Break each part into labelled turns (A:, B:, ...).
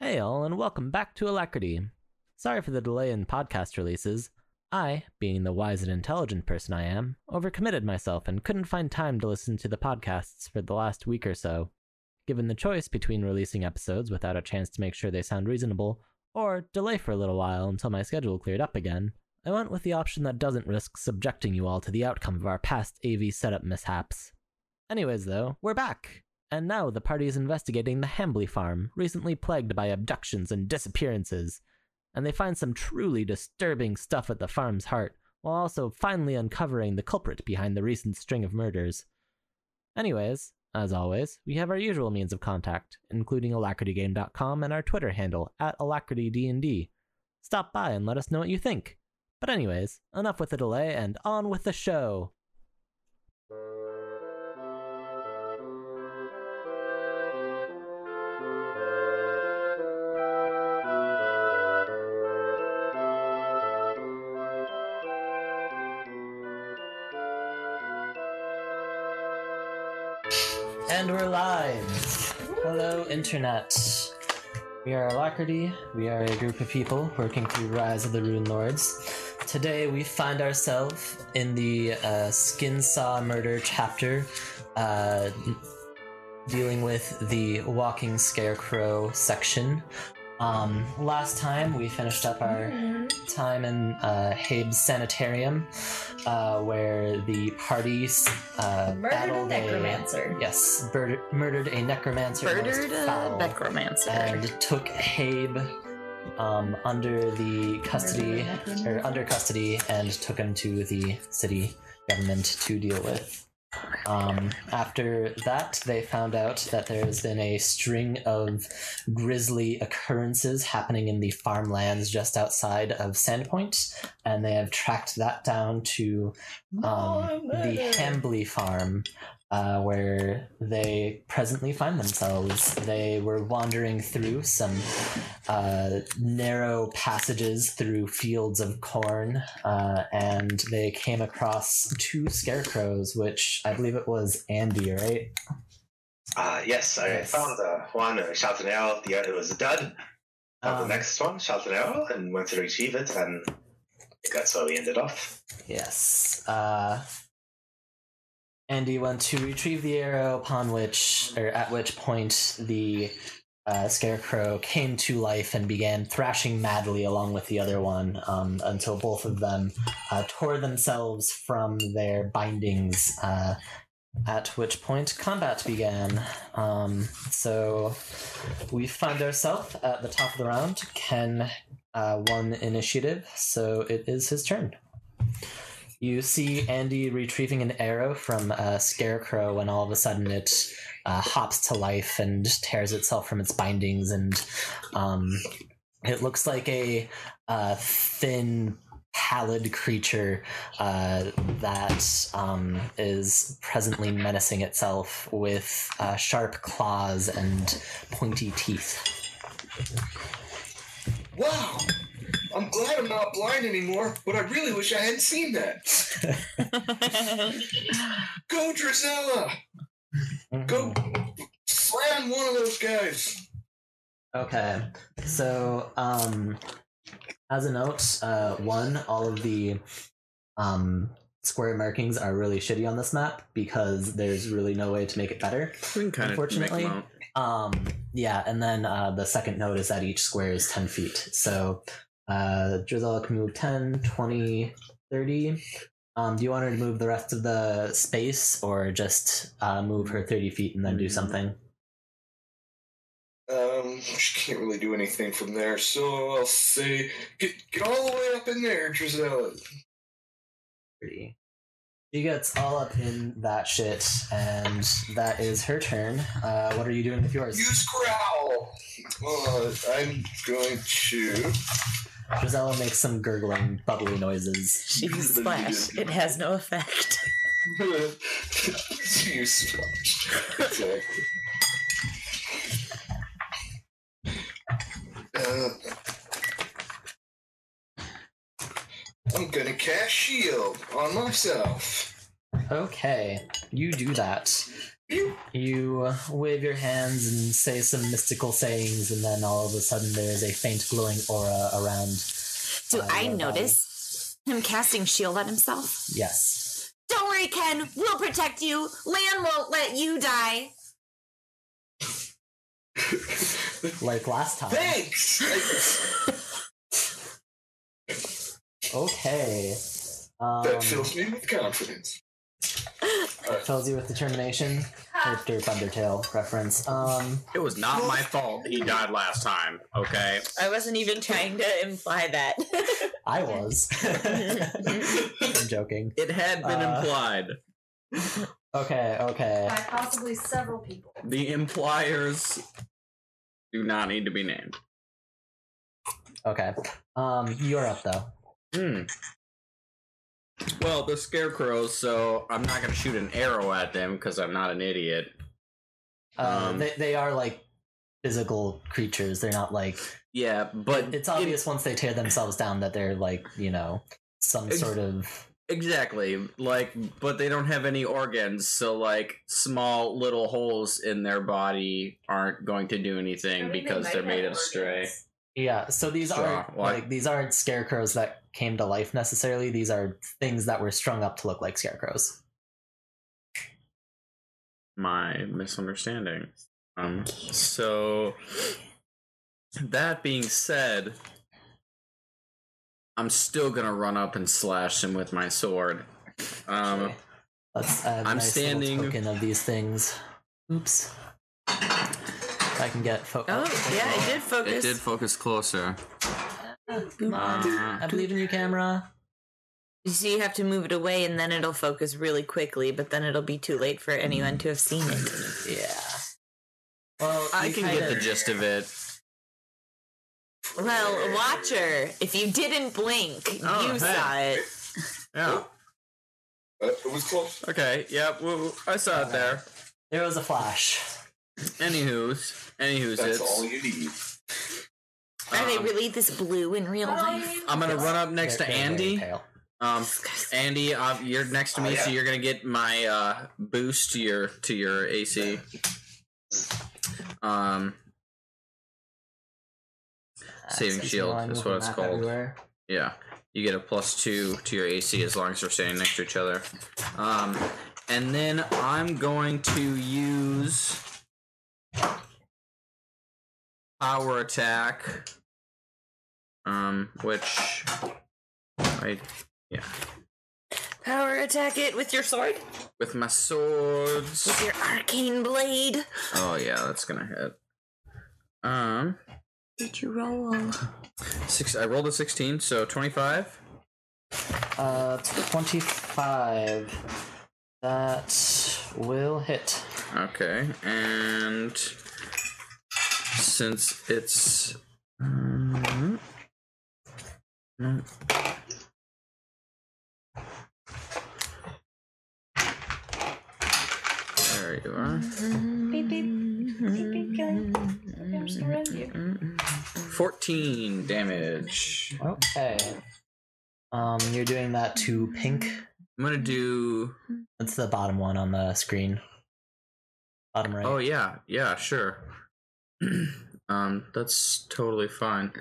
A: Hail, and welcome back to Alacrity. Sorry for the delay in podcast releases. I, being the wise and intelligent person I am, overcommitted myself and couldn't find time to listen to the podcasts for the last week or so. Given the choice between releasing episodes without a chance to make sure they sound reasonable, or delay for a little while until my schedule cleared up again, I went with the option that doesn't risk subjecting you all to the outcome of our past AV setup mishaps. Anyways, though, we're back! And now the party is investigating the Hambly farm, recently plagued by abductions and disappearances. And they find some truly disturbing stuff at the farm's heart, while also finally uncovering the culprit behind the recent string of murders. Anyways, as always, we have our usual means of contact, including alacritygame.com and our Twitter handle at alacritydnd. Stop by and let us know what you think. But anyways, enough with the delay and on with the show. And we're live. Hello, internet. We are Alacrity. We are a group of people working through Rise of the Rune Lords. Today, we find ourselves in the uh, Skin Saw Murder chapter, uh, dealing with the Walking Scarecrow section. Um, last time, we finished up our
B: Mm-hmm.
A: time in uh, Habe's Sanitarium, uh, where the parties uh,
B: Murdered a
A: battled a-
B: necromancer.
A: Yes, bird- murdered a necromancer. most
C: Murdered a
A: foul,
C: necromancer.
A: and took Habe um, under the custody
B: Murdered a necromancer.
A: or under custody and took him to the city government to deal with. Um, after that, they found out that there has been a string of grisly occurrences happening in the farmlands just outside of Sandpoint, and they have tracked that down to um, the Hambly farm, uh, where they presently find themselves. They were wandering through some uh, narrow passages through fields of corn, uh, and they came across two scarecrows, which I believe it was Andy, right?
D: Uh, yes, I
A: Yes.
D: found uh, one uh, shot an arrow, the other was a dud. Found
A: Um,
D: the next one, shot an arrow, and went to retrieve it, and that's where we ended up.
A: Yes. Uh, Andy went to retrieve the arrow, upon which, or at which point, the uh, scarecrow came to life and began thrashing madly along with the other one um, until both of them uh, tore themselves from their bindings. Uh, at which point combat began. Um, so we find ourselves at the top of the round. Ken uh, won initiative, so it is his turn. You see Andy retrieving an arrow from a scarecrow when all of a sudden it uh, hops to life and tears itself from its bindings, and um, it looks like a, uh thin, pallid creature uh, that um, is presently menacing itself with uh, sharp claws and pointy teeth.
E: Wow! I'm glad I'm not blind anymore, but I really wish I hadn't seen that. Go, Drizella! Go slam one of those guys!
A: Okay, so um, as a note, uh, one, all of the um, square markings are really shitty on this map because there's really no way to make it better.
F: We can kind of make
A: Unfortunately.
F: them out.
A: Um, yeah, and then uh, the second note is that each square is 10 feet. So uh, Drizella can move 10, 20, 30. Um, do you want her to move the rest of the space or just uh, move her 30 feet and then
F: Mm.
A: do something?
E: Um, she can't really do anything from there, so I'll say get, get all the way up in there, Drizella.
A: Three. She gets all up in that shit, and that is her turn. Uh, what are you doing with yours?
E: Use growl! Uh, I'm going to.
A: Gisella makes some gurgling, bubbly noises.
C: she slash. It has no effect.
E: Use Exactly. Uh, I'm gonna cast shield on myself.
A: Okay, you do that.
E: Pew.
A: You wave your hands and say some mystical sayings, and then all of a sudden there is a faint glowing aura around.
B: Do
A: uh,
B: I
A: your body.
B: notice him casting shield on himself?
A: Yes.
B: Don't worry, Ken. We'll protect you. Lan won't let you die.
A: Like last time.
E: Thanks!
A: Okay. Um,
E: that fills me with confidence.
F: Uh,
A: fills you with determination. Herp derp Undertale reference. Um,
F: It was not my fault he died last time, okay?
C: I wasn't even trying to imply that.
A: I was. I'm joking.
F: It had been
A: Uh.
F: implied.
A: Okay, okay.
G: by possibly several people.
F: The impliers do not need to be named.
A: Okay. Um, you're up though.
F: Hmm. Well, the scarecrows, so I'm not going to shoot an arrow at them because I'm not an idiot.
A: Uh,
F: Um,
A: they, they are like physical creatures. They're not like
F: Yeah, but
A: it's obvious once they tear themselves down that they're like you know some
F: Ex-
A: sort of
F: Exactly. Like, but they don't have any organs, so like small little holes in their body aren't going to do anything because they're made of stray.
A: yeah. So these
F: Sure,
A: aren't
F: why-
A: like these aren't scarecrows that came to life necessarily. These are things that were strung up to look like scarecrows.
F: My misunderstanding. Um. So that being said, I'm still gonna run up and slash him with my sword. Um.
A: actually. Let's add
F: I'm
A: I'm nice little
F: standing-
A: token of these things. Oops. If I can get focus.
C: oh, yeah, I did
F: It
C: focus.
F: did focus closer.
C: Come on.
A: I believe in you, camera.
C: So you have to move it away, and then it'll focus really quickly, but then it'll be too late for anyone to have seen it.
A: Yeah. Well,
F: I
A: you
F: can
A: kinda-
F: get the gist of it.
C: Well, Watcher, if you didn't blink,
F: Oh,
C: you
F: hey.
C: saw it.
F: Yeah.
E: Oh. Uh, it was close.
F: Okay. Yeah. Well, I saw it there.
A: There was a flash.
F: Anywho's, anywho's,
E: That's all
F: it's.
E: you need.
C: Are they
F: Um,
C: really this blue in real life?
F: I'm gonna run up next
A: They're-
F: to
A: they're very
F: Andy.
A: pale.
F: Um, Andy, uh, you're next to me,
D: Oh, yeah.
F: so you're gonna get my uh, boost to your to your AC. Um, Saving
A: Access
F: shield
A: line
F: is
A: movement
F: what it's
A: map
F: called.
A: everywhere.
F: yeah, you get a plus two to your AC as long as they're standing next to each other. Um, and then I'm going to use power attack. Um, which I
C: Power attack it with your sword?
F: with my swords.
C: With your arcane blade?
F: Oh yeah, that's gonna hit. Um,
C: Did you roll?
F: six. I rolled a sixteen, so twenty-five.
A: Uh, 25. That will hit.
F: Okay, and since it's um, no. There you are.
G: Beep beep. Beep beep killing. Okay, I'm just gonna run you.
F: Fourteen damage.
A: Oh, Okay. Um, you're doing that to pink.
F: I'm gonna do.
A: That's the bottom one on the screen. Bottom right.
F: Oh yeah, yeah, sure. um, that's totally fine.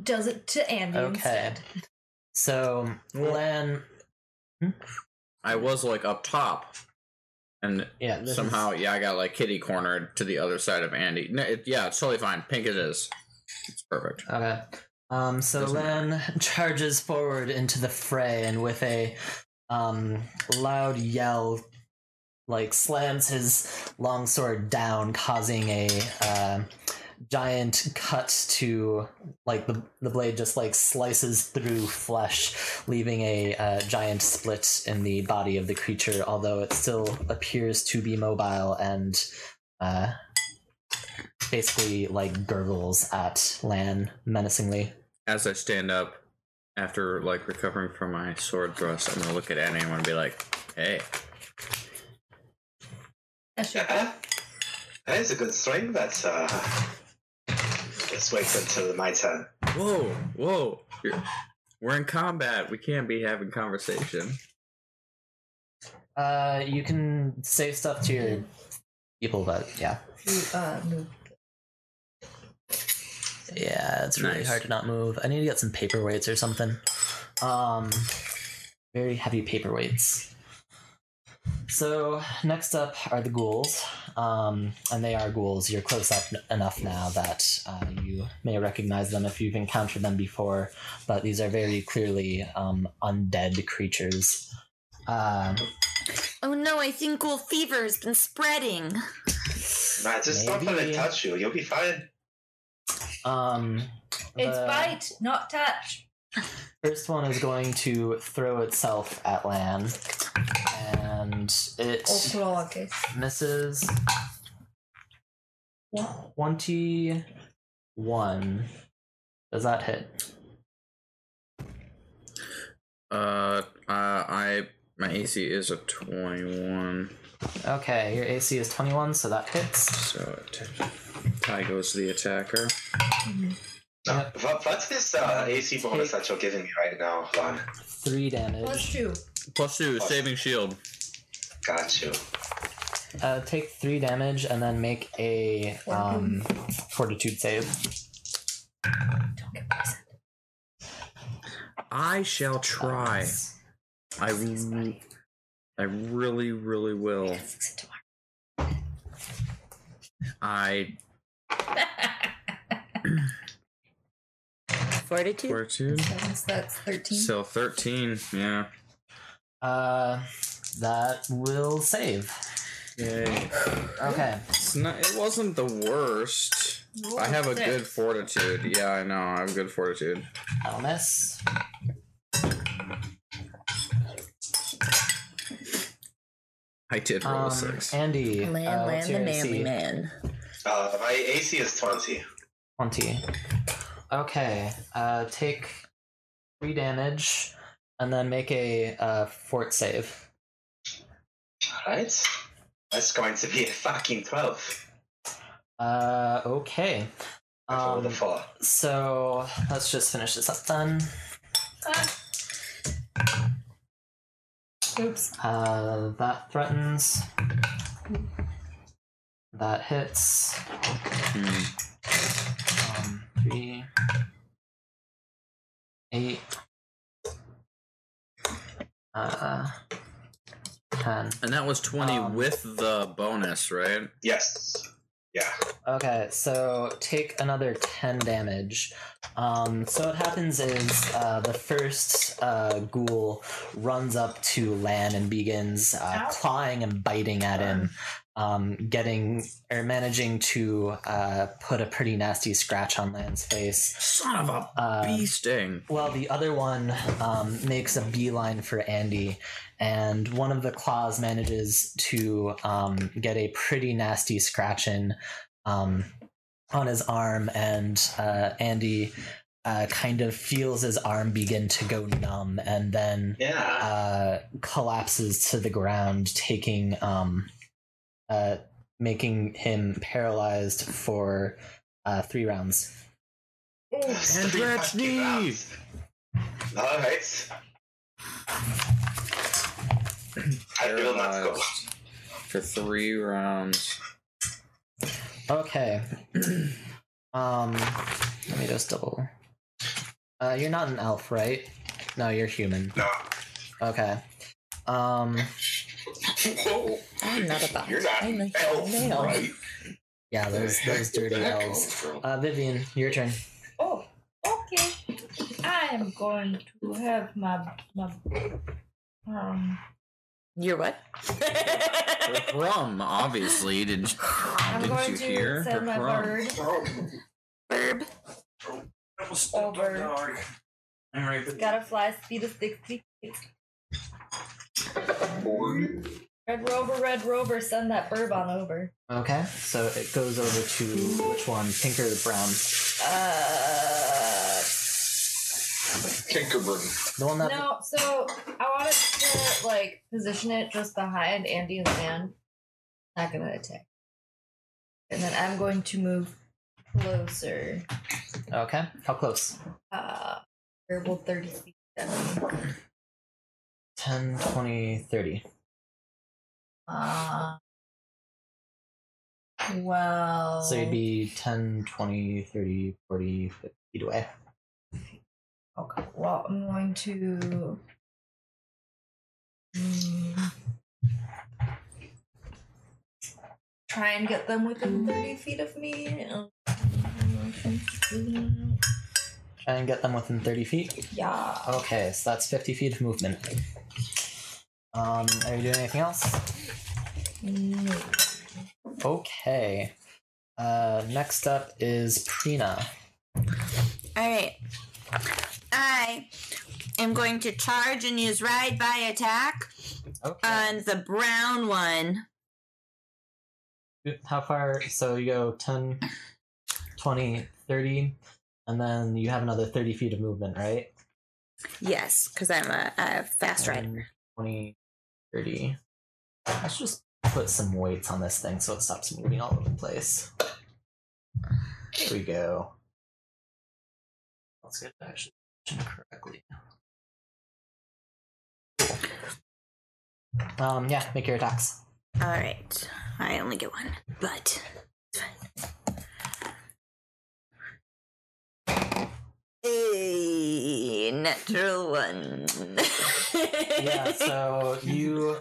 G: Does it to Andy
A: Okay.
G: instead.
A: So,
F: Well-
A: Lan. Hmm?
F: I was like up top, and
A: Yeah. this is-
F: somehow, yeah, I got like kitty cornered to the other side of Andy. No, it, yeah, it's totally fine. Pink it is. It's perfect.
A: Okay. Um, so
F: Doesn't
A: Lan charges forward into the fray and with a um, loud yell, like slams his longsword down, causing a uh, giant cut to like the, the blade just like slices through flesh, leaving a uh, giant split in the body of the creature, although it still appears to be mobile and uh, basically like gurgles at Lan menacingly.
F: As I stand up after like recovering from my sword thrust, I'm gonna look at Andy and wanna be like, "Hey,
G: That's your
D: Uh-huh. That is a good swing, but uh, let's wait until my turn.
F: whoa, whoa, You're- we're in combat. We can't be having conversation."
A: Uh, you can say stuff to your people, but yeah,
G: who uh, moved.
A: yeah, it's really
F: Nice.
A: hard to not move. I need to get some paperweights or something. Um, very heavy paperweights. So next up are the ghouls, um, and they are ghouls. You're close up n- enough now that uh, you may recognize them if you've encountered them before, but these are very clearly um, undead creatures. Um,
B: Oh no, I think ghoul fever has been spreading.
D: Matt, just stop
A: Maybe. uh,
D: let it touch you. You'll be fine.
A: um,
G: It's
A: the-
G: bite, not touch.
A: First one is going to throw itself at Lan, and it
G: Or claw, I guess.
A: misses. Twenty-one. Does that hit?
F: Uh, uh, I my AC is a twenty-one,
A: Okay, your AC is twenty-one, so that hits.
F: so Ty goes the attacker.
A: Yep,
D: What, what's this uh, AC bonus that you're giving me right now, Lon?
A: three
G: Plus
A: damage.
G: two.
F: Plus two, saving shield.
D: Got you.
A: Uh, take three damage and then make a um, fortitude save.
G: Don't get poisoned.
F: I shall try. I, re- I really, really will.
G: Fix it tomorrow.
F: I
C: Fortitude.
F: fortitude.
G: That's, that's 13.
F: So thirteen. Yeah.
A: Uh, that will save.
F: Yay.
A: Okay.
F: It's not, it wasn't the worst. I have a good fortitude. Yeah, I know. I have good fortitude.
A: I'll miss.
F: I did roll a
A: Um,
F: six.
A: Andy,
C: Land,
A: uh, what's
C: land, the
A: your
C: manly
A: AC?
C: man.
D: Uh, my AC is 20.
A: 20. Okay, uh, take 3 damage and then make a uh, fort save.
D: Alright. That's going to be a fucking 12.
A: Uh, okay.
D: Um, the
A: Um,
D: four.
A: so let's just finish this up then.
G: Oops.
A: Uh, that threatens. That hits.
F: Hmm.
A: Um, three, eight,
F: Um,
A: uh, ten.
F: And that was twenty
A: Um,
F: with the bonus, right?
D: Yes. Yeah.
A: Okay, so take another 10 damage. Um, so what happens is uh, the first uh, ghoul runs up to Lan and begins uh,
G: Ow.
A: clawing and biting at him, um, getting or managing to uh, put a pretty nasty scratch on Lan's face.
F: Son of a
A: Uh,
F: bee sting.
A: well, the other one um, makes a beeline for Andy, and one of the claws manages to um, get a pretty nasty scratch in um, on his arm, and uh, Andy uh, kind of feels his arm begin to go numb, and then
D: Yeah.
A: uh, collapses to the ground, taking um, uh, making him paralyzed for uh, three rounds.
F: Andrat's knee.
D: Alright. I will not go.
F: Paralyzed For three rounds.
A: Okay. um, let me just double. Uh, you're not an elf, right? No, you're human.
D: No.
A: Okay. Um,
E: Whoa.
C: I'm not about.
E: You're not
C: I'm a
E: an elf,
C: male.
E: right?
A: yeah, those those dirty elves. Uh, Vivian, your turn.
G: Oh, okay. I am going to have my my um.
C: You're what?
F: They're From obviously, did
G: I'm
F: did
G: going
F: you
G: to
F: hear?
G: send
F: They're
G: my
F: from.
G: bird
C: Verb.
G: over. Gotta fly speed of sixty. Red rover, red rover, send that bird on over.
A: Okay, so it goes over to which one, pink or brown?
G: Uh,
E: Tinkerbird.
A: The one that.
G: no. So I wanted to like position it just behind Andy and Van. Not gonna attack. And then I'm going to move closer.
A: Okay, how close?
G: Uh, verbal thirty feet.
A: 10, 20, 30.
G: Uh, Well.
A: So you'd be 10, 20, 30, 40, 50 feet away.
G: Okay. Well, I'm going to. Mm. Try and get them within 30 feet of me. Um,
A: Try and get them within 30 feet.
G: Yeah.
A: Okay, so that's 50 feet of movement. Um, are you doing anything else?
G: No.
A: Okay. Uh, next up is Prina.
C: All right. I am going to charge and use ride by attack
A: Okay.
C: on the brown one.
A: How far? So you go 10, 20, 30, and then you have another 30 feet of movement, right?
C: Yes, because I'm a, a fast rider.
A: 10, 20, 30. Let's just put some weights on this thing so it stops moving all over the place. There we go. Let's get it actually correctly. Um, yeah, make your attacks.
C: All right. I only get one, but it's fine. Hey, natural one.
A: yeah, so you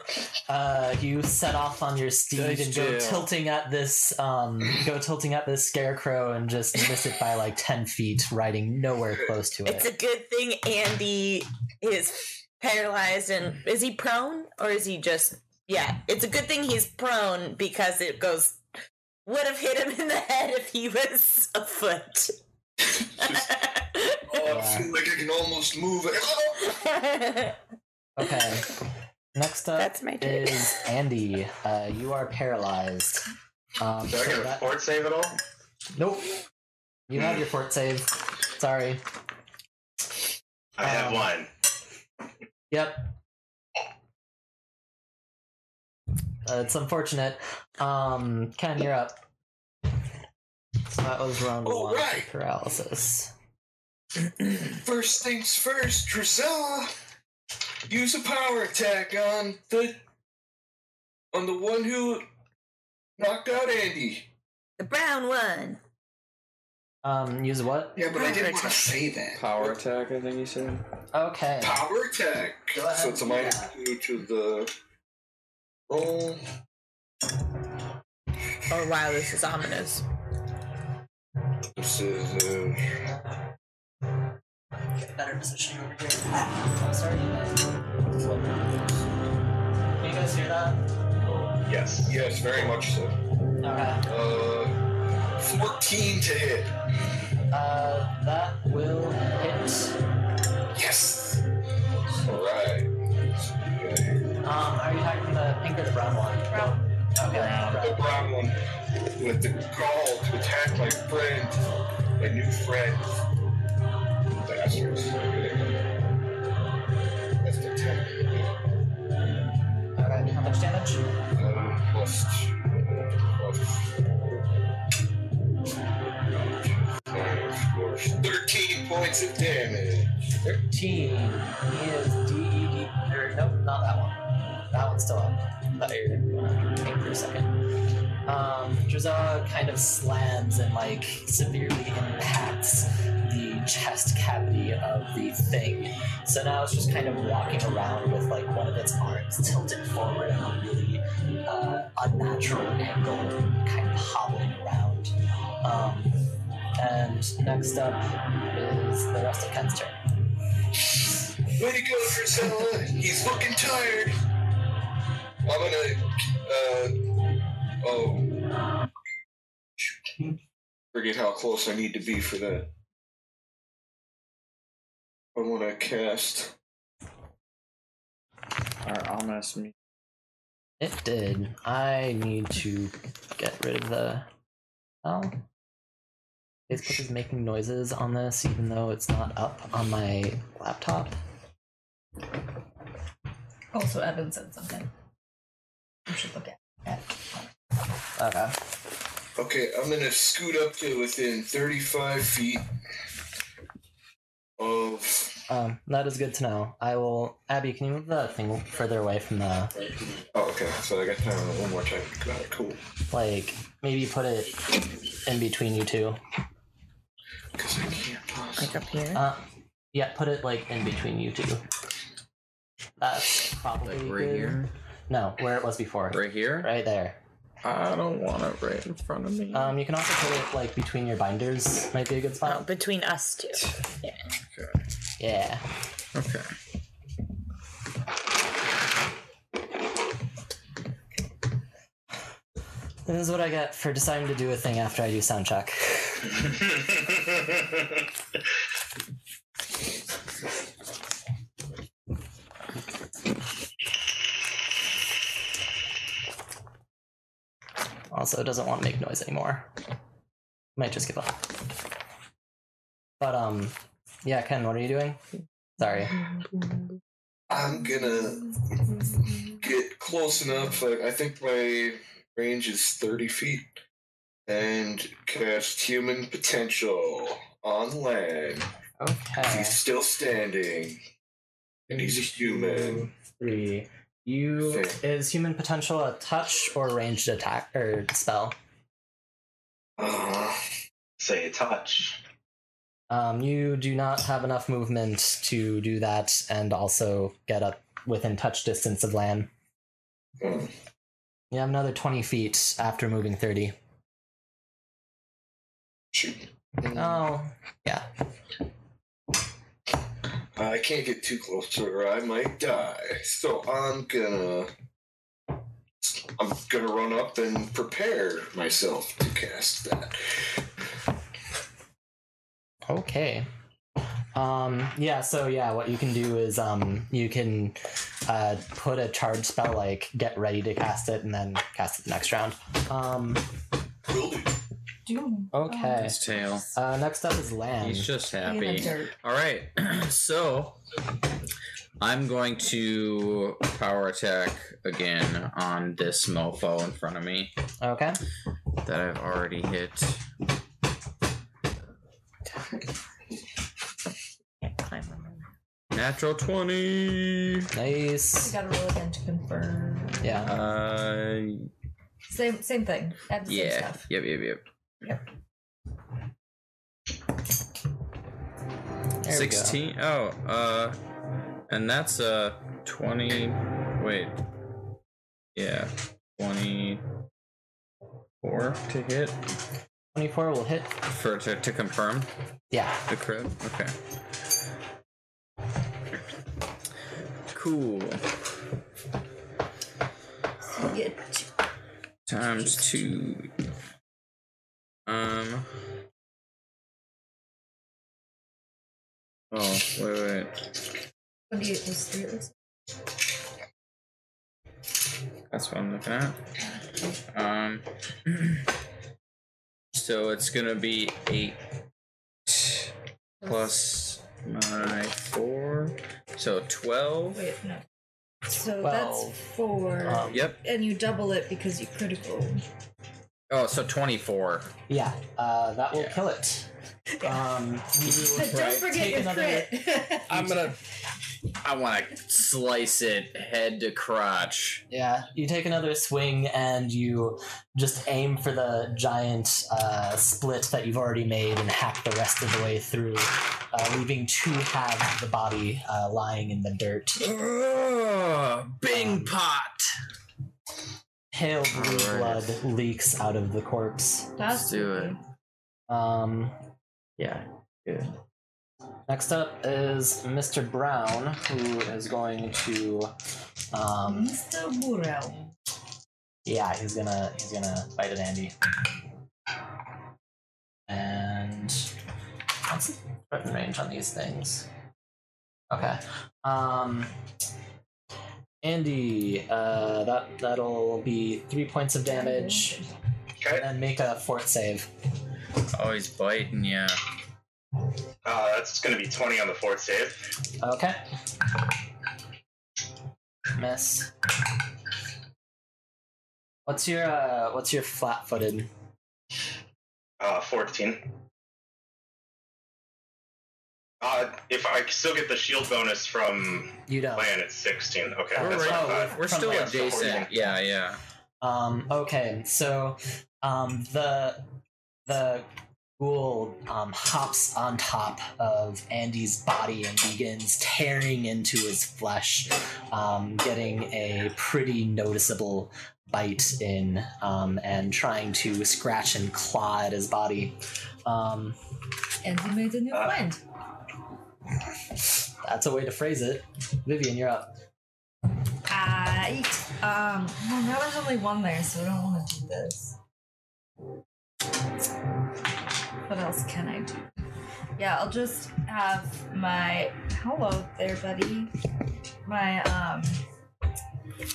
A: uh you set off on your steed
E: Dice
A: and go
E: jail.
A: tilting at this um go tilting at this scarecrow and just miss it by like ten feet, riding nowhere close to
C: It's
A: it.
C: a good thing Andy is paralyzed and is he prone or is he just yeah, it's a good thing he's prone because it goes would have hit him in the head if he was a foot.
E: Oh, I
A: Yeah.
E: feel like I can almost move. Oh!
A: Okay. Next up
C: That's my turn.
A: is Andy. Uh you are paralyzed. Um
D: Do I
A: so
D: get a
A: that-
D: fort save at all?
A: Nope. You have your fort save. Sorry.
D: I have
A: Um,
D: one.
A: Yep. Uh, it's unfortunate. Um, Ken, you're up. So that was round
E: All
A: one of
E: right.
A: paralysis.
E: First things first, Drizella, use a power attack on the on the one who knocked out Andy.
C: The brown one.
A: Um, use what?
E: Yeah, but I
C: Power
E: didn't want to
C: attack.
E: say that.
F: Power attack, I think you said.
A: Okay.
E: Power attack.
A: Go ahead.
E: So it's a minus
A: Yeah.
E: two to the roll.
C: Oh wow, this is ominous.
E: This is uh,
A: Better position over here. Oh, sorry, you guys. Can you guys hear that?
D: Yes.
E: yes, very much so.
A: Okay.
E: Uh, fourteen to hit.
A: Uh, that will hit.
E: Yes. All right. Let's see here.
A: Um, are you talking the pink or the brown one? Brown. Okay.
E: The
A: Brown.
E: brown one with the gall to attack my friend, my new friend. Bastards. That's the attack.
A: Okay. How much damage?
E: Uh, plus two. Plus four. Five, four, Thirteen points of damage.
A: 13. He is D E D. Or, nope, not that one. That one's still up. I thought you were going to think for a second. Um, Drizella kind of slams and, like, severely impacts the chest cavity of the thing. So now it's just kind of walking around with, like, one of its arms tilted forward at a really uh, unnatural angle, kind of hobbling around. Um, and next up is the rest of Ken's turn.
E: Way to go, Priscilla. He's looking tired. I'm gonna. Uh, oh. Shoot. Forget how close I need to be for that. I want to cast.
F: Our ominous music.
A: It did. I need to get rid of the. Oh. Facebook is making noises on this, even though it's not up on my laptop.
G: Also, Evan said something. You should look at it.
A: Okay.
E: Okay, I'm gonna scoot up to within 35 feet of
A: Um, that is good to know. I will. Abby, can you move the thing further away from the
E: Oh, okay. So I got time on one more check. Got it. Cool.
A: like? Maybe put it in between you two.
E: Because I can't possibly.
C: Like up here.
A: Uh, yeah, put it like in between you two. That's probably
F: Like right
A: good.
F: here?
A: No, where it was before.
F: Right here?
A: Right there.
F: I don't want it right in front of me.
A: Um, you can also put it like between your binders. Might be a good
C: Oh,
A: spot.
C: between us two.
A: Yeah.
F: okay.
A: This is what I get for deciding to do a thing after I do sound check. Also, it doesn't want to make noise anymore. Might just give up. But um, yeah, Ken, what are you doing? Sorry.
E: I'm gonna get close enough. Like, I think my range is 30 feet. And cast Human Potential on land.
A: Okay.
E: He's still standing. And he's a human.
A: Three. You
E: Fair.
A: is human potential a touch or ranged attack or spell?
E: Uh,
D: Say touch.
A: Um, you do not have enough movement to do that and also get up within touch distance of land.
E: mm.
A: You have another 20 feet after moving 30.
E: shoot.
A: Oh,
E: I can't get too close to her. I might die. So I'm gonna. I'm gonna run up and prepare myself to cast that.
A: okay. Um, yeah, so yeah, what you can do is um, you can uh, put a charge spell, like get ready to cast it and then cast it the next round. Um,
E: Will do.
G: Doom.
A: okay.
F: His tail.
A: Uh, next up is land.
F: He's just
G: In the
F: happy.
G: dirt.
F: All right. so I'm going to power attack again on this mofo in front of me
A: Okay.
F: that I've already hit. Natural 20.
G: You
A: Nice.
G: gotta roll again to confirm.
A: Yeah.
F: Uh,
G: Same same thing. Add the same
F: yeah.
G: stuff.
F: Yep, yep, yep.
A: There we go.
F: 16 oh uh and that's uh 20 wait yeah 24 to hit
A: 24 will hit.
F: for to, to confirm
A: Yeah.
F: the crit okay cool
G: You get two.
F: times two um oh wait wait
G: What do you it was three it was-
F: That's what I'm looking at. Um, so it's gonna be eight plus my four, so twelve.
G: Wait, no. So
A: Twelve.
G: that's four.
A: Um,
F: Yep.
G: and you double it because you critical.
F: Oh, so twenty-four.
A: Yeah, uh, that will
F: Yeah.
A: kill it. Um, you
G: But don't forget
A: take
G: your
A: another-
G: crit.
F: I'm gonna. I want to slice it head to crotch.
A: Yeah, you take another swing and you just aim for the giant uh, split that you've already made and hack the rest of the way through, uh, leaving two halves of the body uh, lying in the dirt.
F: Ugh, Bing pot.
A: Pale blue
F: Alright.
A: blood leaks out of the corpse.
G: That's
F: do it.
G: okay.
A: Um,
F: Yeah. Good.
A: Next up is Mr. Brown, who is going to. Um,
G: Mr. Burrell.
A: yeah, he's gonna he's gonna bite at Andy. And what's the threat range on these things? Okay. Um, Andy, uh, that that'll be three points of damage, and then make a fort save.
F: Oh, he's biting. Yeah.
D: Uh, that's going to be 20 on the fourth save.
A: Okay. Miss. What's your uh, what's your flat footed?
D: Uh, 14. Uh,
H: Uh, if I still get the shield bonus from
A: You don't.
H: land, it's 16. Okay,
A: Oh,
F: We're,
H: that's what I
A: right.
H: thought.
F: we're
A: From
F: still
A: there.
F: adjacent. Yeah, yeah.
A: Um, okay, so um, the the ghoul um, hops on top of Andy's body and begins tearing into his flesh, um, getting a pretty noticeable bite in um, and trying to scratch and claw at his body. Um,
I: And he made a new
H: Uh,
I: friend.
A: that's a way to phrase it. Vivian, you're up.
I: I um well now there's only one there, so I don't wanna do this. What else can I do? Yeah, I'll just have my hello there, buddy. My um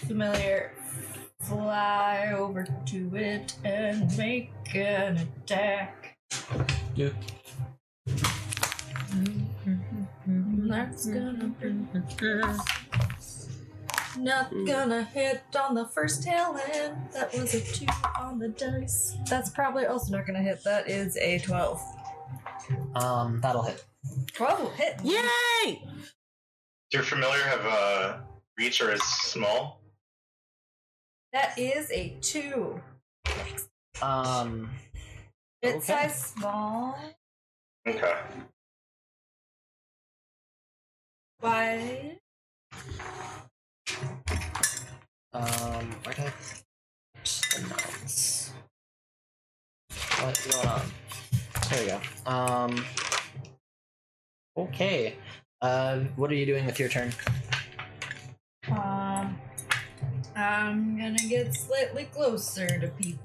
I: familiar fly over to it and make an attack.
A: Yeah.
I: Mm-hmm. That's gonna be not gonna hit on the first tail end. That was a two on the dice. That's probably also not gonna hit. That is a 12.
A: Um, that'll hit.
I: 12 will hit.
C: Yay!
H: Does your familiar have uh, reach or is small?
I: That is a two.
A: Um,
I: It
A: Okay.
I: size small.
H: Okay.
I: Why?
A: Um, where did I put the mounts? What's going on? There we go. Um, okay. Uh, what are you doing with your turn?
I: Um, I'm gonna get slightly closer to people.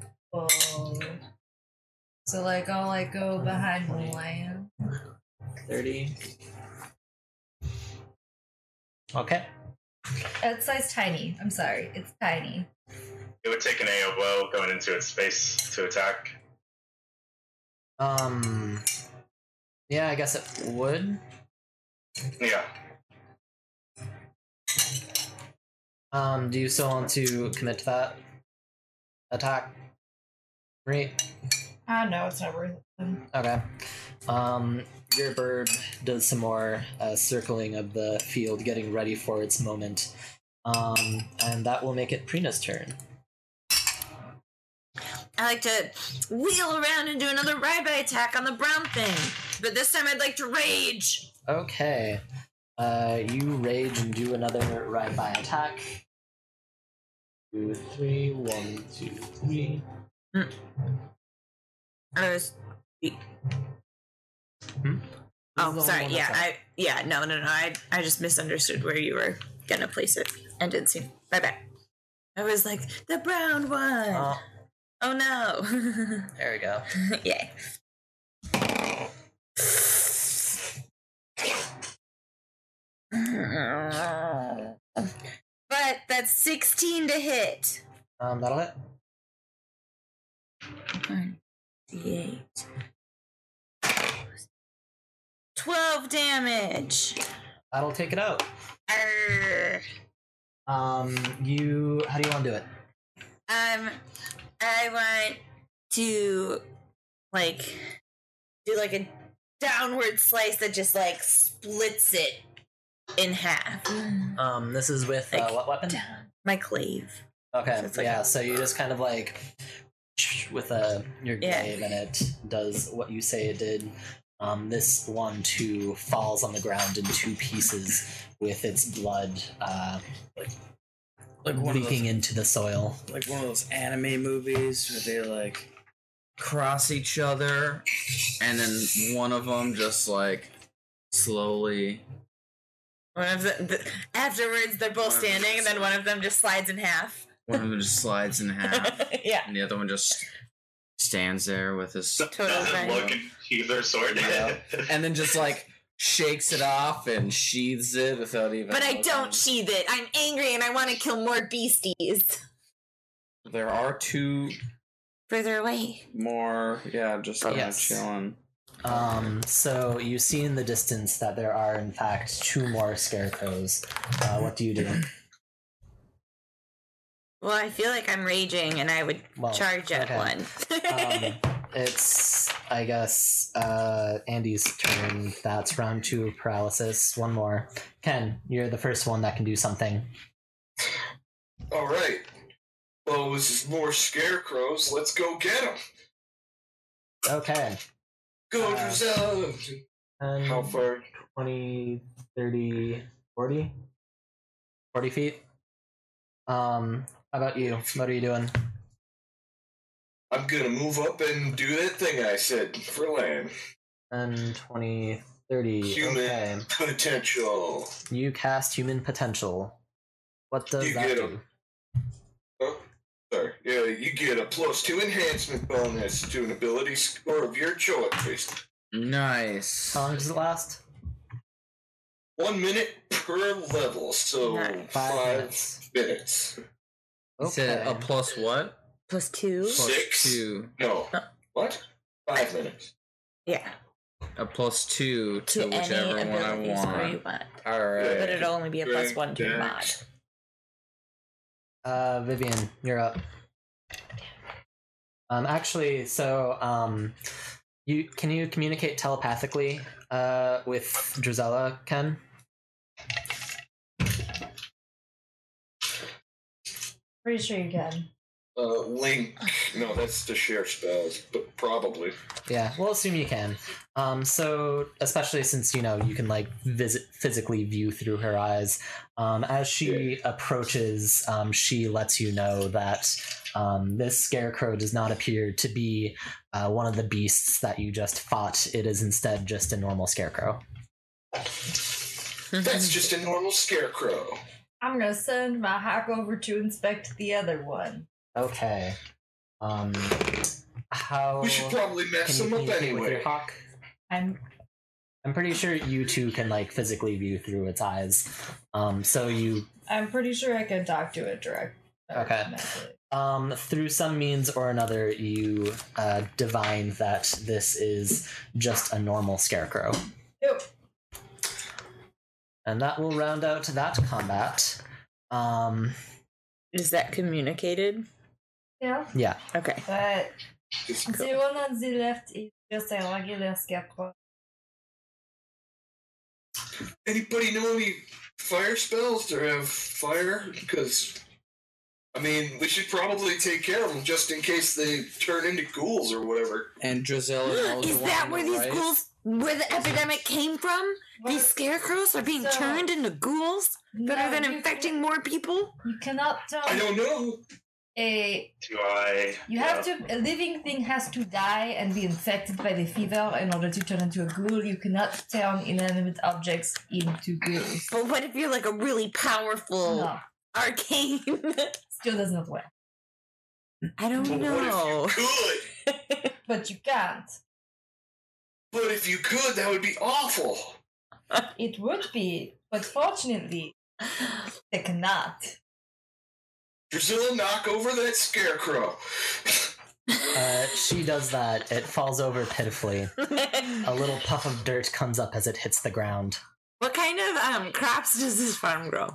I: So like I'll like go behind the lion.
A: 30. Okay.
I: That size tiny. I'm sorry. It's tiny.
H: It would take an AOO going into its space to attack.
A: Um, yeah, I guess it would.
H: Yeah.
A: Um, do you still want to commit to that attack? Great.
I: Ah no, it's not worth it.
A: Okay. Um, your bird does some more uh, circling of the field, getting ready for its moment. Um, and that will make it Prina's turn.
C: I like to wheel around and do another Ryback attack on the brown thing. But this time I'd like to rage.
A: Okay. Uh, you rage and do another right by attack. Two, three, one, two, three.
C: Or is- oh, sorry. Yeah, I yeah, no, no, no. I I just misunderstood where you were gonna place it and didn't see. Right back. I was like the brown one.
A: Oh,
C: oh no.
A: there we go.
C: Yay. But that's 16 to hit.
A: Um, that'll it.
C: D8. 12 damage.
A: That'll take it out.
C: Arr.
A: Um, you. How do you want to do it?
C: Um, I want to like do like a downward slice that just like splits it in half.
A: Um, this is with uh,
C: Mm. Like,
A: what weapon?
C: My clave.
A: Okay.
C: So it's like-
A: yeah. So you just kind of like with a your
C: Yeah.
A: glaive, and it does what you say it did. Um, this one too falls on the ground in two pieces with its blood uh,
J: Like one, of
A: leaking
J: those,
A: into the soil.
J: like one of those anime movies where they like cross each other.
F: And then one of them just like slowly.
C: One of the, the afterwards they're both
F: One of them
C: standing, and then
F: just-
C: one of them just slides in half.
F: One of them just slides in half,
C: yeah.
F: and the other one just stands there with his.
C: Total
H: Doesn't
C: fine.
H: look and sheathe their sword.
F: Yeah. And then just like shakes it off and sheathes it without even.
C: But I
F: looking.
C: don't sheathe it. I'm angry and I want to kill more beasties
F: There are two
C: further away.
F: more. Yeah, just kind of
A: Yes.
F: chilling.
A: Um, so you see in the distance that there are in fact two more scarecrows. Uh, what do you do?
C: Well, I feel like I'm raging, and I would
A: Well,
C: charge at
A: okay.
C: one.
A: Um, it's I guess uh, Andy's turn. That's round two of paralysis. One more. Ken, you're the first one that can do something.
K: All right. Well, this is more scarecrows. Let's go get them.
A: Okay.
K: Go
A: Uh,
K: to Zelda.
A: 10,
K: How far?
A: 20, 30, 40? 40 feet. Um, how about you? What are you doing?
K: I'm gonna move up and do that thing I said for land
A: 10, 20, 30.
K: Human.
A: Okay.
K: potential.
A: You cast human potential. What does
K: You
A: that
K: get
A: do?
K: 'em. Oh, Sorry. Yeah, you get a plus two enhancement bonus to an ability score of your choice.
F: Nice.
A: How long does it last?
K: One minute per level, so
C: Nice.
A: Five
K: five,
A: minutes.
K: minutes.
F: He said a plus what?
C: Plus two.
F: Plus
K: Six.
F: two.
K: No.
C: Huh.
K: What? Five minutes.
C: Yeah.
F: A plus two to,
C: To
F: whichever
C: any
F: one I
C: ability score you
F: want.
C: want.
F: All right.
C: But it'll only be a plus
K: Right.
C: one to your mod.
K: Dex.
A: Uh, Vivian, you're up. Um, actually, so um, you can you communicate telepathically uh with Drizella, Ken?
I: Pretty sure you can.
K: Uh, link. No, that's to share spells, but probably.
A: Yeah, we'll assume you can. Um, so especially since you know you can like visit physically view through her eyes. Um, as she approaches, um, she lets you know that um, this scarecrow does not appear to be uh, one of the beasts that you just fought. It is instead just a normal scarecrow.
K: That's just a normal scarecrow.
I: I'm gonna send my hawk over to inspect the other one.
A: Okay. Um, how
K: We should probably
A: can
K: mess
A: you
K: him up
A: communicate with
K: anyway.
A: your hawk?
I: I'm
A: I'm pretty sure you two can like physically view through its eyes. Um, so you
I: I'm pretty sure I can talk to it direct. or
A: Okay.
I: directly.
A: um, through some means or another, you uh, divine that this is just a normal scarecrow.
I: Nope.
A: And that will round out that combat. Um,
C: Is that communicated?
I: Yeah.
A: yeah.
C: Okay.
I: But
K: Just
I: the one on the left is just a regular scarecrow.
K: Anybody know any fire spells or have fire? Because, I mean, we should probably take care of them just in case they turn into ghouls or whatever.
E: And Drizella knows
G: Is
E: the one
G: that
E: on
G: where
E: the
G: these
E: right.
G: ghouls, where the epidemic came from? These scarecrows are being
I: So-
G: turned into ghouls that are then infecting more people?
I: You cannot
K: I
I: turn
K: don't know.
I: a.
D: Do I?
I: You have to. A living thing has to die and be infected by the fever in order to turn into a ghoul. You cannot turn inanimate objects into ghouls.
C: But what if you're like a really
G: Oh.
C: powerful
I: No,
C: arcane?
I: still does not work.
C: I don't
K: But
C: know.
K: What if you could?
I: But you can't.
K: But if you could, that would be awful.
I: It would be, but fortunately, they cannot.
K: Drusilla, knock over that scarecrow.
A: Uh, she does that. It falls over pitifully. A little puff of dirt comes up as it hits the ground.
C: what kind of um crops does this farm grow?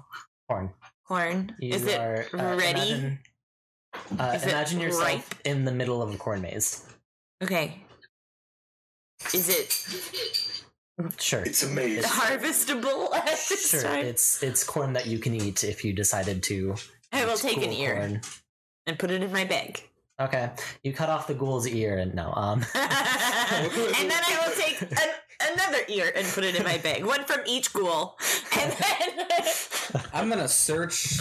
A: Corn.
C: Corn?
A: You
C: Is it
A: are, uh,
C: ready?
A: Imagine, uh,
C: Is it
A: imagine yourself
C: ripe?
A: in the middle of a corn maze.
C: Okay. Is it
A: Sure.
K: It's amazing.
C: harvestable at this
A: Sure,
C: time?
A: it's it's corn that you can eat if you decided to.
C: I will
A: It's
C: take an
A: ghoul
C: ear
A: corn.
C: and put it in my bag.
A: Okay, you cut off the ghoul's ear and no. Um,
C: and then I will take an, another ear and put it in my bag. One from each ghoul. And then
E: I'm gonna search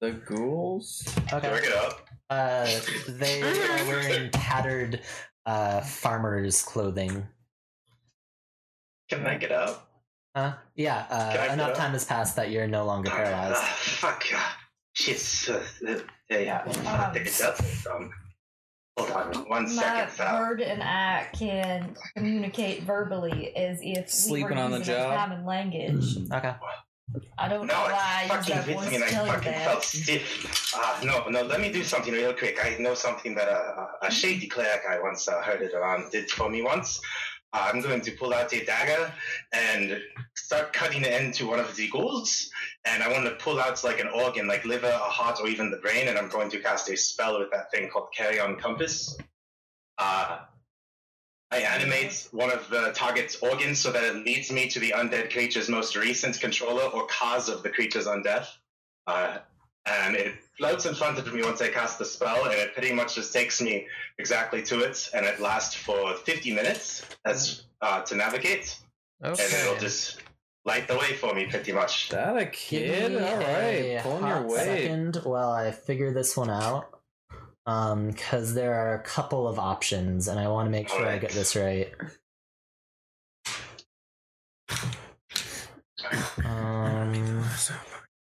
E: the ghouls.
A: okay.
D: Bring it up.
A: Uh, they are wearing tattered uh, farmers' clothing.
D: Can I get up?
A: Huh? Yeah.
D: Can I
A: Uh,
D: get
A: enough
D: up?
A: time has passed that you're no longer paralyzed.
D: Ah, fuck yeah. Jeez. Uh, uh, they have
I: Um,
D: they got me from. Hold on one
I: My
D: second, Uh, Val.
I: bird and I can communicate verbally as if we
E: Sleeping
I: were
E: on the
I: using a
E: job.
I: common language.
A: Okay.
I: I don't know
D: No,
I: why
D: it
I: I use
D: fucking
I: that
D: hit
I: voice
D: me
I: to
D: and I
I: tell you
D: fucking
I: that.
D: felt stiff. Ah, no, no, let me do something real quick. I know something that a, a shady cleric I once uh, heard it around did for me once. Uh, I'm going to pull out a dagger and start cutting it into one of the ghouls. And I want to pull out like an organ, like liver, a heart, or even the brain. And I'm going to cast a spell with that thing called Carry On Compass. Uh, I animate one of the target's organs so that it leads me to the undead creature's most recent controller or cause of the creature's undeath. Uh, and it floats in front of me once I cast the spell, and it pretty much just takes me exactly to it, and it lasts for 50 minutes as uh, to navigate, and it'll
L: Okay.
D: just light the way for me pretty much.
L: That a kid? All right. Pulling your weight.
A: Second, while I figure this one out, um, because there are a couple of options, and I want to make sure I
D: Alright.
A: get this right.
G: Oh
A: Um,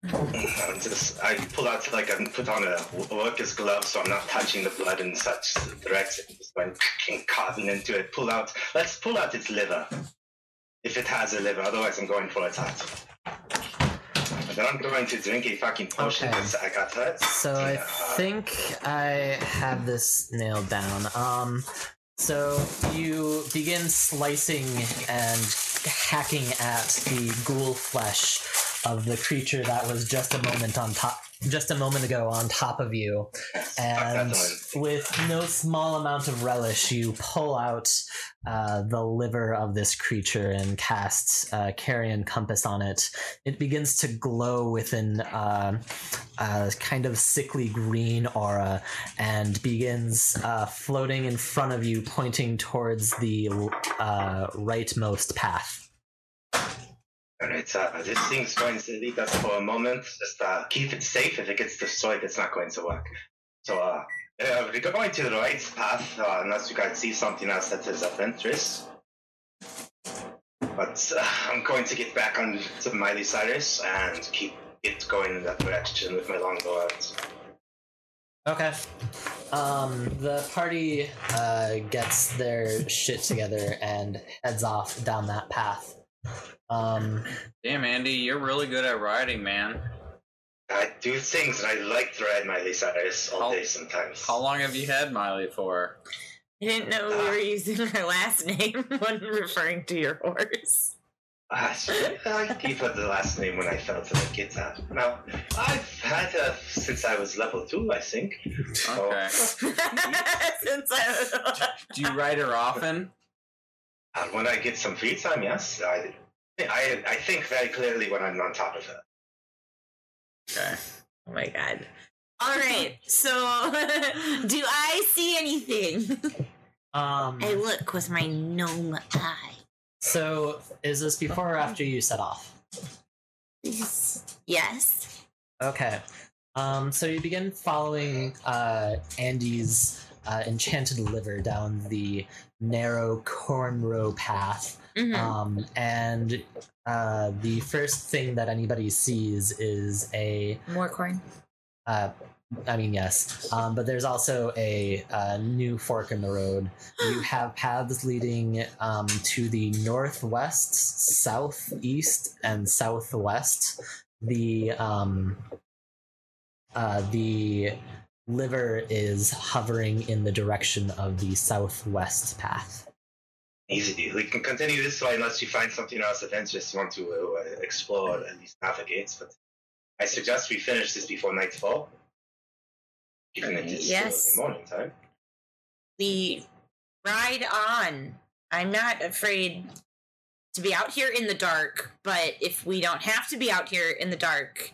D: I just I pull out like I put on a w- worker's glove so I'm not touching the blood in such direction. Just going kicking carving into it. Pull out. Let's pull out its liver, if it has a liver. Otherwise, I'm going for its heart. And then I'm going to drink a fucking potion
A: Okay.
D: because I got hurt.
A: so I think I have this nailed down. Um, so you begin slicing and hacking at the ghoul flesh of the creature that was just a moment on top, just a moment ago on top of you. and with no small amount of relish, you pull out uh, the liver of this creature and cast uh, carrion compass on it. It begins to glow with an uh, uh, kind of sickly green aura and begins uh, floating in front of you, pointing towards the uh, rightmost path.
D: Alright, uh, this thing's going to lead us for a moment. Just uh, keep it safe. If it gets destroyed, it's not going to work. So, uh, uh, we're going to the right path, uh, unless you guys see something else that is of interest. But uh, I'm going to get back on to Miley Cyrus and keep it going in that direction with my longbow out.
A: Okay. Um, the party uh, gets their shit together and heads off down that path. Um,
F: Damn, Andy, you're really good at riding, man.
D: I do things, and I like to ride Miley Cyrus all
F: How-
D: day sometimes.
F: How long have you had Miley for?
C: I didn't know we were using her last name when referring to your horse.
D: Ah, shit. I gave her the last name when I felt like it. Uh, now, I've had her since I was level two, I think. So,
F: Okay.
C: Since I
F: Do you ride her often?
D: uh, when I get some free time, yes. I, I, I think very clearly when I'm on top of her.
F: Okay.
C: Oh my god. All right. So, do I see anything?
A: um,
C: I look with my gnome eye.
A: so, is this before or after you set off?
C: Yes.
A: Okay. Um, so you begin following uh, Andy's uh, enchanted liver down the narrow cornrow path
C: Mhm.
A: Um, and uh, the first thing that anybody sees is a
C: More corn.
A: uh, I mean, yes, um, but there's also a, uh new fork in the road. You have paths leading um, to the northwest, southeast, and southwest. The um, uh, the liver is hovering in the direction of the southwest path.
D: Easy. We can continue this way unless you find something else of interest you want to uh, explore, at least navigate. But I suggest we finish this before nightfall. Given it is
C: Yes.
D: uh, morning time.
C: We ride on. I'm not afraid to be out here in the dark, but if we don't have to be out here in the dark,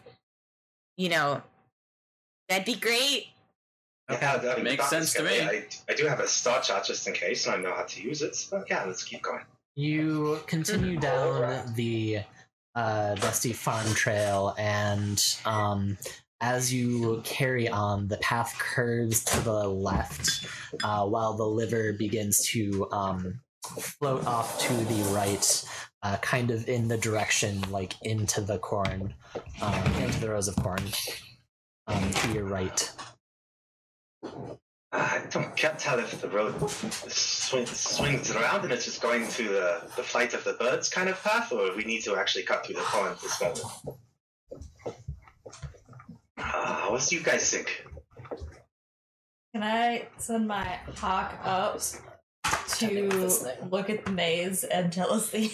C: you know, that'd be great.
D: Yeah, that
F: Makes sense to me.
D: I, I do have a star chart just in case, and I know how to use it. But yeah, let's keep going.
A: You continue down the uh, dusty farm trail, and um, as you carry on, the path curves to the left, uh, while the liver begins to um, float off to the right, uh, kind of in the direction, like into the corn, um, into the rows of corn, um, to your right.
D: I don't, Ah, can't tell if the road swings, swings around and it's just going to the, the flight of the birds kind of path, or we need to actually cut through the corn at this moment. Uh, what do you guys think?
I: Can I send my hawk up to look at the maze and tell us the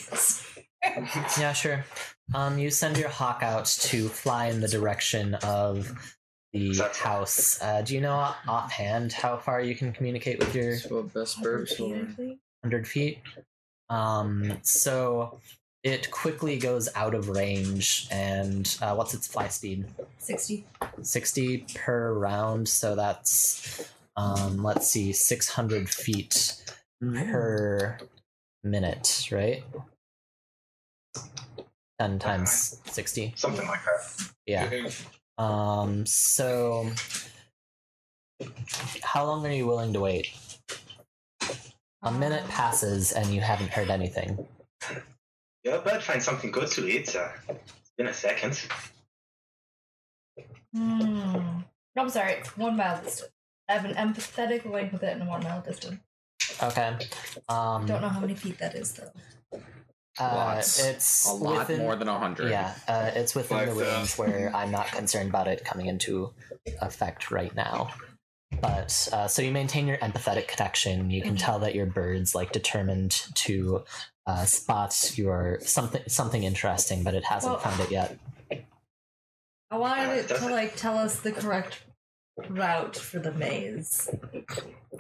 I: answer?
A: Yeah, sure. Um, you send your hawk out to fly in the direction of the
D: That's-
A: house. Uh, do you know offhand how far you can communicate with your?
F: That's what best burps for.
A: hundred feet. Um, so it quickly goes out of range, and uh, what's its fly speed?
I: 60.
A: 60 per round so that's um let's see 600 feet per minute right 10 times 60
D: something like that.
A: yeah um so how long are you willing to wait a minute passes and you haven't heard anything
D: You'll about find something good to eat. Uh, it's been a second.
I: Hmm. I'm sorry, it's one mile distance. I have an empathetic link with it in one mile distance.
A: okay um
I: Don't know how many feet that is though.
A: uh,
F: Lots.
A: it's
F: a lot
A: within-
F: more than a hundred.
A: Yeah, uh, it's within
E: Like
A: the
E: that.
A: range where I'm not concerned about it coming into effect right now. But uh, so you maintain your empathetic connection. You
F: Mm-hmm.
A: can tell that your bird's like determined to uh, spot your something something interesting, but it hasn't
I: Well-
A: found it yet.
I: I wanted it to
D: uh, Doesn't-
I: like tell us the correct route for the maze.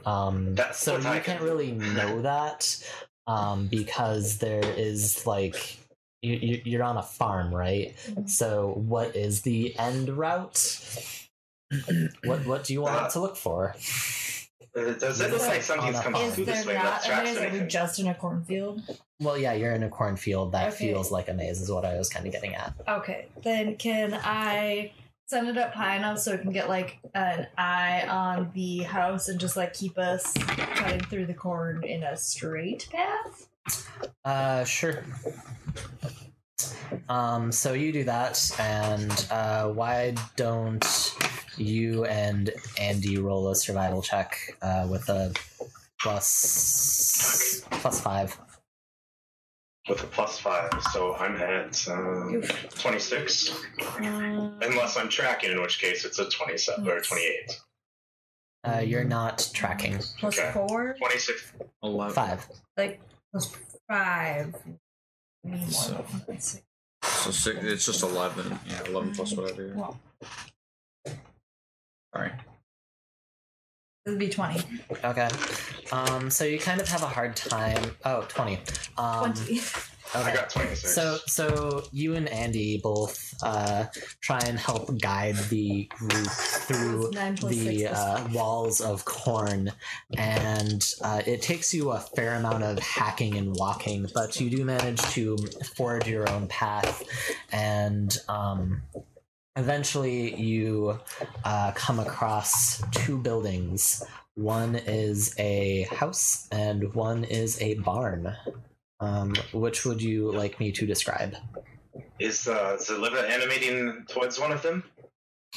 A: Um,
D: That's
A: so
D: what
A: you
D: I
A: can't
D: can-
A: really know that um, because there is like you, you you're on a farm, right?
I: Mm-hmm.
A: So what is the end route? what what do you want
D: Uh,
A: to look for?
D: Uh, does it look like something's coming
I: Is
D: through this
I: there
D: way? Left
I: not a
D: tracks
I: maze?
D: or
I: Are we
D: anything?
I: just in a cornfield?
A: Well, yeah, you're in a cornfield. That
I: Okay.
A: feels like a maze, is what I was kind of getting at.
I: Okay, then can I send it up high enough so it can get like an eye on the house and just like keep us cutting through the corn in a straight path?
A: Uh, sure. Um, so you do that, and uh, why don't you and Andy roll a survival check uh, with a plus plus five?
D: With a plus five, so I'm at um, 26. Unless I'm tracking, in which case it's a 27 or 28.
A: Uh, you're not tracking
I: Plus
D: Okay.
I: four?
D: 26.
F: eleven.
A: five.
I: Like plus five.
F: So- So six, it's just eleven. Yeah, eleven plus whatever.
I: Well,
F: All right.
I: it'd be 20.
A: Okay. Um, so you kind of have a hard time. Oh, 20. Um,
I: 20.
A: Okay.
D: I got 26.
A: So, so you and Andy both uh, try and help guide the group through
I: Nine plus six
A: the
I: plus
A: uh, walls of corn, and uh, it takes you a fair amount of hacking and walking, but you do manage to forge your own path, and um, eventually you uh, come across two buildings. One is a house, and one is a barn. Um, which would you like me to describe?
D: Is uh, the liver animating towards one of them?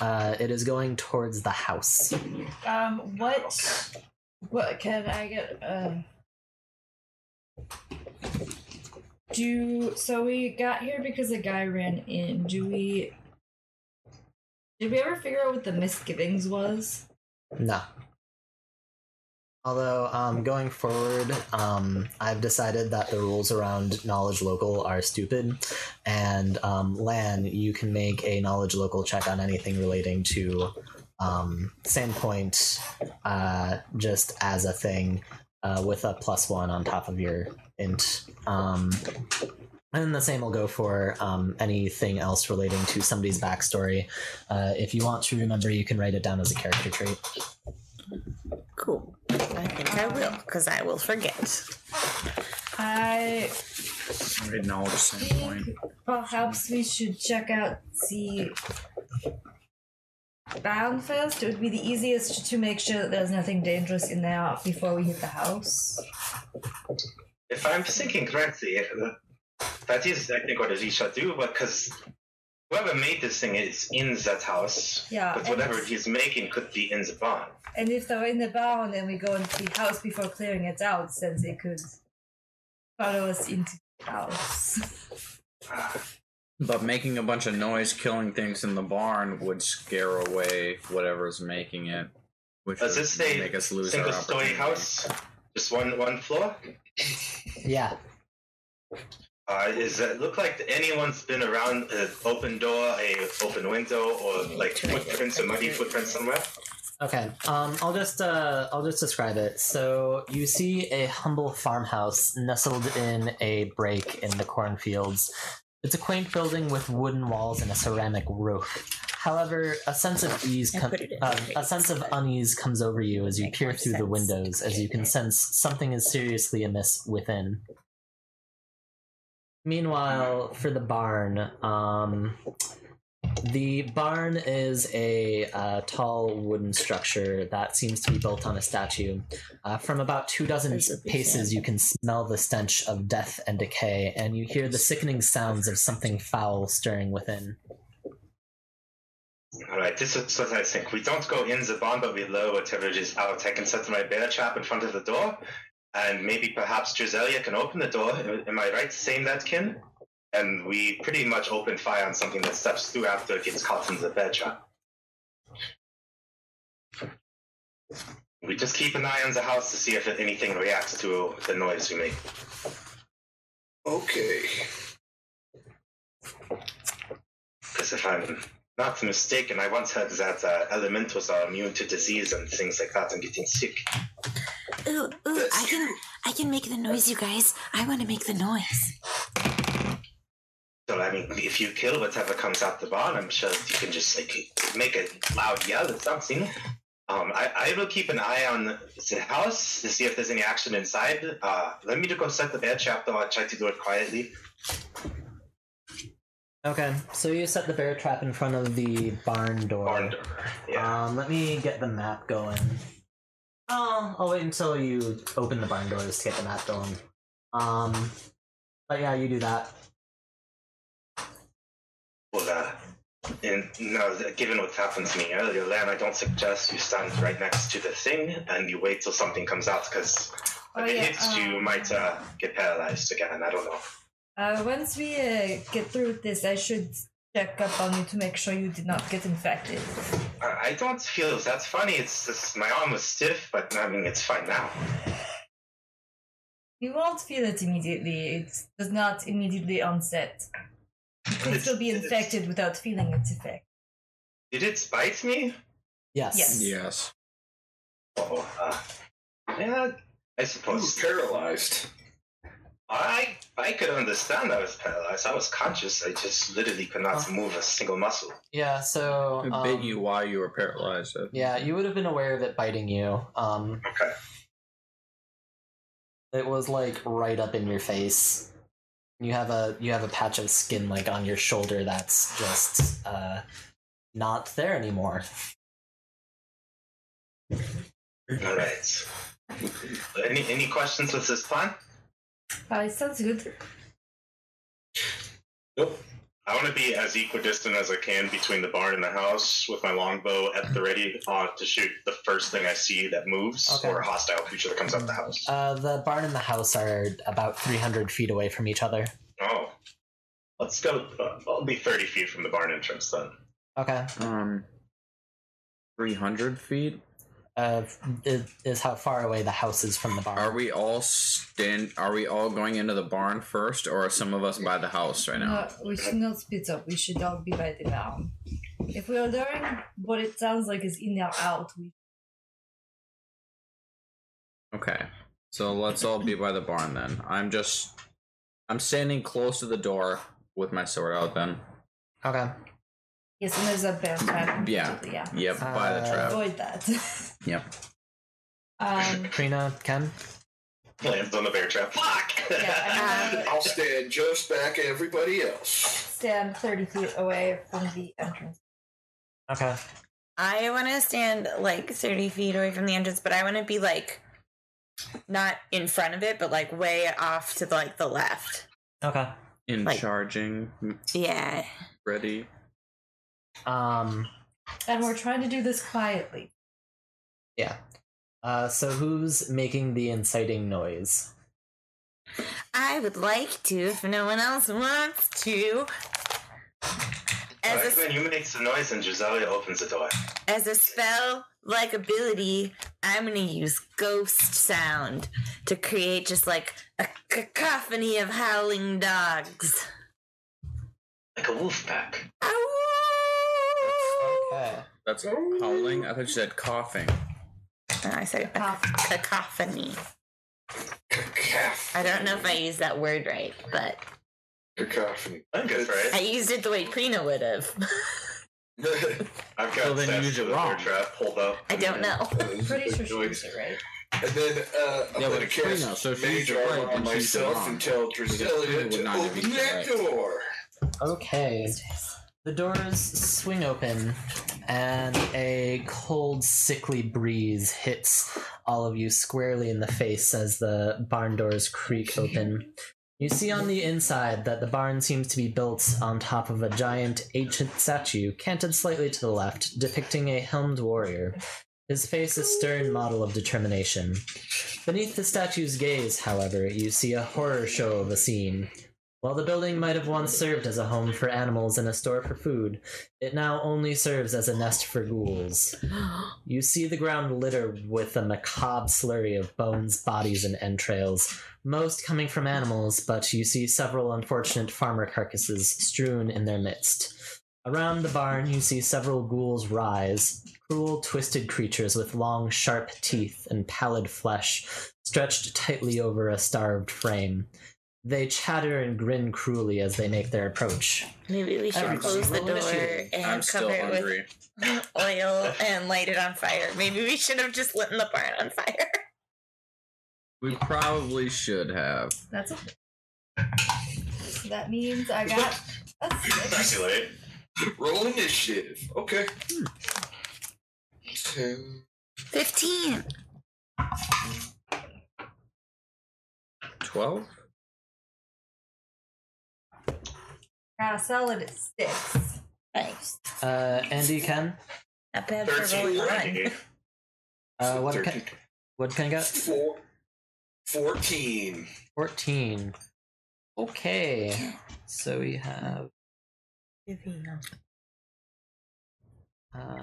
A: Uh, it is going towards the house.
I: Um, what? What can I get? Uh, do so we got here because a guy ran in. Do we? Did we ever figure out what the misgivings was?
A: No. Although, um, going forward, um, I've decided that the rules around knowledge local are stupid, and um, Lan, you can make a knowledge local check on anything relating to um, Sandpoint, uh, just as a thing, uh, with a plus one on top of your int. Um, and the same will go for um, anything else relating to somebody's backstory. Uh, if you want to remember, you can write it down as a character trait.
C: Cool. I think I will, because I will forget.
I: I
F: I acknowledge same point.
I: think perhaps we should check out the Boundfest. It would be the easiest to make sure that there's nothing dangerous in there before we hit the house.
D: If I'm thinking correctly, uh, that is, I think, what Alicia do, but because whoever made this thing is in that house,
I: Yeah,
D: but
I: and
D: whatever
I: it's-
D: he's making could be in the barn.
I: And if they're in the barn and we go into the house before clearing it out, then they could follow us into the house.
F: But making a bunch of noise, killing things in the barn would scare away whatever's making it, which
D: Does
F: would
D: this say
F: make us lose our
D: Single story
F: opportunity.
D: house, just one one floor.
A: Yeah,
D: Uh, is it look like anyone's been uh, around an open door, a open window, or like footprints or muddy footprints somewhere?
A: Okay. Um, I'll just uh, I'll just describe it. So you see a humble farmhouse nestled in a break in the cornfields. It's a quaint building with wooden walls and a ceramic roof. However, a sense of ease,
C: I
A: com-
C: put it in
A: um,
C: the
A: a sense of unease comes over you as you
C: Make
A: peer
C: more
A: through the
C: sense.
A: windows, as you can sense something is seriously amiss within. Meanwhile, for the barn, um, the barn is a uh, tall wooden structure that seems to be built on a statue. Uh, from about two dozen
C: Those would be
A: paces, you can smell the stench of death and decay, and you hear the sickening sounds of something foul stirring within.
D: All right, this is what I think. We don't go in the barn, but we lower whatever it is out. I can set my bear trap in front of the door, and maybe perhaps Drizelia can open the door. Am I right saying that, Kim? And we pretty much open fire on something that steps through after it gets caught in the bear trap. We just keep an eye on the house to see if anything reacts to the noise we make.
E: Okay.
D: Because if I'm not mistaken, I once heard that uh, elementals are immune to disease and things like that and getting sick.
B: Ooh, ooh,
E: That's
B: I can, I can make the noise, you guys. I want to make the noise.
D: So I mean, if you kill whatever comes out the barn, I'm sure you can just like make a loud yell or something. Um, I, I will keep an eye on the house to see if there's any action inside. Uh, let me just go set the bear trap though. I'll try to do it quietly.
A: Okay, so you set the bear trap in front of the barn door.
D: Barn door. Yeah.
A: Um, let me get the map going. Oh, I'll wait until you open the barn doors to get the map going. Um, but yeah, you do that.
D: Well, uh, and no, given what happened to me earlier, Lan, I don't suggest you stand right next to the thing and you wait till something comes out because
I: Oh,
D: if it
I: yeah,
D: hits you, you
I: um,
D: might uh, get paralyzed again. I don't know.
I: Uh, once we uh, get through with this, I should check up on you to make sure you did not get infected.
D: I I don't feel that's funny. It's just my arm was stiff, but I mean it's fine now.
I: You won't feel it immediately. It does not immediately onset. You could
D: It's-
I: still be
D: it's-
I: infected without feeling its effect.
D: Did it bite me?
A: Yes.
I: Yes.
F: Yes.
D: Oh, uh, yeah, I suppose.
E: paralyzed.
D: I I could understand I was paralyzed. I was conscious. I just literally could not
C: Oh.
A: Huh.
D: move a single muscle.
A: Yeah. So
F: It
A: um,
F: bit you while you were paralyzed. I think.
A: Yeah, you would have been aware of it biting you. Um,
D: Okay.
A: it was like right up in your face. You have a you have a patch of skin like on your shoulder that's just uh, not there anymore.
D: All right. Any any questions with this plan?
I: Uh, it sounds good.
E: Nope.
D: I want to be as equidistant as I can between the barn and the house with my longbow at the ready uh, to shoot the first thing I see that moves
A: Okay.
D: or a hostile creature that comes out the house.
A: Uh, the barn and the house are about three hundred feet away from each other.
D: Oh. Let's go. Uh, I'll be 30 feet from the barn entrance then.
A: Okay,
F: Um, three hundred feet.
A: uh, is, is how far away the house is from the barn.
F: Are we all stand? Are we all going into the barn first, or are some of us by the house right now?
I: No, Uh, we should not split up. We should all be by the barn. If we are learning what it sounds like is in or out, we
F: Okay, so let's all be by the barn then. I'm just, I'm standing close to the door with my sword out. Then,
A: Okay.
I: yes, and there's a bear trap.
F: Yeah.
I: yeah.
F: yep, by the
A: Uh,
F: trap.
I: Avoid that.
F: Yep.
I: um,
A: Krina, Ken.
D: Lands on the bear trap. Fuck!
I: yeah, I'm gonna
E: I'll stand just back at everybody else.
I: stand thirty feet away from the entrance.
A: Okay.
C: I want to stand like 30 feet away from the entrance, but I want to be like not in front of it, but like way off to like the left.
A: Okay.
F: In
C: Like-
F: charging,
C: Yeah.
F: ready.
A: Um.
I: And we're trying to do this quietly.
A: Yeah. Uh, so who's making the inciting noise?
C: I would like to, if no one else wants to.
D: All right,
C: As a,
D: then you make the noise and Giselle opens the door.
C: as a spell like ability, I'm going to use ghost sound to create just like a cacophony of howling dogs.
D: Like a wolf pack.
C: Ow!
A: Okay.
F: That's howling. I thought you said coughing.
C: I said a cacophony. I don't know if I used that word right, but
E: Cacophony.
D: I'm good for
C: I
D: it.
C: used it the way Prina would have.
D: I've got
F: Well, then you
D: stats
F: use it
D: for the
F: wrong.
D: third trap. Hold up.
C: I don't know.
G: Pretty sure she used it right.
E: And then uh, I'm
F: Yeah, but
E: going to
F: it's
E: cast
F: Prina, so if she
E: Mage
F: used it right,
E: Armor
F: then
E: on
F: she used it
E: myself
F: wrong.
E: and tell
F: Prina
E: Drasilia
F: would
E: to
F: not have
E: open
F: used it
E: that
F: right.
E: door.
A: Okay. The doors swing open, and a cold, sickly breeze hits all of you squarely in the face as the barn doors creak open. You see on the inside that the barn seems to be built on top of a giant ancient statue, canted slightly to the left, depicting a helmed warrior. His face a stern model of determination. Beneath the statue's gaze, however, you see a horror show of a scene. While the building might have once served as a home for animals and a store for food, it now only serves as a nest for ghouls. You see the ground littered with a macabre slurry of bones, bodies, and entrails, most coming from animals, but you see several unfortunate farmer carcasses strewn in their midst. Around the barn, you see several ghouls rise, cruel, twisted creatures with long, sharp teeth and pallid flesh stretched tightly over a starved frame. They chatter and grin cruelly as they make their approach.
C: Maybe we should
A: Alright,
C: close the
A: roll
C: door
A: initiative.
C: and
F: I'm
C: cover
F: still
C: it with
F: hungry.
C: oil and light it on fire. Maybe we should have just lit the barn on fire.
F: We probably should have.
I: That's okay. So that means I got a
D: That's
I: six.
D: too late.
E: Roll initiative. Okay. Ten.
C: 15.
F: Twelve.
I: Got a solid six.
C: Nice.
A: Uh, Andy, Ken,
C: Not bad for rolling
D: Thirteen.
C: one.
D: Randy.
A: uh, what, Ken,
E: 13.
A: what Ken got?
E: Four. 14.
A: 14. Okay. So we have. Uh,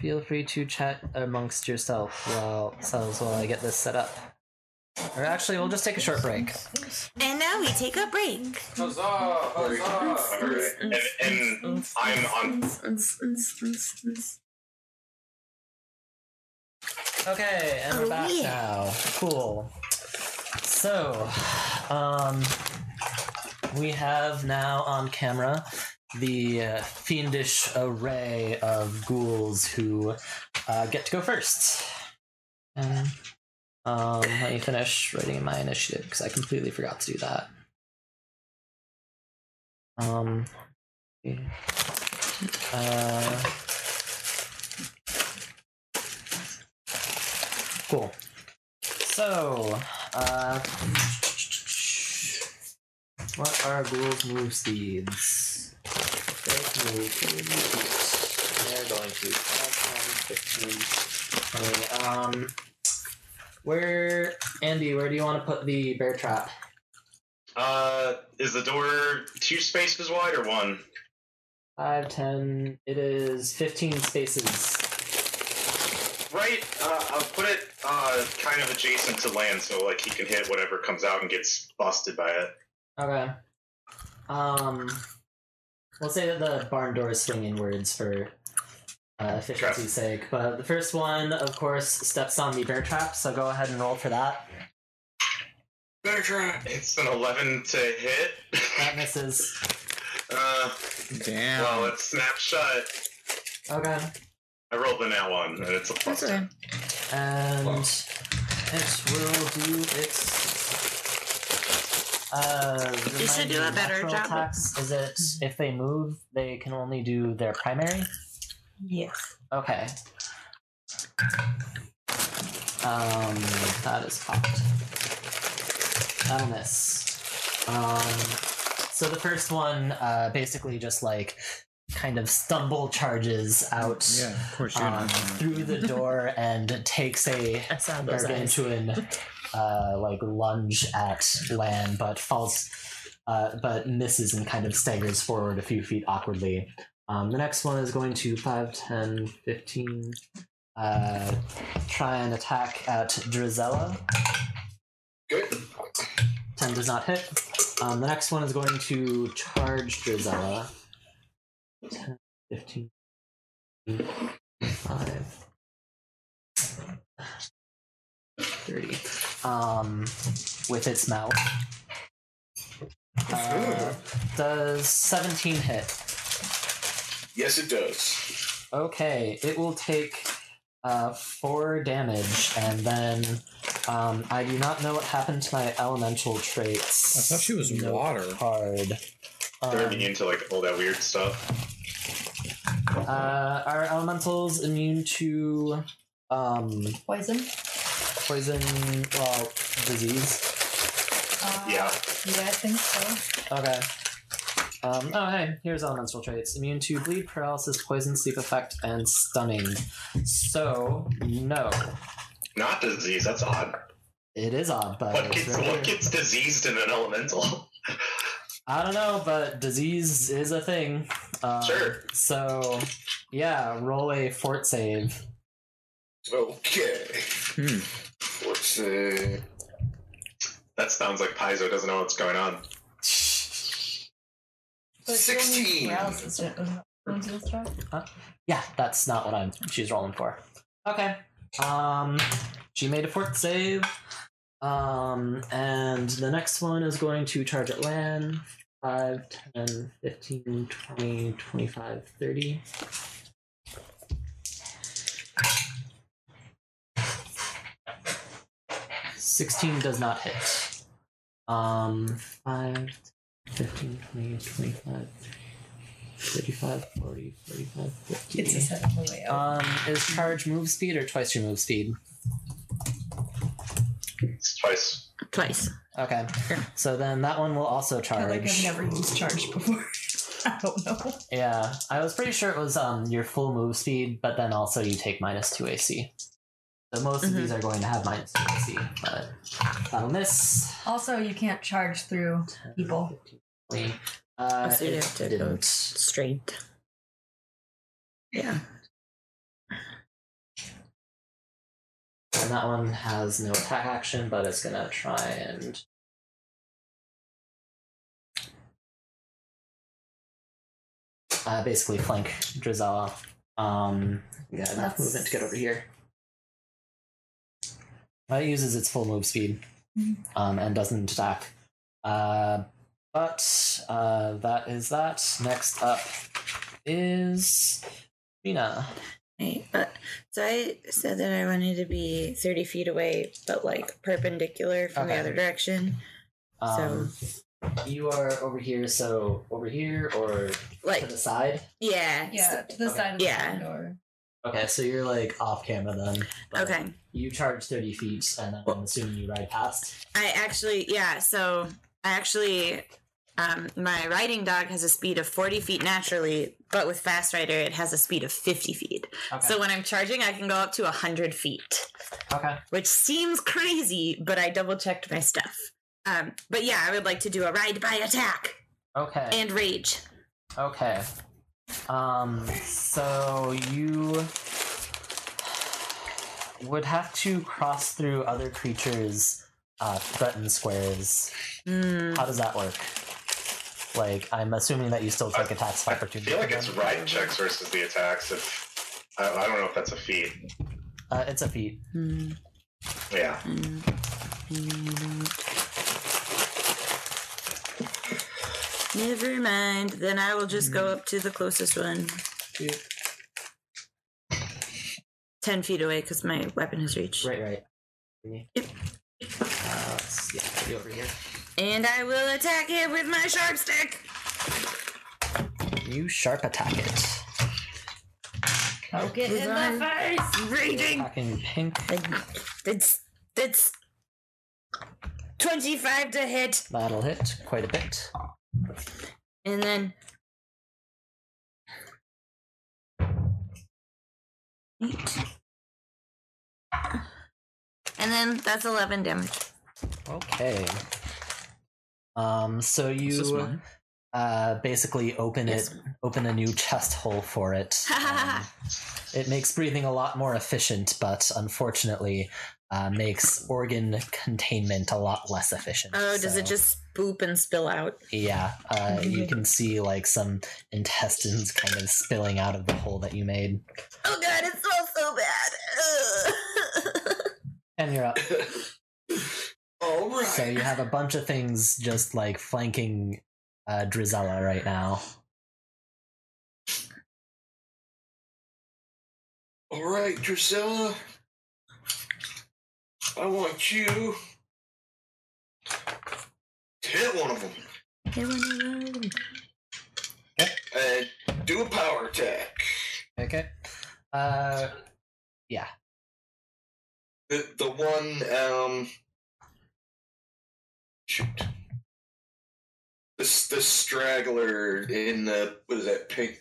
A: feel free to chat amongst yourself while, selves while I get this set up. Or actually, we'll just take a short break.
C: And now we take a break.
D: All right. And, and I'm on.
A: Okay, and
C: Oh,
A: we're back
C: yeah.
A: now. Cool. So, um, we have now on camera the uh, fiendish array of ghouls who uh, get to go first. And, um, let me finish writing my initiative because I completely forgot to do that. Um, uh, Cool. So, uh, what are ghouls' move speeds? They move 30 feet. They're going to 5, 10, 15, 20. Um, where, Andy, where do you want to put the bear trap?
D: Uh, is the door two spaces wide or one?
A: 5, 10, it is 15 spaces.
D: Right. Uh, I'll put it uh, kind of adjacent to land, so like he can hit whatever comes out and gets busted by it.
A: Okay. Um, we'll say that the barn doors swing inwards for uh, efficiency's sake, but the first one, of course, steps on the bear trap, so go ahead and roll for that.
E: Better try.
D: It's an eleven to hit.
A: That misses.
D: uh,
F: Damn.
D: well, it's snap shut.
A: Okay.
D: I rolled in that one, and it's a plus. two.
A: And it will do its. Uh,
C: You
A: remind
C: should do
A: me,
C: a better
A: natural
C: job.
A: Attacks, is it if they move, they can only do their primary?
C: Yes.
A: Okay. Um, that is popped. That'll miss. Um, so the first one, uh, basically just like kind of stumble charges out
F: Yeah, of course you're
A: um,
F: not.
A: through the door and takes a
C: I saw those eyes.
A: gargantuan uh, like lunge at Lan, but falls, uh, but misses and kind of staggers forward a few feet awkwardly. Um, the next one is going to 5, 10, 15, uh, try and attack at Drizella.
E: Good.
A: 10 does not hit. Um, the next one is going to charge Drizella. 10, 15, 5, 30. Um, with its mouth. Uh, does 17 hit?
E: Yes, it does.
A: Okay, it will take uh, 4 damage, and then um, I do not know what happened to my elemental traits.
L: I thought she was
A: Note
L: water.
A: Card.
H: They're
A: Um,
H: immune to like all that weird stuff.
A: Uh, are elementals immune to um,
G: Poison?
A: poison, well, disease?
G: Uh,
H: Yeah.
G: Yeah, I think so.
A: Okay. Um, oh, hey, here's elemental traits immune to bleed, paralysis, poison, sleep effect, and stunning. So, no.
H: Not disease. That's odd.
A: It is odd, but.
H: What
A: it's
H: gets
A: right
H: what
A: here.
H: gets diseased in an elemental?
A: I don't know, but disease is a thing. Um,
H: Sure.
A: So, yeah, roll a fort save.
E: Okay.
L: Hmm.
E: Let's see.
H: That sounds like Paizo doesn't know what's going on.
G: But she only
E: 16.
G: paralysis, doesn't it? Doesn't it throw?
A: Yeah, that's not what I'm. She's rolling for. Okay. Um, she made a fort save. Um, and the next one is going to charge at land. 5, 10, 15, 20, 25, 30. Sixteen does not hit. Um, 5, 15, 20, 25, 35, 40, 45, 50.
G: It's a second way out.
A: Um, is charge move speed or twice your move speed?
H: It's twice.
C: Twice.
A: Okay. So then that one will also
I: I feel
A: charge.
I: like I've never used charge before. I don't know.
A: Yeah. I was pretty sure it was um your full move speed, but then also you take minus two AC. So most of these are going to have minus two AC, but that'll miss.
I: Also, you can't charge through people.
A: Uh,
C: So you
A: it
C: have to go-
A: didn't.
C: Straight. Yeah.
A: And that one has no attack action, but it's gonna try and. Uh, basically flank Drizella. Um, yeah, enough
G: That's-
A: movement to get over here. Uh, It uses its full move speed,
C: Mm-hmm.
A: um, and doesn't attack. Uh, but uh, that is that. Next up is Mina.
C: Right. Uh, so I said that I wanted to be 30 feet away, but like perpendicular from
A: Okay.
C: the other direction.
A: Um, You are over here, so over here or
C: Like,
A: to the side.
C: yeah.
I: Yeah, to the side of the
C: Yeah.
I: door.
A: Okay, so you're like off camera then. but
C: Okay.
A: You charge thirty feet, and then I'm assuming you ride past.
C: I actually, yeah. So I actually, um, my riding dog has a speed of 40 feet naturally, but with Fast Rider, it has a speed of 50 feet.
A: Okay.
C: So when I'm charging, I can go up to 100 feet.
A: okay.
C: which seems crazy, but I double checked my stuff. Um, but yeah, I would like to do a ride by attack
A: Okay.
C: and rage.
A: okay. Um. So you would have to cross through other creatures' uh, threatened squares.
C: Mm,
A: How does that work? Like, I'm assuming that you still take attacks of
H: I
A: opportunity.
H: feel like
A: from
H: it's
A: them.
H: ride checks versus the attacks. If I, I don't know if that's a feat.
A: Uh, it's a feat.
C: mm,
H: Yeah.
C: mm, mm. Never mind. Then I will just
A: Mm.
C: go up to the closest one. Ten feet away because my weapon has reached.
A: Right. Right. Uh, let's, yeah, be over here.
C: And I will attack it with my sharp stick.
A: You sharp attack it.
G: Poke it in the face.
C: Raging.
A: Attacking pink.
C: That's that's twenty-five to hit.
A: That'll hit quite a bit.
C: And then. Eight. And then that's 11 damage.
A: Okay. Um. So
L: Is this
A: you
L: mine?
A: uh basically open it, open a new chest hole for it. Um, it makes breathing a lot more efficient, but unfortunately, uh, makes organ containment a lot less efficient.
L: Uh,
G: Oh, does it
A: so-
G: just boop and spill out?
A: Yeah, uh, you can see like some intestines kind of spilling out of the hole that you made.
G: Oh god, it smells so bad.
A: And you're up.
L: All right.
A: So you have a bunch of things just like flanking uh, Drizella right now.
L: All right, Drusilla. I want you to hit one of them and do a power attack.
A: Okay. Uh, yeah.
L: The the one um shoot. This this straggler in the what is that pink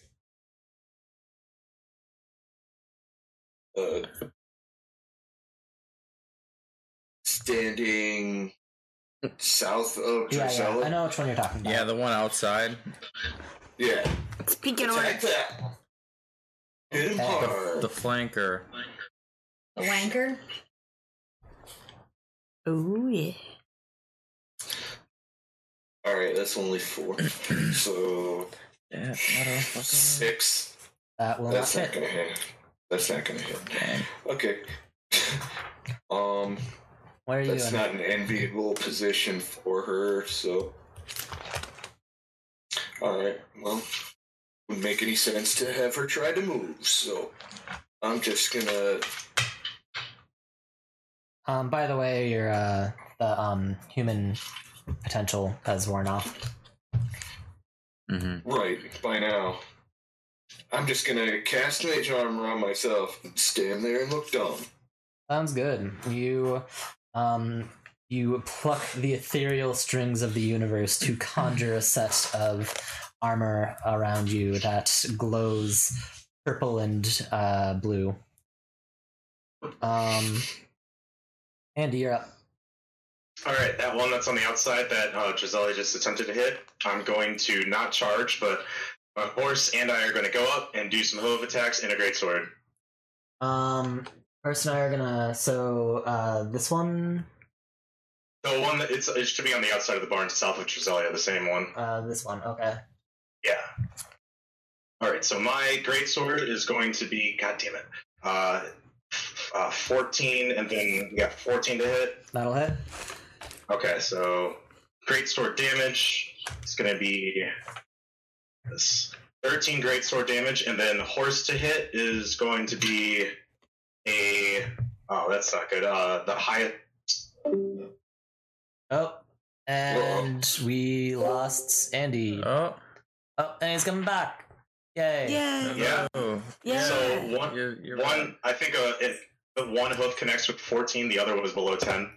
L: uh standing south of
A: Yeah, yeah,
L: Drusella.
A: I know which one you're talking about.
F: Yeah, the one outside.
L: Yeah.
G: It's pink and
L: Attack
G: orange.
L: that. Hit him hard.
F: The flanker.
M: The wanker?
G: Oh yeah.
L: Alright, that's only four. So
F: Yeah, motherfucker.
L: six.
A: That will
L: That's
A: not
L: not
A: fit.
L: gonna hit. That's not gonna hit. Okay. Um
A: Where are you?
L: that's
A: in?
L: not an enviable position for her, so Alright, well wouldn't make any sense to have her try to move, so I'm just gonna
A: Um, by the way, your uh, the um human potential has worn off.
F: Mm-hmm.
L: Right, by now. I'm just gonna cast Mage Armor on myself, stand there and look dumb.
A: Sounds good. You, um, you pluck the ethereal strings of the universe to conjure a set of armor around you that glows purple and uh, blue. Um, Andy, you're up.
H: All right, that one that's on the outside that uh, Giselle just attempted to hit, I'm going to not charge, but my horse and I are going to go up and do some hove attacks and a great sword.
A: Um, first and I are gonna. So uh, this one,
H: The one that it's, it should be on the outside of the barn, south of Trizelia, the same one.
A: uh, this one. Okay.
H: Yeah. All right, so my great sword is going to be, god damn it, uh, f- uh, 14, and then we got 14 to hit.
A: That'll hit.
H: Okay, so great sword damage. It's gonna be this thirteen great sword damage, and then horse to hit is going to be a oh that's not good. Uh, the highest.
A: Oh, and we lost Andy. Oh.
F: Oh.
A: and he's coming back. Yay.
N: Yeah.
H: Yeah.
F: Oh.
N: Yeah.
H: So one
F: You're, you're
H: one I think uh, if the one hoof connects with fourteen, the other was below ten.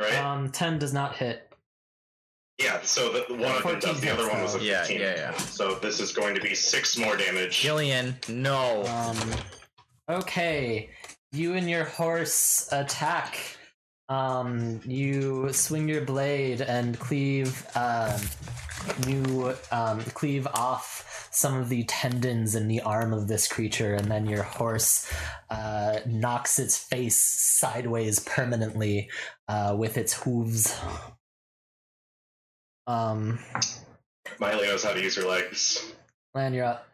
H: Right.
A: Um, ten does not hit.
H: yeah. So the, the one of
A: 14
H: them does. The other one was a
F: though. Yeah,
H: fifteen.
F: yeah, yeah.
H: So this is going to be six more damage.
F: Gillian, no.
A: Um, okay, you and your horse attack. Um, you swing your blade and cleave. Um, you um, cleave off some of the tendons in the arm of this creature, and then your horse uh, knocks its face sideways permanently uh, with its hooves. Um,
H: Miley knows how to use her legs.
A: Lan, you're up.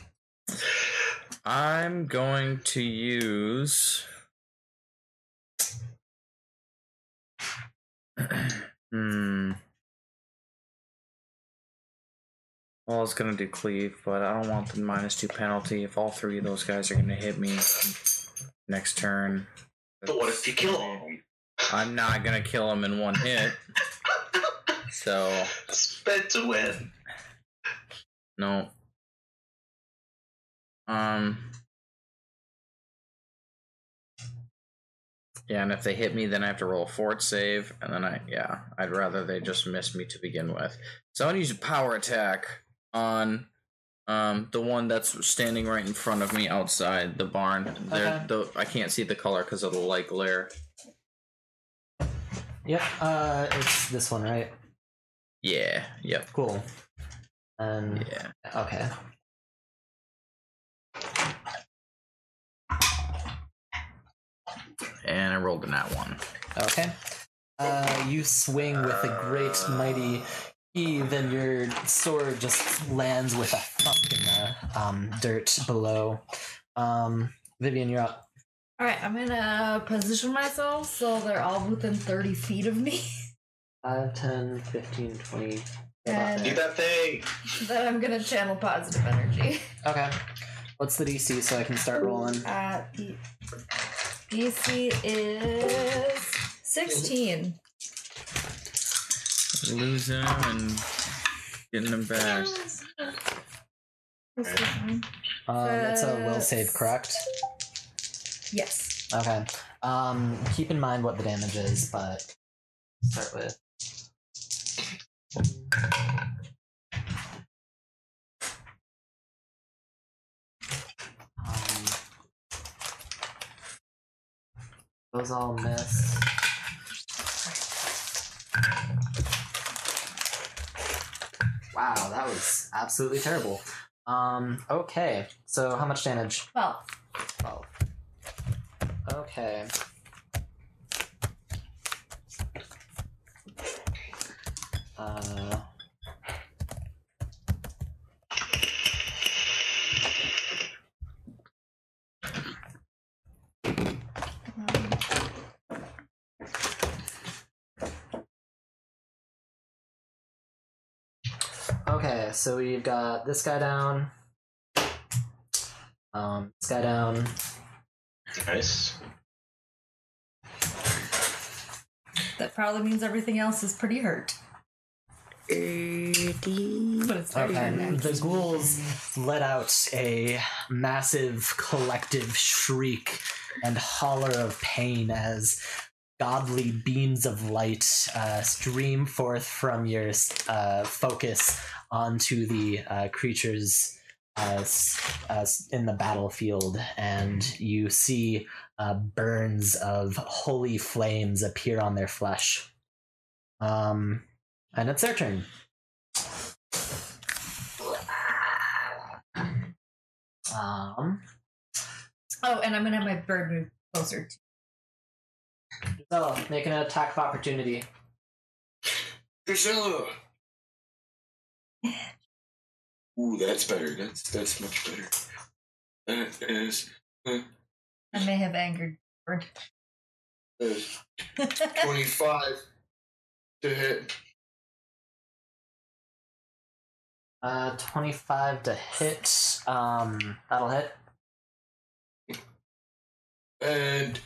F: I'm going to use. hmm. Well, I was gonna do cleave, but I don't want the minus two penalty if all three of those guys are gonna hit me next turn.
H: But what if you kill him?
F: I'm not gonna kill him in one hit. So
H: Sped to win.
F: No. Um. Yeah, and if they hit me, then I have to roll a fort save, and then I yeah, I'd rather they just miss me to begin with. So I'm gonna use a power attack on um the one that's standing right in front of me outside the barn. There, the I can't see the color because of the light glare.
A: Yep, uh, it's this one, right?
F: Yeah. Yep.
A: Cool. And
F: Yeah.
A: Okay.
F: And I rolled a nat one.
A: Okay. Uh, you swing with a great mighty heave, and your sword just lands with a thump in the um, dirt below. Um, Vivian, you're up.
I: All right, I'm gonna position myself so they're all within 30 feet of me.
A: 5, 10, 15, 20.
I: And
D: Do that thing.
I: then I'm gonna channel positive energy.
A: Okay. What's the DC so I can start rolling?
I: Uh, the DC is 16.
F: Lose him and getting him back.
A: Um, that's a will save, correct?
I: Yes.
A: Okay. Um, keep in mind what the damage is, but start with. Um, Those all miss. Wow, that was absolutely terrible. Um, okay, so how much damage?
I: 12.
A: 12. Okay. Uh. Okay, so we've got this guy down. Um, this guy down.
D: Nice.
I: That probably means everything else is pretty hurt. But it's
A: Okay.
I: pretty hurt now.
A: The ghouls let out a massive collective shriek and holler of pain as godly beams of light uh, stream forth from your uh, focus onto the uh, creatures uh, s- uh, s- in the battlefield, and you see uh, burns of holy flames appear on their flesh. Um, and it's their turn. Um,
I: Oh, and I'm gonna have my bird move closer to
A: so make an attack of opportunity.
E: Grisella! Ooh, that's better. That's that's much better. That is
I: I may have angered bird.
E: uh, twenty-five to hit.
A: Uh, twenty-five to hit. Um, that'll hit.
E: and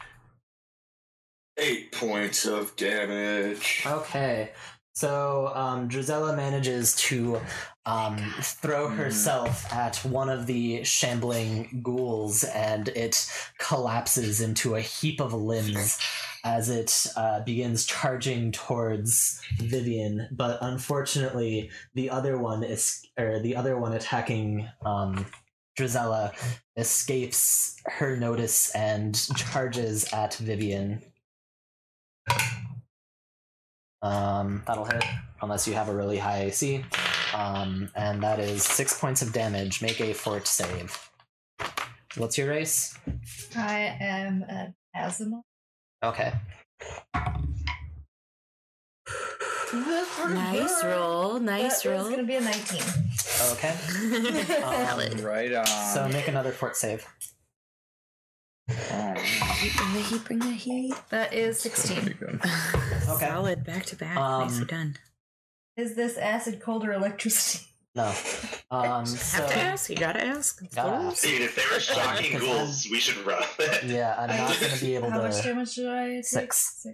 E: eight points of damage.
A: Okay. So um, Drizella manages to um, throw herself at one of the shambling ghouls, and it collapses into a heap of limbs as it uh, begins charging towards Vivian. But unfortunately, the other one is or the other one attacking um, Drizella escapes her notice and charges at Vivian. Um, that'll hit unless you have a really high AC. Um, and that is six points of damage. Make a fort save. What's your race?
I: I am an asthma.
A: Okay.
B: Nice roll. Nice
I: That is
B: roll.
I: gonna be a 19.
A: Okay. Um,
F: Right on.
A: so make another fort save.
B: Bring
F: Oh.
B: the heat. Bring the heat.
I: That is 16.
A: Okay.
B: Solid back to back. Nicely
A: Um,
B: done.
I: Is this acid, cold, or electricity?
A: No. Um, so,
C: Have to ask. You gotta ask. It's
A: Gotta
C: ghouls.
A: ask.
D: Dude, if they were shocking ghouls, we should run.
A: yeah, I'm not going to be able
I: How much
A: to.
I: damage did I take?
A: Six.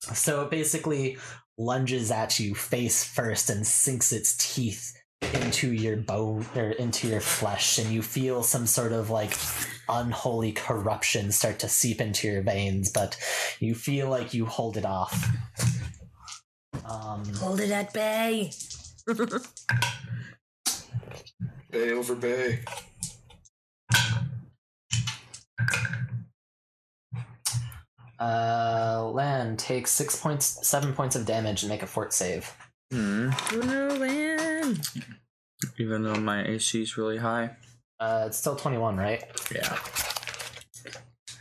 A: So it basically lunges at you face first and sinks its teeth into your bone or into your flesh, and you feel some sort of like unholy corruption start to seep into your veins, but you feel like you hold it off. Um,
B: Hold it at bay.
E: Bay over bay.
A: uh, Lan takes six points, seven points of damage, and make a fort save.
F: Hmm. Even though my AC is really high.
A: Uh, it's still 21, right?
F: Yeah.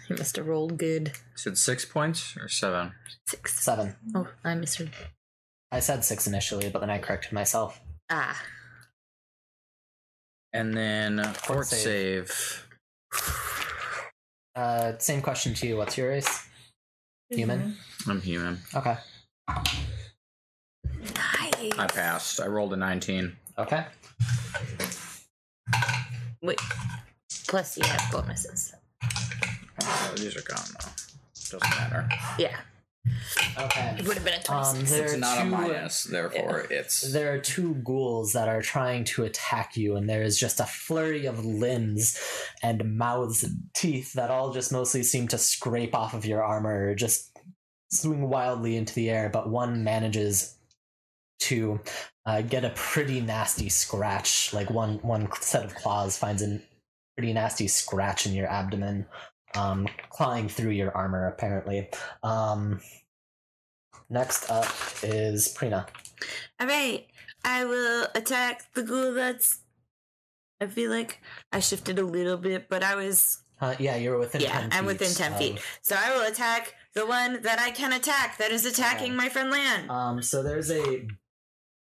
C: I must have rolled good.
F: Said six points or seven?
C: Six.
A: Seven.
C: Oh, I misheard.
A: I said six initially, but then I corrected myself.
C: Ah.
F: And then uh, fort
A: save.
F: save.
A: Uh, same question to you. What's your race? Human.
F: I'm human.
A: Okay.
F: I passed. I rolled a 19.
A: Okay.
C: Wait. Plus, you have bonuses.
F: Oh, these are gone though. Doesn't matter.
C: Yeah.
A: Okay.
C: It would have been a 26.
A: Um, there
F: it's
A: are
F: not a
A: two-
F: minus, therefore it's
A: There are two ghouls that are trying to attack you, and there is just a flurry of limbs and mouths and teeth that all just mostly seem to scrape off of your armor or just swing wildly into the air. But one manages to uh, get a pretty nasty scratch. Like one one set of claws finds a pretty nasty scratch in your abdomen, um, clawing through your armor apparently. Um, next up is Prina.
C: All right, I will attack the ghoul that's. I feel like I shifted a little bit, but I was.
A: Uh, yeah, you're within.
C: yeah,
A: 10
C: I'm
A: feet
C: within 10 feet.
A: of-
C: So I will attack the one that I can attack that is attacking my friend Lan.
A: Um, so there's a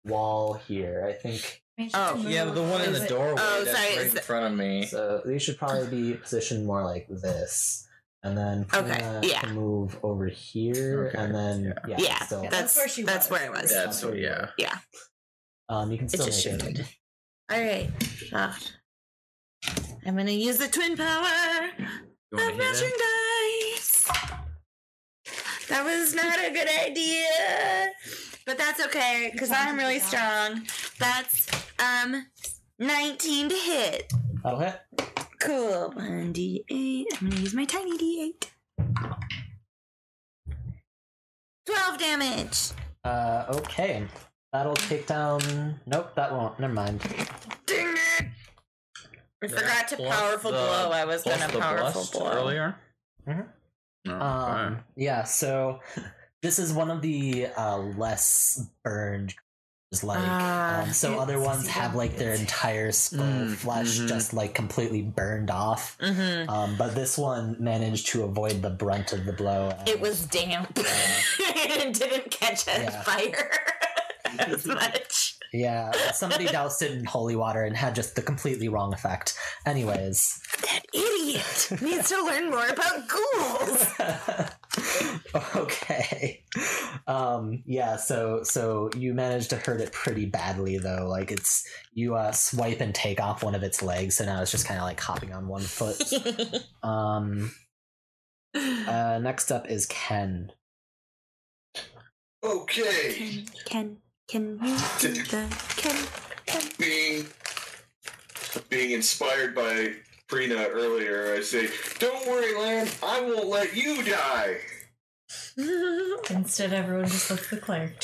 A: wall here. I think.
C: Oh.
F: yeah, but the one in
C: Is
F: the
C: it-
F: doorway
C: oh,
F: that's
C: sorry,
F: right
C: is
F: in
C: it-
F: front of me.
A: So these should probably be positioned more like this, and then
C: Okay,
A: Prina
C: yeah.
A: can move over here,
F: Okay,
A: and then yeah,
C: Yeah,
A: still,
C: that's, that's where
I: she
C: I was.
F: That's
A: That's
F: yeah.
C: Yeah.
A: um, you can still
C: just
A: make it.
C: shifted. All right. Ah. I'm going to use the twin power
F: You
C: of
F: want to hit
C: matching
F: it?
C: dice. That was not a good idea. But that's okay, because I'm really strong. That's um 19 to hit.
A: That'll hit.
C: Cool. 1d8. I'm going to use my tiny d8. 12 damage.
A: Uh, okay, that'll take down. Nope, that won't. Never mind.
C: Dang it. I forgot to
F: Plus
C: powerful
F: the-
C: blow. I was
F: plus
C: going to
F: the
C: powerful
F: blessed
C: blow.
F: earlier.
A: Mhm.
F: Oh,
A: Um,
F: okay.
A: Yeah, so this is one of the uh, less burned creatures, like
C: Ah,
A: um, so other ones have like their entire skull
F: Mm,
A: flesh
F: mhm.
A: just like completely burned off
C: Mm-hmm.
A: um, but this one managed to avoid the brunt of the blow and,
C: It was damp. it didn't catch on
A: Yeah.
C: fire as much.
A: yeah somebody doused it in holy water and had just the completely wrong effect anyways
C: That idiot needs to learn more about ghouls.
A: okay. Um, yeah, so so you managed to hurt it pretty badly though. Like it's you uh, swipe and take off one of its legs, so now it's just kind of like hopping on one foot. um, uh, next up is Ken.
E: Okay,
B: Can, can, can you do the can?
E: being being inspired by Prina earlier, I say, "Don't worry, Lan. I won't let you die."
I: Instead, everyone just looks the cleric.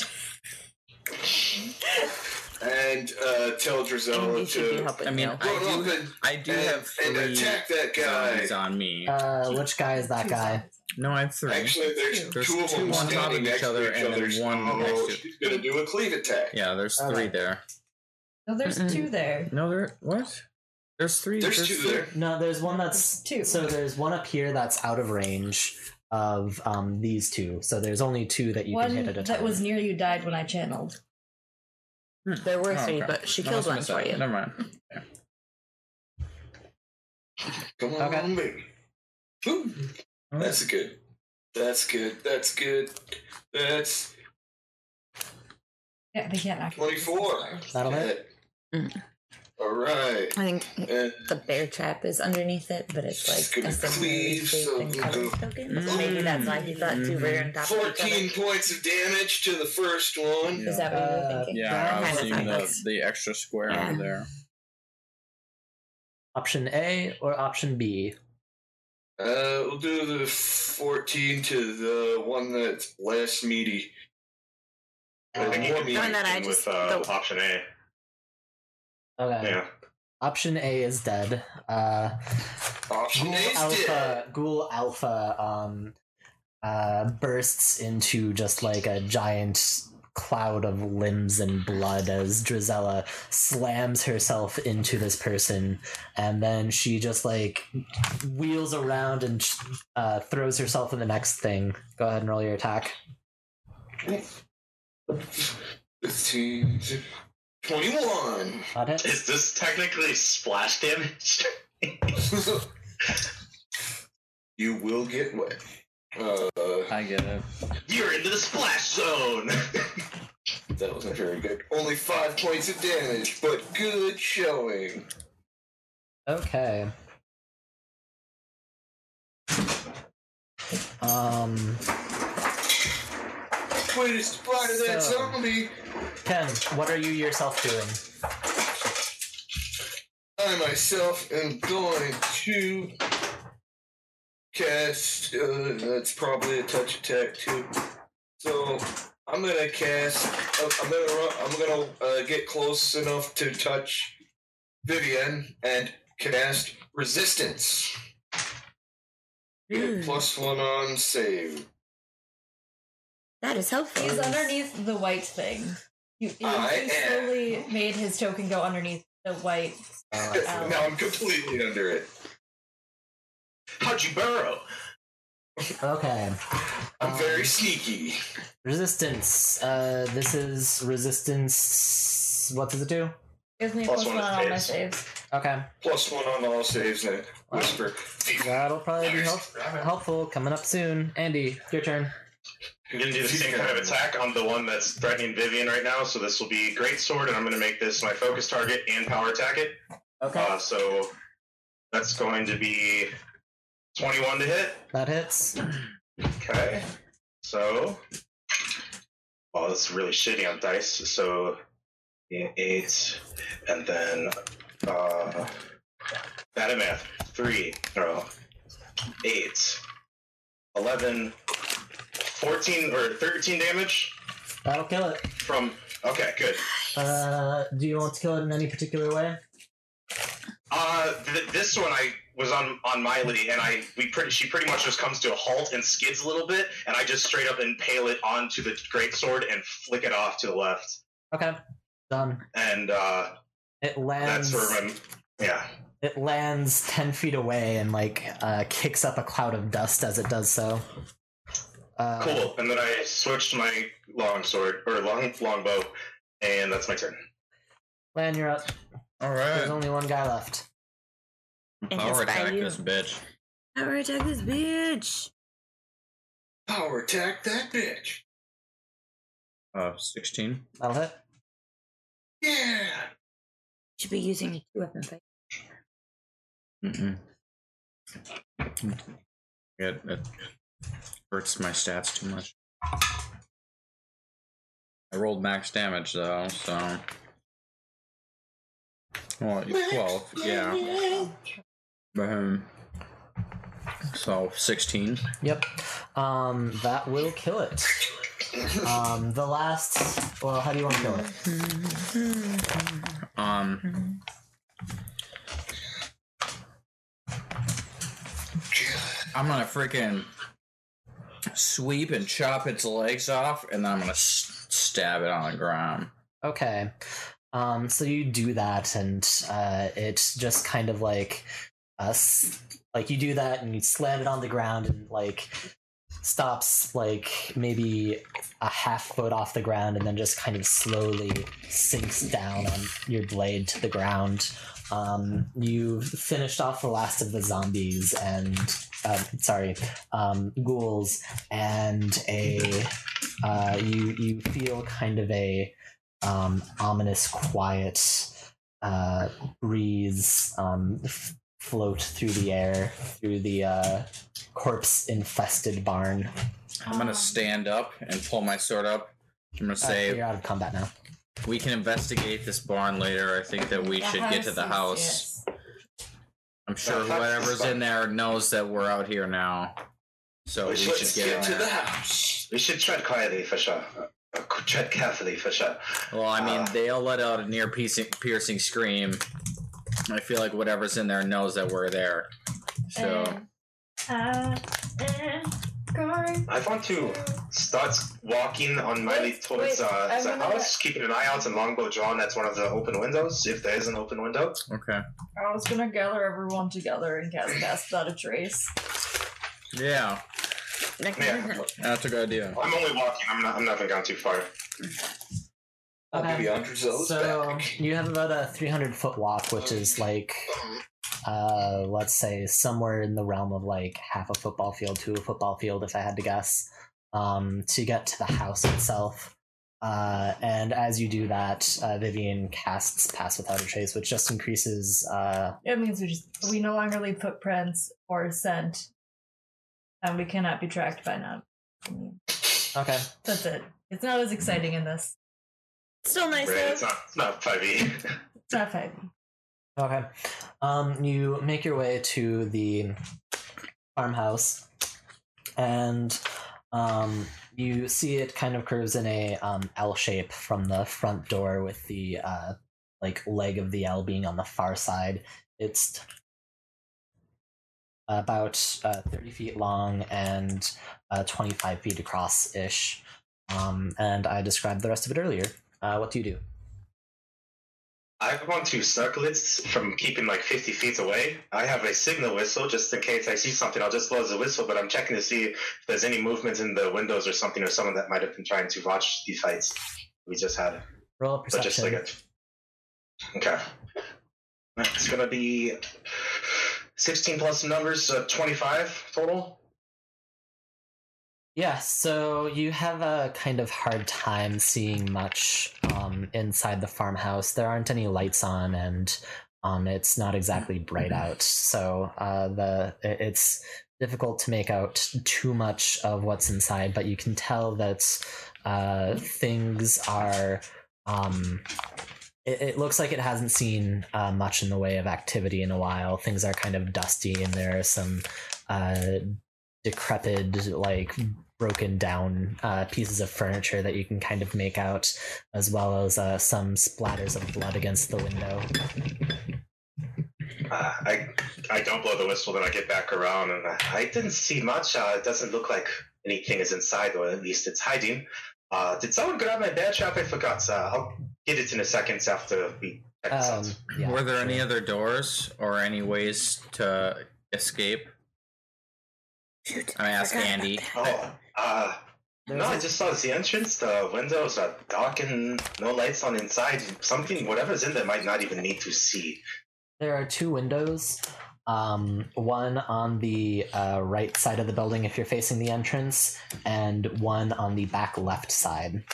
E: And uh, tell Drizella to
F: I mean, I
E: run
F: do,
E: up and,
F: I do
E: and,
F: have
E: and
F: three
E: attack that guy.
F: zombies on me.
A: Uh, which guy is that guy?
F: No, I have three.
E: Actually, there's,
F: There's
E: two of
F: two
E: them
F: on top
E: standing
F: of each
E: next
F: other
E: to each
F: and
E: other. Oh.
F: then one
E: so
F: next to-
E: she's gonna do a cleave attack.
F: Yeah, there's
A: All
F: three
A: right.
F: there.
I: No, there's
C: Mm-mm.
I: two there.
F: No, there. What? There's three.
E: There's two
F: three.
E: there.
A: No, there's one that's
I: There's two.
A: So there's one up here that's out of range of um, these two. So there's only two that you
I: one
A: can hit at a time.
I: that was near you died when I channeled.
C: There were
F: Oh,
C: three,
F: okay.
C: but she
F: I
C: killed
F: must have
C: one
F: missed
C: for
F: that.
C: you.
F: Never mind.
E: Come on,
A: Okay.
E: baby. Ooh, that's good. That's good. That's good. That's
I: Yeah, they can't knock it.
E: 24.
A: That'll hit.
C: Mm.
E: All right.
C: I think
E: And
C: the bear trap is underneath it, but it's like
E: It's gonna
C: a similarly
E: cleave,
C: shaped
E: so
C: and
E: we
C: color
E: go-
C: token. Maybe that's why he thought
F: Mm-hmm.
C: two were on top of
E: fourteen
C: each
E: points of damage to the first one.
C: other. Is that what you were
A: Uh,
C: thinking?
F: Yeah, I
C: Kind
F: was
C: of
F: seeing the,
C: nice.
F: the extra square
C: Yeah.
F: over there.
A: Option A or option B?
E: Uh, we'll do the fourteen to the one that's less meaty.
H: I think you
E: Or
H: can do
E: meaty.
C: that I
H: anything with
C: just-
H: uh,
C: the-
H: option A.
A: Okay.
H: Yeah.
A: Option A is dead. Uh,
E: Option
A: Ghoul
E: A is dead.
A: Alpha, Ghoul Alpha um, uh, bursts into just like a giant cloud of limbs and blood as Drizella slams herself into this person, and then she just like wheels around and uh, throws herself in the next thing. Go ahead and roll your attack.
E: 15, 21.
A: Got it.
H: Is this technically splash damage?
E: you will get wet. Uh,
F: I get it.
H: You're into the splash zone.
E: that wasn't very good. Only five points of damage, but good showing.
A: Okay. Um,
E: Way to splatter that
A: So-
E: zombie!
A: Ken, what are you yourself doing?
E: I myself am going to cast. Uh, that's probably a touch attack too. So I'm gonna cast. I'm- I'm gonna. ru- I'm gonna uh, get close enough to touch Vivian and cast resistance.
I: Hmm.
E: Get plus one on save.
G: That is helpful.
I: He's underneath the white thing. You, you,
E: I
I: you
E: am.
I: slowly made his token go underneath the white.
E: No, now I'm completely under it.
H: How'd you burrow?
A: Okay.
E: I'm very sneaky.
A: Resistance. Uh, this is resistance. What does it do?
I: Gives me a
E: Plus
I: plus one
E: one
I: on all my
E: saves.
I: saves.
A: Okay.
E: Plus one on all saves and I whisper.
A: That'll probably be help- helpful coming up soon. Andy, your turn.
H: I'm gonna do the same kind of attack on the one that's threatening Vivian right now. So this will be great sword, and I'm gonna make this my focus target and power attack it.
A: Okay.
H: Uh, so that's going to be 21 to hit.
A: That hits.
H: Okay. So, well, that's really shitty on dice. So, in eight, and then uh, bad at math. Three, no, eight, 11, 14 or 13 damage
A: That'll kill it.
H: from. Okay, good.
A: Uh, do you want to kill it in any particular way?
H: Uh, th- this one I was on on Miley, and I we pretty she pretty much just comes to a halt and skids a little bit, and I just straight up impale it onto the great sword and flick it off to the left,
A: Okay. Done.
H: and uh,
A: It
H: that's
A: lands.
H: where my yeah.
A: It lands ten feet away and like uh, kicks up a cloud of dust as it does so. Uh,
H: Cool. And then I switched to my long sword or long long bow, and that's my turn.
A: Lan, you're up.
F: All
A: There's
F: right.
A: only one guy left.
G: And it's
F: Power attack
G: by you.
F: this bitch.
G: Power attack this bitch.
E: Power attack that bitch.
F: Uh, sixteen.
A: That'll hit.
E: Yeah.
G: Should be using a two weapon fight.
F: Mm-mm. It, it hurts my stats too much. I rolled max damage though, so. Well, you- twelve, yeah. Um, so sixteen.
A: Yep. Um, that will kill it. Um, the last. Well, how do you want to kill it?
F: Um, I'm gonna freaking sweep and chop its legs off, and then I'm gonna s- stab it on the ground.
A: Okay. Um, so you do that, and uh, it's just kind of like us. Like you do that, and you slam it on the ground, and like stops like maybe a half foot off the ground, and then just kind of slowly sinks down on your blade to the ground. Um, you've finished off the last of the zombies and um, sorry um, ghouls, and a uh, you you feel kind of a um, ominous, quiet uh, breeze um, f- float through the air, through the uh, corpse-infested barn.
F: I'm gonna stand up and pull my sword up. I'm gonna
A: Uh,
F: say
A: you're out of combat now.
F: we can investigate this barn later. I think that we
I: The
F: should get to the house.
I: yes.
F: I'm sure
E: The house is
F: whoever's in
E: fine.
F: there knows that we're out here now. So we
H: Let's
F: should
E: Let's
F: get,
E: get
F: in
E: to
F: there.
E: the house.
H: We should tread quietly for sure. Uh, tread carefully for sure.
F: Well, I mean,
H: Uh.
F: they all let out a near piercing, piercing scream. I feel like whatever's in there knows that we're there. So
I: Uh, uh, uh, going
H: I want to start
D: walking unmindly towards uh,
G: I'm
D: the
G: gonna-
D: house, keeping an eye out and longbow drawn. That's one of the open windows, if there is an open window.
F: Okay.
I: I was gonna gather everyone together and cast cast without a trace.
F: Yeah. That's a good idea.
D: I'm only walking. I'm not. I'm not even gone too ffar.
E: I'll give you $100
A: so you have about a 300 foot walk, which is like, uh, let's say somewhere in the realm of like half a football field to a football field, if I had to guess, um, to get to the house itself. Uh, and as you do that, uh, Vivian casts Pass Without a Trace, which just increases. Uh,
I: It means we just we no longer leave footprints or scent, and we cannot be tracked by now.
A: okay.
I: That's it. It's not as exciting in this.
C: Still nice
D: Right, it's not. It's not five e.
I: It's not five.
A: Okay. Um, you make your way to the farmhouse, and um, you see it kind of curves in a um, L shape from the front door, with the uh, like leg of the L being on the far side. It's about uh, 30 feet long and uh, 25 feet across ish. Um, and I described the rest of it earlier. Uh, what do you do?
D: I want to circle it from keeping like 50 feet away. I have a signal whistle just in case I see something. I'll just blow the whistle, but I'm checking to see if there's any movement in the windows or something or someone that might have been trying to watch the fights we just had.
A: Roll a
D: But just
A: perception.
D: like it. Okay. It's going to be 16 plus numbers, so 25 total.
A: Yeah, so you have a kind of hard time seeing much um, inside the farmhouse. There aren't any lights on, and um, it's not exactly bright out. So uh, the i- it's difficult to make out too much of what's inside, but you can tell that uh, things are. Um, it, it looks like it hasn't seen uh, much in the way of activity in a while. Things are kind of dusty, and there are some. Uh, decrepit, like broken down uh, pieces of furniture that you can kind of make out, as well as uh, some splatters of blood against the window.
D: Uh, I I don't blow the whistle, then I get back around, and I, I didn't see much. Uh, it doesn't look like anything is inside, or at least it's hiding. Uh, did someone grab my bear trap? I forgot. Uh, I'll get it in a second after we check this out.
F: Were there any other doors or any ways to escape? I ask Andy.
D: Oh, uh, no, I
F: There's
D: just saw the entrance. The windows are dark and no lights on inside. Something, whatever's in there, might not even need to see.
A: There are two windows. Um, one on the uh, right side of the building if you're facing the entrance, and one on the back left side.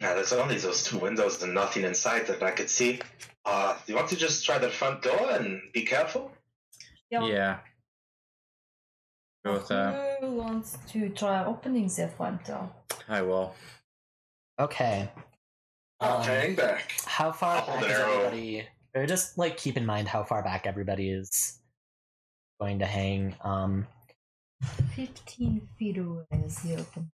D: Yeah, there's only those two windows and nothing inside that I could see. Uh, you want to just try the front door and be careful?
F: Yeah. Go with that.
G: Who wants to try opening the front door?
F: I will.
A: Okay. um,
E: I'll hang back.
A: How far
E: hold
A: back
E: an
A: is
E: arrow.
A: everybody? Or just like keep in mind how far back everybody is going to hang. Um,
G: 15 feet away is the open.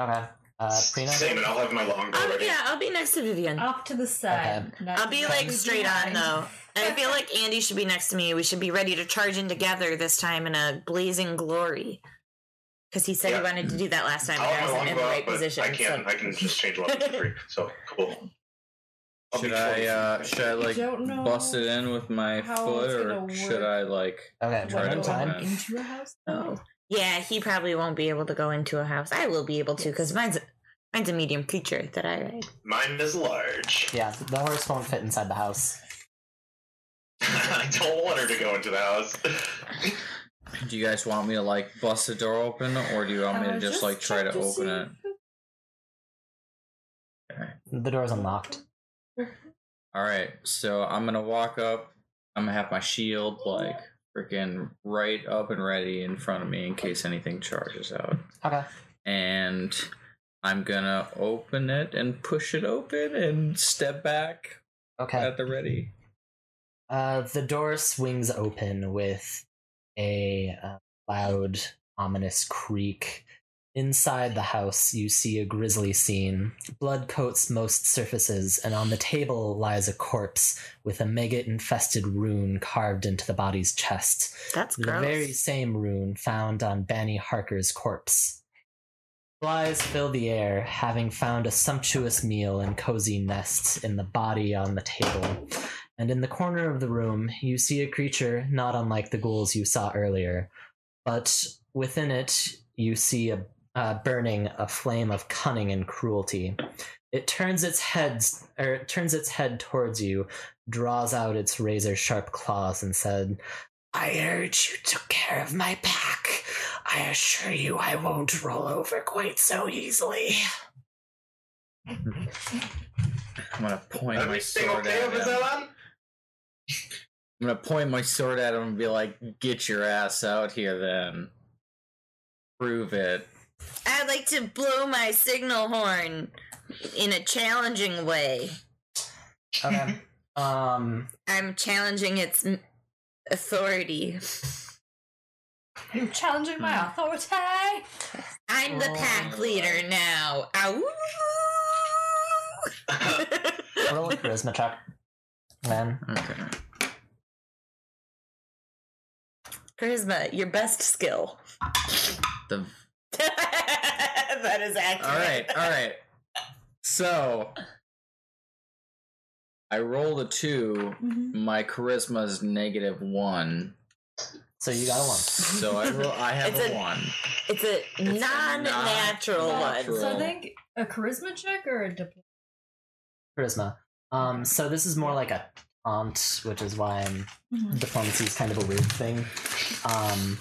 A: Okay. Uh, Prina?
D: Same, and I'll have my longbow
C: Um,
D: ready.
C: yeah, I'll be next to Vivian.
I: Off to the side.
C: I'll be like straight on though. And I feel like Andy should be next to me. We should be ready to charge in together this time in a blazing glory. Because he said
D: Yeah.
C: he wanted to do that last time,
D: I'll
C: and I
D: have my
C: wasn't in
D: longbow
C: the
D: out,
C: right
D: but
C: position.
D: I can.
C: so-
D: I can just change weapons to free. So cool. I'll
F: Should
D: be
F: I uh
D: close.
F: should I like
G: don't know
F: bust it in with my
G: how
F: foot
G: it's gonna
F: or
G: work.
F: should I like
A: Okay,
F: try to
G: Going
F: time it?
G: Into a house?
C: Oh. Yeah, he probably won't be able to go into a house. I will be able to because mine's mine's a medium creature that I ride.
D: Mine is large.
A: Yeah, the horse won't fit inside the house.
D: I don't want her to go into the house.
F: Do you guys want me to like bust the door open or do you want me to
G: Uh,
F: just,
G: just
F: like try
G: check
F: to
G: to
F: open
G: see.
F: it?
A: The door's unlocked.
F: Alright, so I'm gonna walk up, I'm gonna have my shield like freaking right up and ready in front of me in case anything charges out.
A: Okay.
F: and I'm gonna open it and push it open and step back
A: Okay.
F: at the ready.
A: Uh, the door swings open with a uh, loud, ominous creak. Inside the house, you see a grisly scene. Blood coats most surfaces, and on the table lies a corpse with a maggot infested rune carved into the body's chest.
C: That's
A: the
C: gross.
A: very same rune found on Banny Harker's corpse. Flies fill the air, having found a sumptuous meal and cozy nests in the body on the table. And in the corner of the room, you see a creature not unlike the ghouls you saw earlier, but within it, you see a uh, burning a flame of cunning and cruelty. It turns its heads or it turns its head towards you, draws out its razor sharp claws, and said, "I urge you to care of my pack. I assure you, I won't roll over quite so easily."
F: I'm gonna point my sword at him. I'm gonna point my sword at him and be like, "Get your ass out here, then. Prove it."
C: I'd like to blow my signal horn in a challenging way.
A: Okay. um.
C: I'm challenging its m- authority.
I: I'm challenging my
A: Hmm.
I: authority.
C: I'm the
A: Oh.
C: pack leader now. Ow!
A: Roll a charisma check. Then
F: Okay.
C: Charisma, your best skill.
F: The
C: that is accurate.
F: all right, all right. So I rolled a 2 My charisma is negative one.
A: So you got a one.
F: So I roll, I have
C: It's
F: a,
C: a-
F: one.
C: It's a non-natural one.
F: non-natural.
I: So I think a charisma check or a diplomacy.
A: charisma. Um. So this is more like a taunt, which is why I'm diplomacy is kind of a weird thing. Um,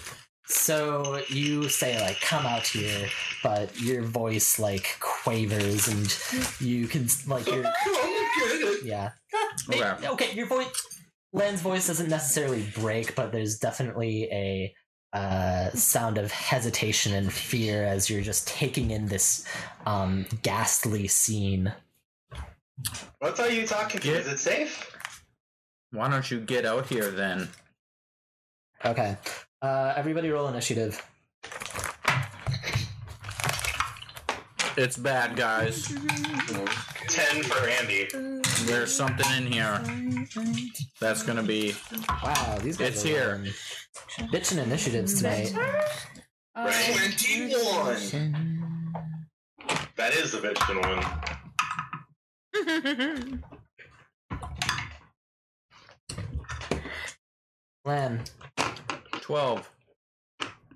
A: so you say like, "Come out here," but your voice like quavers, and you can like your yeah.
F: Okay.
A: Okay, your voice, Len's voice doesn't necessarily break, but there's definitely a uh, sound of hesitation and fear as you're just taking in this um, ghastly scene.
D: What are you talking to? Is it safe?
F: Why don't you get out here then?
A: Okay, uh, everybody, roll initiative.
F: It's bad, guys.
D: Ten for Andy.
F: There's something in here that's gonna be.
A: Wow, these guys
F: It's
A: are
F: here.
A: rolling. Bitchin' initiatives tonight.
E: Twenty-one.
D: That is the vegetable one.
A: Len,
F: Twelve.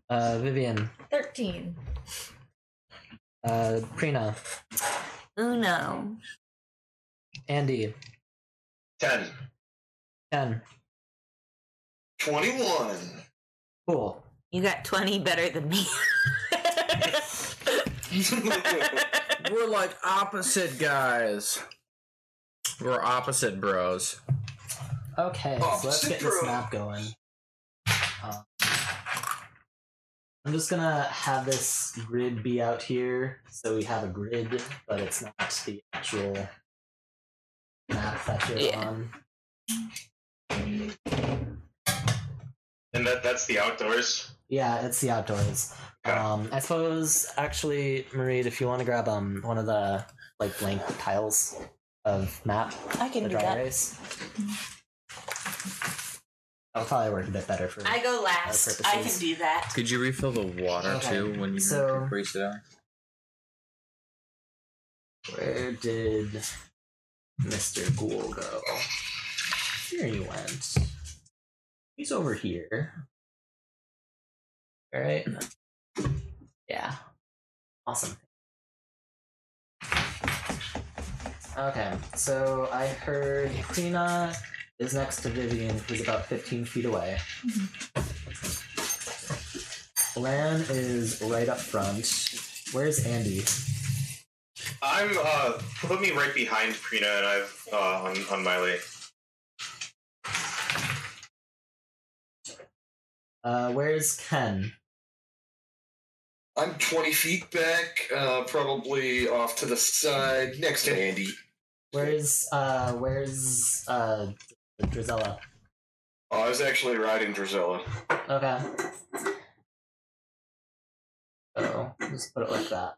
A: uh, Vivian,
I: 13.
A: uh, Prina,
C: Uno.
A: Andy,
D: Ten.
A: Ken.
E: Twenty-one.
A: Cool.
C: You got 20 better than me.
F: We're like opposite guys. We're opposite bros.
A: Okay, so let's
E: Opposite
A: get this
E: room.
A: map going. Um, I'm just gonna have this grid be out here, so we have a grid, but it's not the actual map that you're
C: Yeah.
A: on.
D: And that that's the outdoors.
A: Yeah, it's the outdoors. Um, I suppose actually, Marie, if you want to grab um one of the like blank tiles of map,
C: I can
A: the
C: do
A: dry
C: that.
A: erase. That'll probably work a bit better for.
C: I go last. I can do that.
F: Could you refill the water
A: Okay,
F: too when you
A: so-
F: increase it out?
A: Where did Mister Ghoul go? Here he went. He's over here. All right. Yeah. Awesome. Okay, so I heard Krina is next to Vivian, who's about 15 feet away. Lan is right up front. Where's Andy?
D: I'm uh put me right behind Prina and I've uh on, on Miley.
A: Uh, where's Ken?
E: I'm 20 feet back, uh, probably off to the side, next to Andy.
A: Where's uh, where's uh, Drizella?
E: Oh, I was actually riding Drizella.
A: Okay. So just put it like that.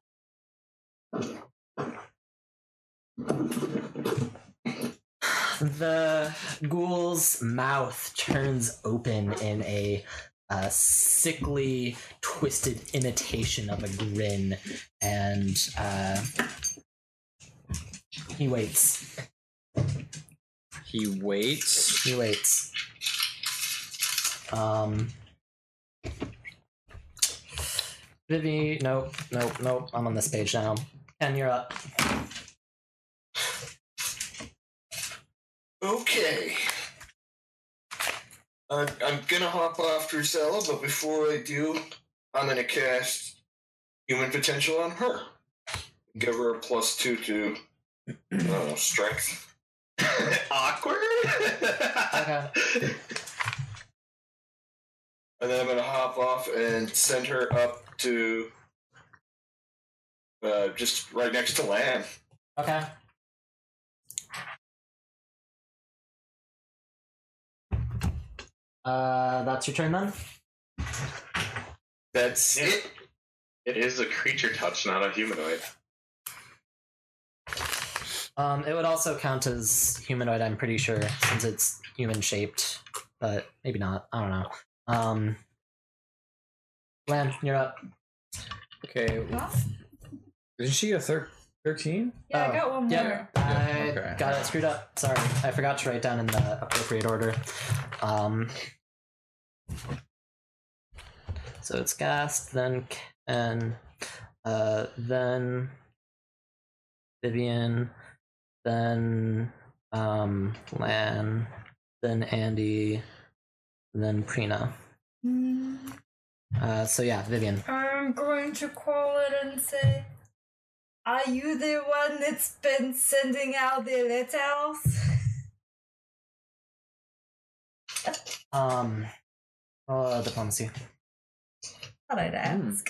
A: The ghoul's mouth turns open in a a sickly, twisted imitation of a grin, and uh, he waits.
F: He waits.
A: He waits. Um. Vivi, nope, nope, nope. I'm on this page now. Ken, you're up.
E: Okay. I'm, I'm gonna hop off Drusella, but before I do, I'm gonna cast Human Potential on her. Give her a plus two to uh, Strength.
D: Awkward.
E: and then I'm gonna hop off and send her up to uh, just right next to Lamb.
A: Okay. Uh, that's your turn then.
E: That's it.
H: It is a creature touch, not a humanoid.
A: Um, it would also count as humanoid, I'm pretty sure, since it's human shaped, but maybe not. I don't know. Um, Lamb, you're up.
F: Okay. Did she get thir- 13?
I: Yeah, I got one more.
A: yeah, I
F: okay.
A: got it screwed up. Sorry, I forgot to write down in the appropriate order. Um, so it's Gast, then Ken, uh, then Vivian, then um, Lan, then Andy, and then Prina. Uh, so yeah, Vivian.
I: Mm, I'm going to call it and say, Are you the one that's been sending out the letters?
A: Um, uh, diplomacy.
I: Thought I'd
D: Hmm.
I: ask.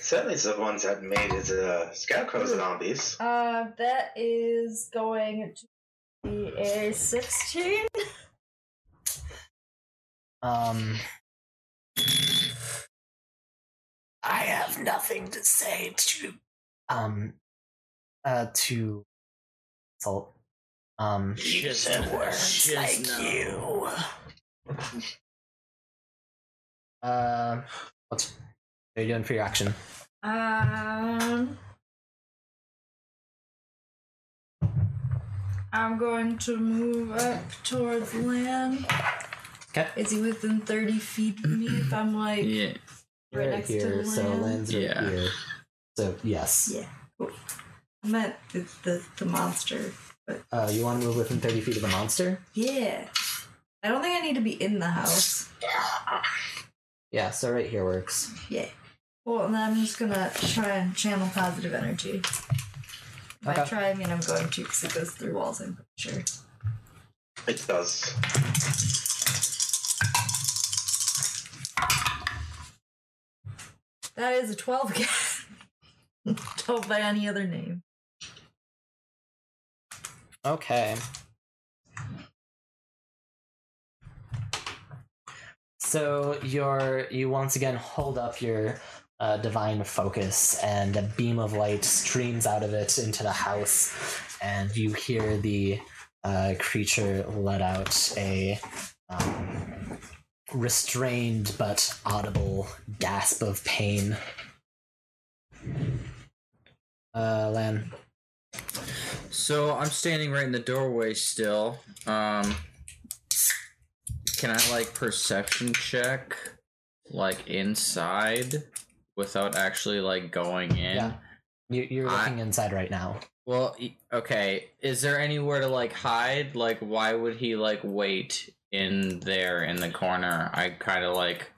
D: Certainly, the ones that made is uh, scarecrow zombies.
I: Uh, that is going to be a 16.
A: Um, I have nothing to say to um uh to salt. Um
L: Use the words like you.
A: uh, what's what are you doing for your action?
I: Um, I'm going to move up towards land.
A: Okay.
I: Is he within 30 feet of me if I'm like
F: Yeah.
I: right next to the land?
A: right
F: Yeah.
A: here. So yes.
I: Yeah. Cool. I meant the, the, the monster.
A: Uh you wanna move within thirty feet of the monster?
I: Yeah. I don't think I need to be in the house.
A: Yeah, so right here works.
I: Yeah. Well, and then I'm just gonna try and channel positive energy. By
A: Okay.
I: try, I mean I'm going to because it goes through walls, I'm pretty sure.
D: It does.
I: That is a 12 again. 12 by any other name.
A: Okay. So your you once again hold up your uh, divine focus, and a beam of light streams out of it into the house, and you hear the uh, creature let out a um, restrained but audible gasp of pain. Uh, Lan.
F: So I'm standing right in the doorway still. Um, can I like perception check, like inside, without actually like going in?
A: Yeah. You, you're
F: I-
A: looking inside right now.
F: Well, e- okay. Is there anywhere to like hide? Like, why would he like wait in there in the corner? I kind of like.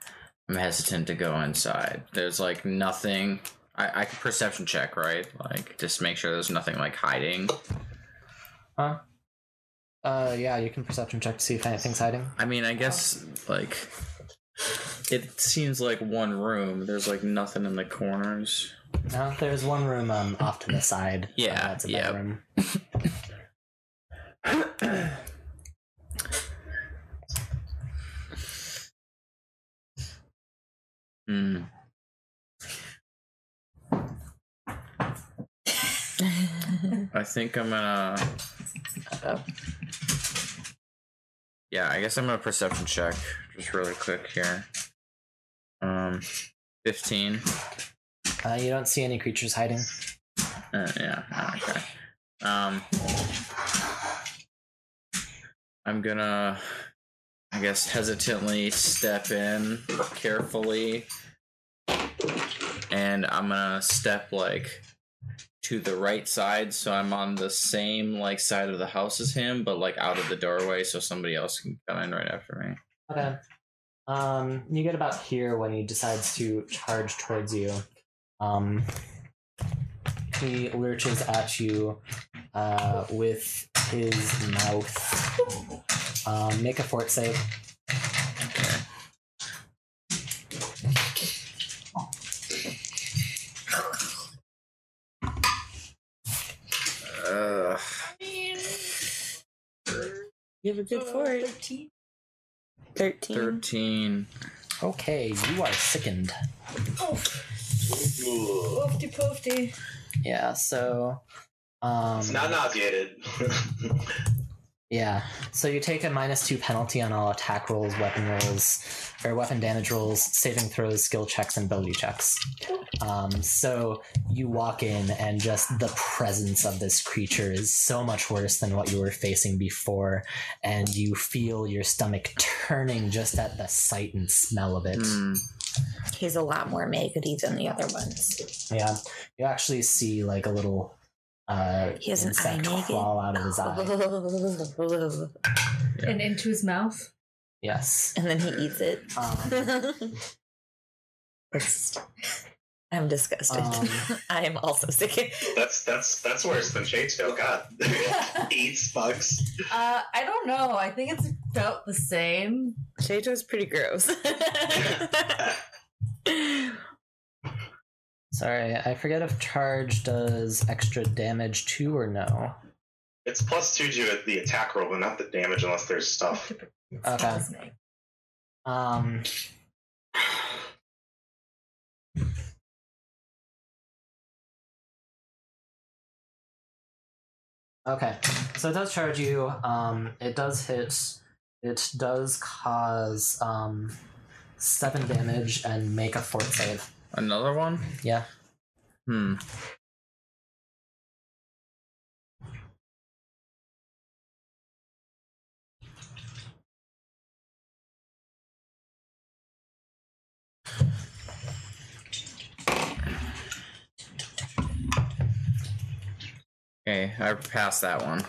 F: I'm hesitant to go inside. There's like nothing. I, I can perception check, right? Like, just make sure there's nothing like hiding.
A: Huh? Uh, yeah, you can perception check to see if anything's hiding.
F: I mean, I guess like it seems like one room. There's like nothing in the corners.
A: No, there's one room um off to the side.
F: Yeah,
A: that's a
F: yeah.
A: bedroom.
F: Hmm. I think I'm gonna. Yeah, I guess I'm gonna perception check just really quick here. Um, fifteen.
A: Uh, you don't see any creatures hiding.
F: Uh, yeah. Okay. Um, I'm gonna, I guess, hesitantly step in carefully, and I'm gonna step like to the right side, so I'm on the same like side of the house as him, but like out of the doorway, so somebody else can come in right after me.
A: Okay. Um, you get about here when he decides to charge towards you. Um, he lurches at you uh, with his mouth. Um, make a fort save.
F: Uh,
C: You have a
I: Uh,
C: good fort.
I: 13.
C: 13.
F: Thirteen.
A: Okay, you are sickened.
I: Oof. Oofty poofty.
A: Yeah, so. Um,
H: It's not nauseated.
A: Yeah. So you take a minus two penalty on all attack rolls, weapon rolls, or weapon damage rolls, saving throws, skill checks, and ability checks. Um, so you walk in, and just the presence of this creature is so much worse than what you were facing before, and you feel your stomach turning just at the sight and smell of it.
C: He's a lot more maggoty than the other ones.
A: Yeah. You actually see like a little uh,
C: He has an eye
A: insect
C: naked.
A: crawl out of his eye.
I: And into his mouth.
A: Yes. Um,
C: and then he eats it. I'm disgusted.
A: Um,
C: I am also sick.
H: that's that's that's worse than
D: Oh,
H: Shadesville. God, eats bugs.
I: Uh, I don't know. I think it's about the same.
C: Shato's pretty gross.
A: Sorry, I forget if charge does extra damage too or no.
H: It's plus two to the attack roll, but not the damage unless there's stuff.
A: Okay. Um. Okay, so it does charge you. Um, it does hit. It does cause um, seven damage and make a fort save.
F: Another one?
A: Yeah.
F: Hmm. Okay, I passed that one.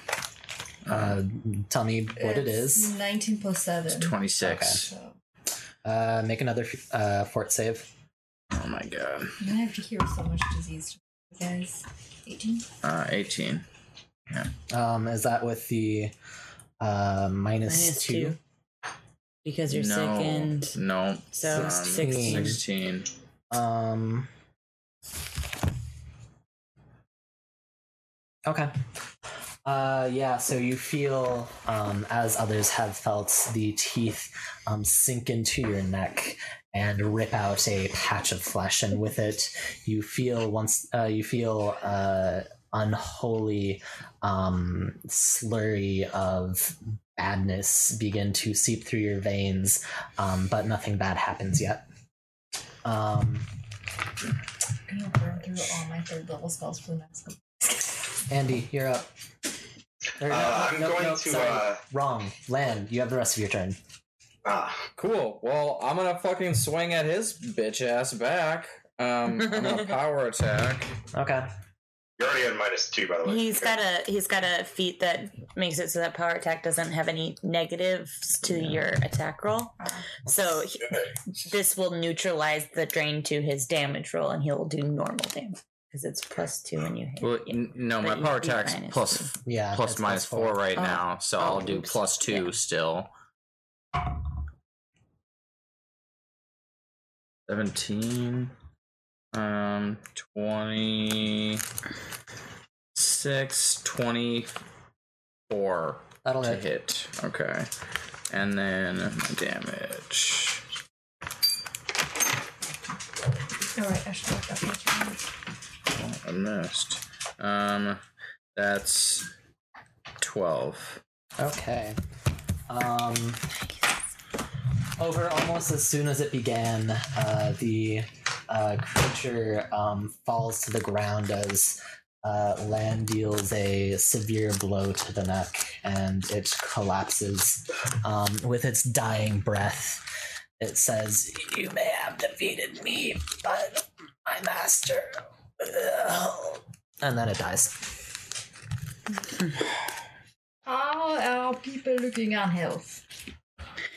A: Uh, tell me what it
I: It's
A: is.
I: 19 plus 7.
F: Twenty-six.
A: Uh, make another uh, fort save.
F: Oh my god.
I: And I have to hear so much disease, guys. 18?
F: Uh, eighteen.
A: Um, is that with the uh, minus,
C: Minus
A: two?
C: two. because you're
F: no,
C: sick and
F: Oh, no.
C: So
F: um,
C: 16.
F: 16.
A: Um. Okay. Uh, yeah, so you feel, um, as others have felt, the teeth um, sink into your neck and rip out a patch of flesh, and with it, you feel once uh, you feel uh, unholy um, slurry of badness begin to seep through your veins, um, but nothing bad happens yet. Um,
I: I'm gonna burn through all my third level spells for the next couple.
A: Andy, you're up. Or no,
H: Uh,
A: no,
H: I'm
A: no,
H: going
A: no,
H: to.
A: sorry.
H: Uh,
A: Wrong. Land, you have the rest of your turn.
H: ah,
F: Cool. Well, I'm gonna fucking swing at his bitch ass back. Um, I'm gonna power attack.
A: Okay.
H: you're already on minus two, by the way.
C: he's got a he's got a feat that makes it so that power attack doesn't have any negatives to your attack roll. So he- this will neutralize the drain to his damage roll, and he'll do normal damage because it's plus two when you hit.
F: Well, n- no,
C: But
F: my
C: you
F: power
C: do
F: attack's
C: minus
F: plus
C: two.
A: Yeah.
F: plus
A: that's
F: minus four right
C: Oh.
F: now, so
C: Oh,
F: I'll do
C: oops.
F: plus two
C: Yeah.
F: still. Seventeen, um, twenty six, twenty four
A: That'll
F: to
A: hit.
F: hit. Okay, and then my damage.
I: Alright, I should look up my turns.
F: Oh, I missed. Um, that's twelve.
A: Okay. Um, over almost as soon as it began. Uh, the uh, creature um, falls to the ground as uh, Lan deals a severe blow to the neck and it collapses um, with its dying breath. It says, You may have defeated me, but my master. will." And then it dies.
I: How are people looking on health?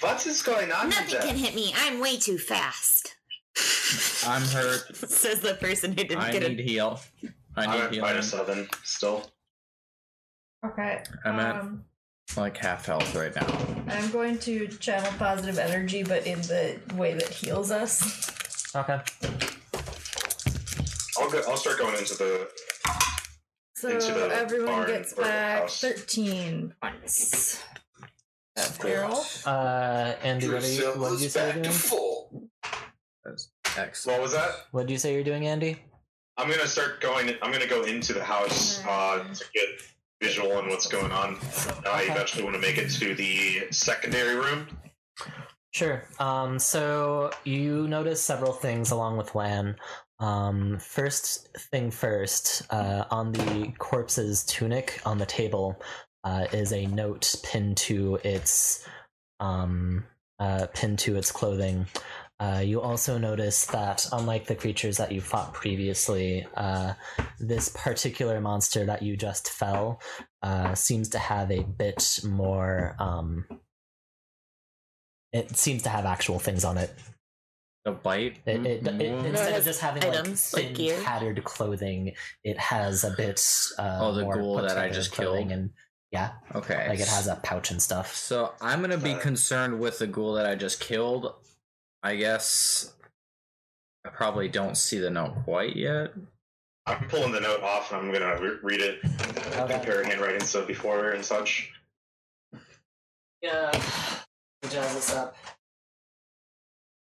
D: What is going on?
B: Nothing can hit me. I'm way too fast.
F: I'm hurt.
C: Says the person who didn't
F: I
C: get
F: need
C: a
F: heal. I need
D: I'm
F: healing.
D: minus seven still.
I: Okay.
F: I'm at
I: Um,
F: like half health right now.
I: I'm going to channel positive energy, but in the way that heals us.
A: Okay.
D: I'll go, I'll start going into the
I: So
D: Into the
I: everyone
D: barn
I: gets
D: or the
I: back
D: house.
I: 13 points. Of Carol.
A: Uh, Andy, what, are you, what did you say you're doing?
D: What was that?
A: What did you say you're doing, Andy?
D: I'm gonna start going. I'm gonna go into the house uh, to get visual on what's going on. I eventually want to make it to the secondary room.
A: Sure. Um, so you notice several things along with Lan. Um, first thing first, uh, on the corpse's tunic on the table uh, is a note pinned to its um, uh, pinned to its clothing. Uh, you also notice that, unlike the creatures that you fought previously, uh, this particular monster that you just fell uh, seems to have a bit more um, it seems to have actual things on it.
F: The bite.
A: It, it, it-
F: Mm.
A: instead
C: No,
A: of
C: it
A: just
C: has
A: having
C: items,
A: like
C: like
A: thin,
C: gear.
A: tattered clothing, it has a bit. Uh,
F: Oh, the
A: more
F: ghoul
A: put
F: that I
A: together
F: just
A: clothing
F: killed?
A: and yeah,
F: Okay.
A: like it has a pouch and stuff.
F: So I'm gonna be
D: Uh,
F: concerned with the ghoul that I just killed. I guess I probably don't see the note quite yet.
D: I'm pulling the note off and I'm gonna re- read it, compare handwriting so before and such.
A: Yeah, jazz this up.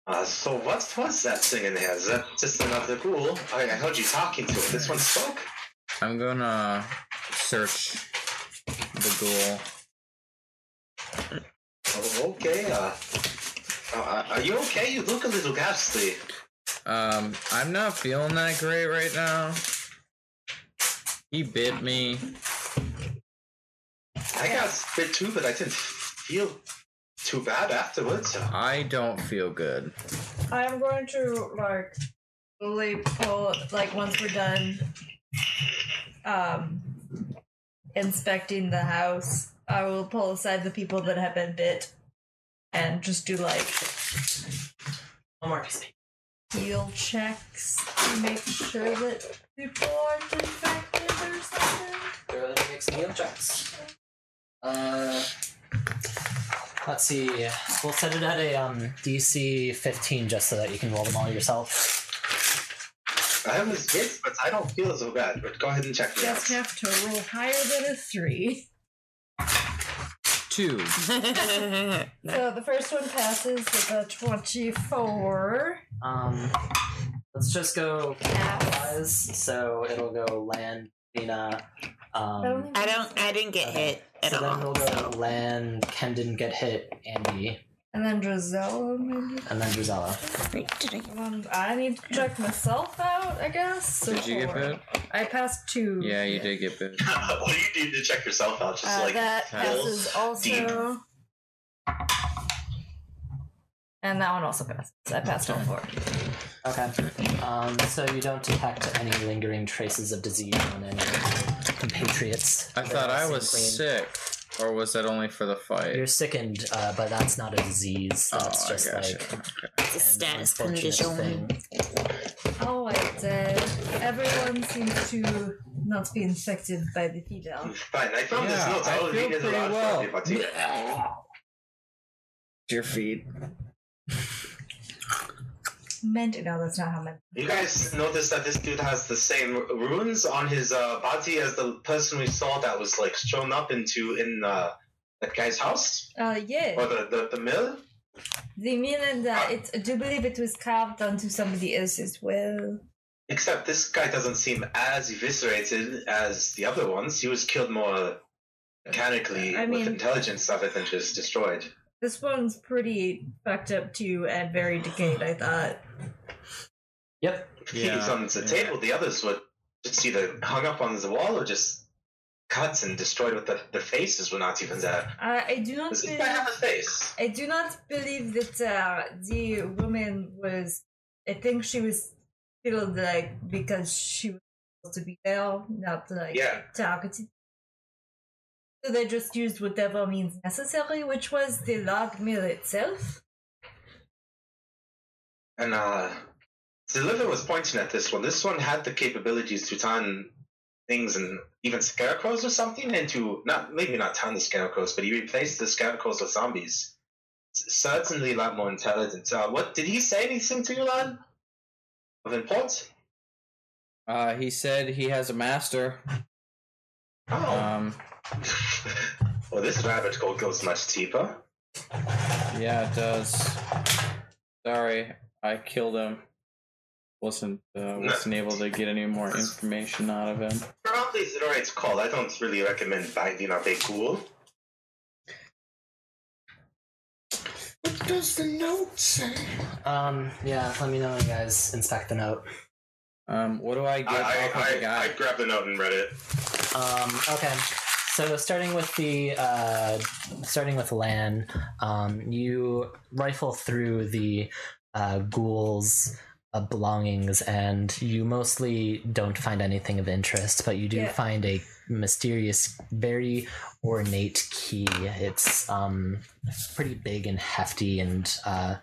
D: Uh, so what was that thing in there? Is that just another ghoul? I, I heard you talking to it. This one spoke.
F: I'm gonna search the ghoul.
D: Oh, okay. Uh, uh, are you okay? You look a little ghastly.
F: Um, I'm not feeling that great right now. He bit me.
D: I got bit too, but I didn't feel too bad afterwards.
F: I don't feel good.
I: I'm going to like slowly pull like once we're done um inspecting the house, I will pull aside the people that have been bit and just do like
A: One more piece.
I: heal checks to make sure that people aren't infected or something.
A: Throw the mix meal checks. Uh, let's see. We'll set it at a um, DC 15 just so that you can roll them all yourself.
D: I was bit, but I don't feel so bad. But go ahead and check me out.
I: Just have to roll higher than a three.
F: Two.
I: So the first one passes with a twenty-four.
A: Um, let's just go clockwise. So it'll go land, Athena. Um,
C: I don't. I didn't get hit at
A: so then
C: all.
A: we'll go land. Ken didn't get hit. Andy,
I: And then Drizella maybe.
A: and then Drizella.
I: Um, I need to check myself out, I guess. So
F: Did you get
I: four.
F: bit?
I: I passed two.
F: Yeah, you did get bit.
D: well, you need to check yourself out. Just
I: Uh,
D: like
I: that
D: roll
I: passes also.
D: deep.
I: And that one also passes. I passed all four.
A: Okay. Um, so you don't detect any lingering traces of disease on any of your compatriots.
F: I thought I was
A: Clean.
F: sick, or was that only for the fight?
A: You're sickened, uh, but that's not a disease.
F: Oh,
A: That's
F: I
A: just
F: gotcha.
A: like
C: It's a status
A: unfortunate
C: condition.
A: thing.
I: Oh, I did. Everyone seems to not be infected by the feeder.
D: Fine, I found
F: Yeah,
D: this note.
F: I
D: I will
F: feel
D: read it
F: pretty
D: aloud
F: well.
D: for everybody.
O: Your feet.
I: Meant no, that's not how meant.
D: You guys notice that this dude has the same runes on his uh, body as the person we saw that was like shown up into in uh, that guy's house
I: Uh,
D: or
I: yeah.
D: the, the, the mill.
I: The meaning that it, I do believe it was carved onto somebody else as well.
D: Except this guy doesn't seem as eviscerated as the other ones. He was killed more mechanically
I: I
D: with
I: mean-
D: intelligence rather than just destroyed.
I: This one's pretty fucked up too and very decayed, I thought.
A: Yep.
D: Yeah. He's on the
F: yeah.
D: table. The others were just either hung up on the wall or just cuts and destroyed with the, their faces were not even there.
I: I, I do not
D: This is
I: believe,
D: why I have a face.
I: I do not believe that uh, the woman was I think she was killed like because she was supposed to be there, not like
D: Yeah.
I: targeted. So they just used whatever means necessary, which was the log mill itself.
D: And uh, the liver was pointing at this one. This one had the capabilities to turn things and even scarecrows or something into not maybe not turn the scarecrows, but he replaced the scarecrows with zombies. S- Certainly a lot more intelligent. Uh, what did he say anything to you, lad? Of import?
F: Uh, he said he has a master. Um,
D: Well, this rabbit hole goes much deeper.
F: yeah, it does. Sorry, I killed him. Wasn't uh, wasn't able to get any more information out of him.
D: Probably Zeroid's call. I don't really recommend binding up a ghoul.
E: What does the note say?
A: Um, yeah, let me know when you guys inspect the note.
F: Um, what do I
A: get off of the guy?
D: I grabbed the note and read it.
A: Um, okay. So starting with the uh, starting with Lan, um, you rifle through the uh, ghouls' uh, belongings, and you mostly don't find anything of interest. But you do
L: Yeah.
A: find a mysterious, very ornate key. It's um, pretty big and hefty, and uh,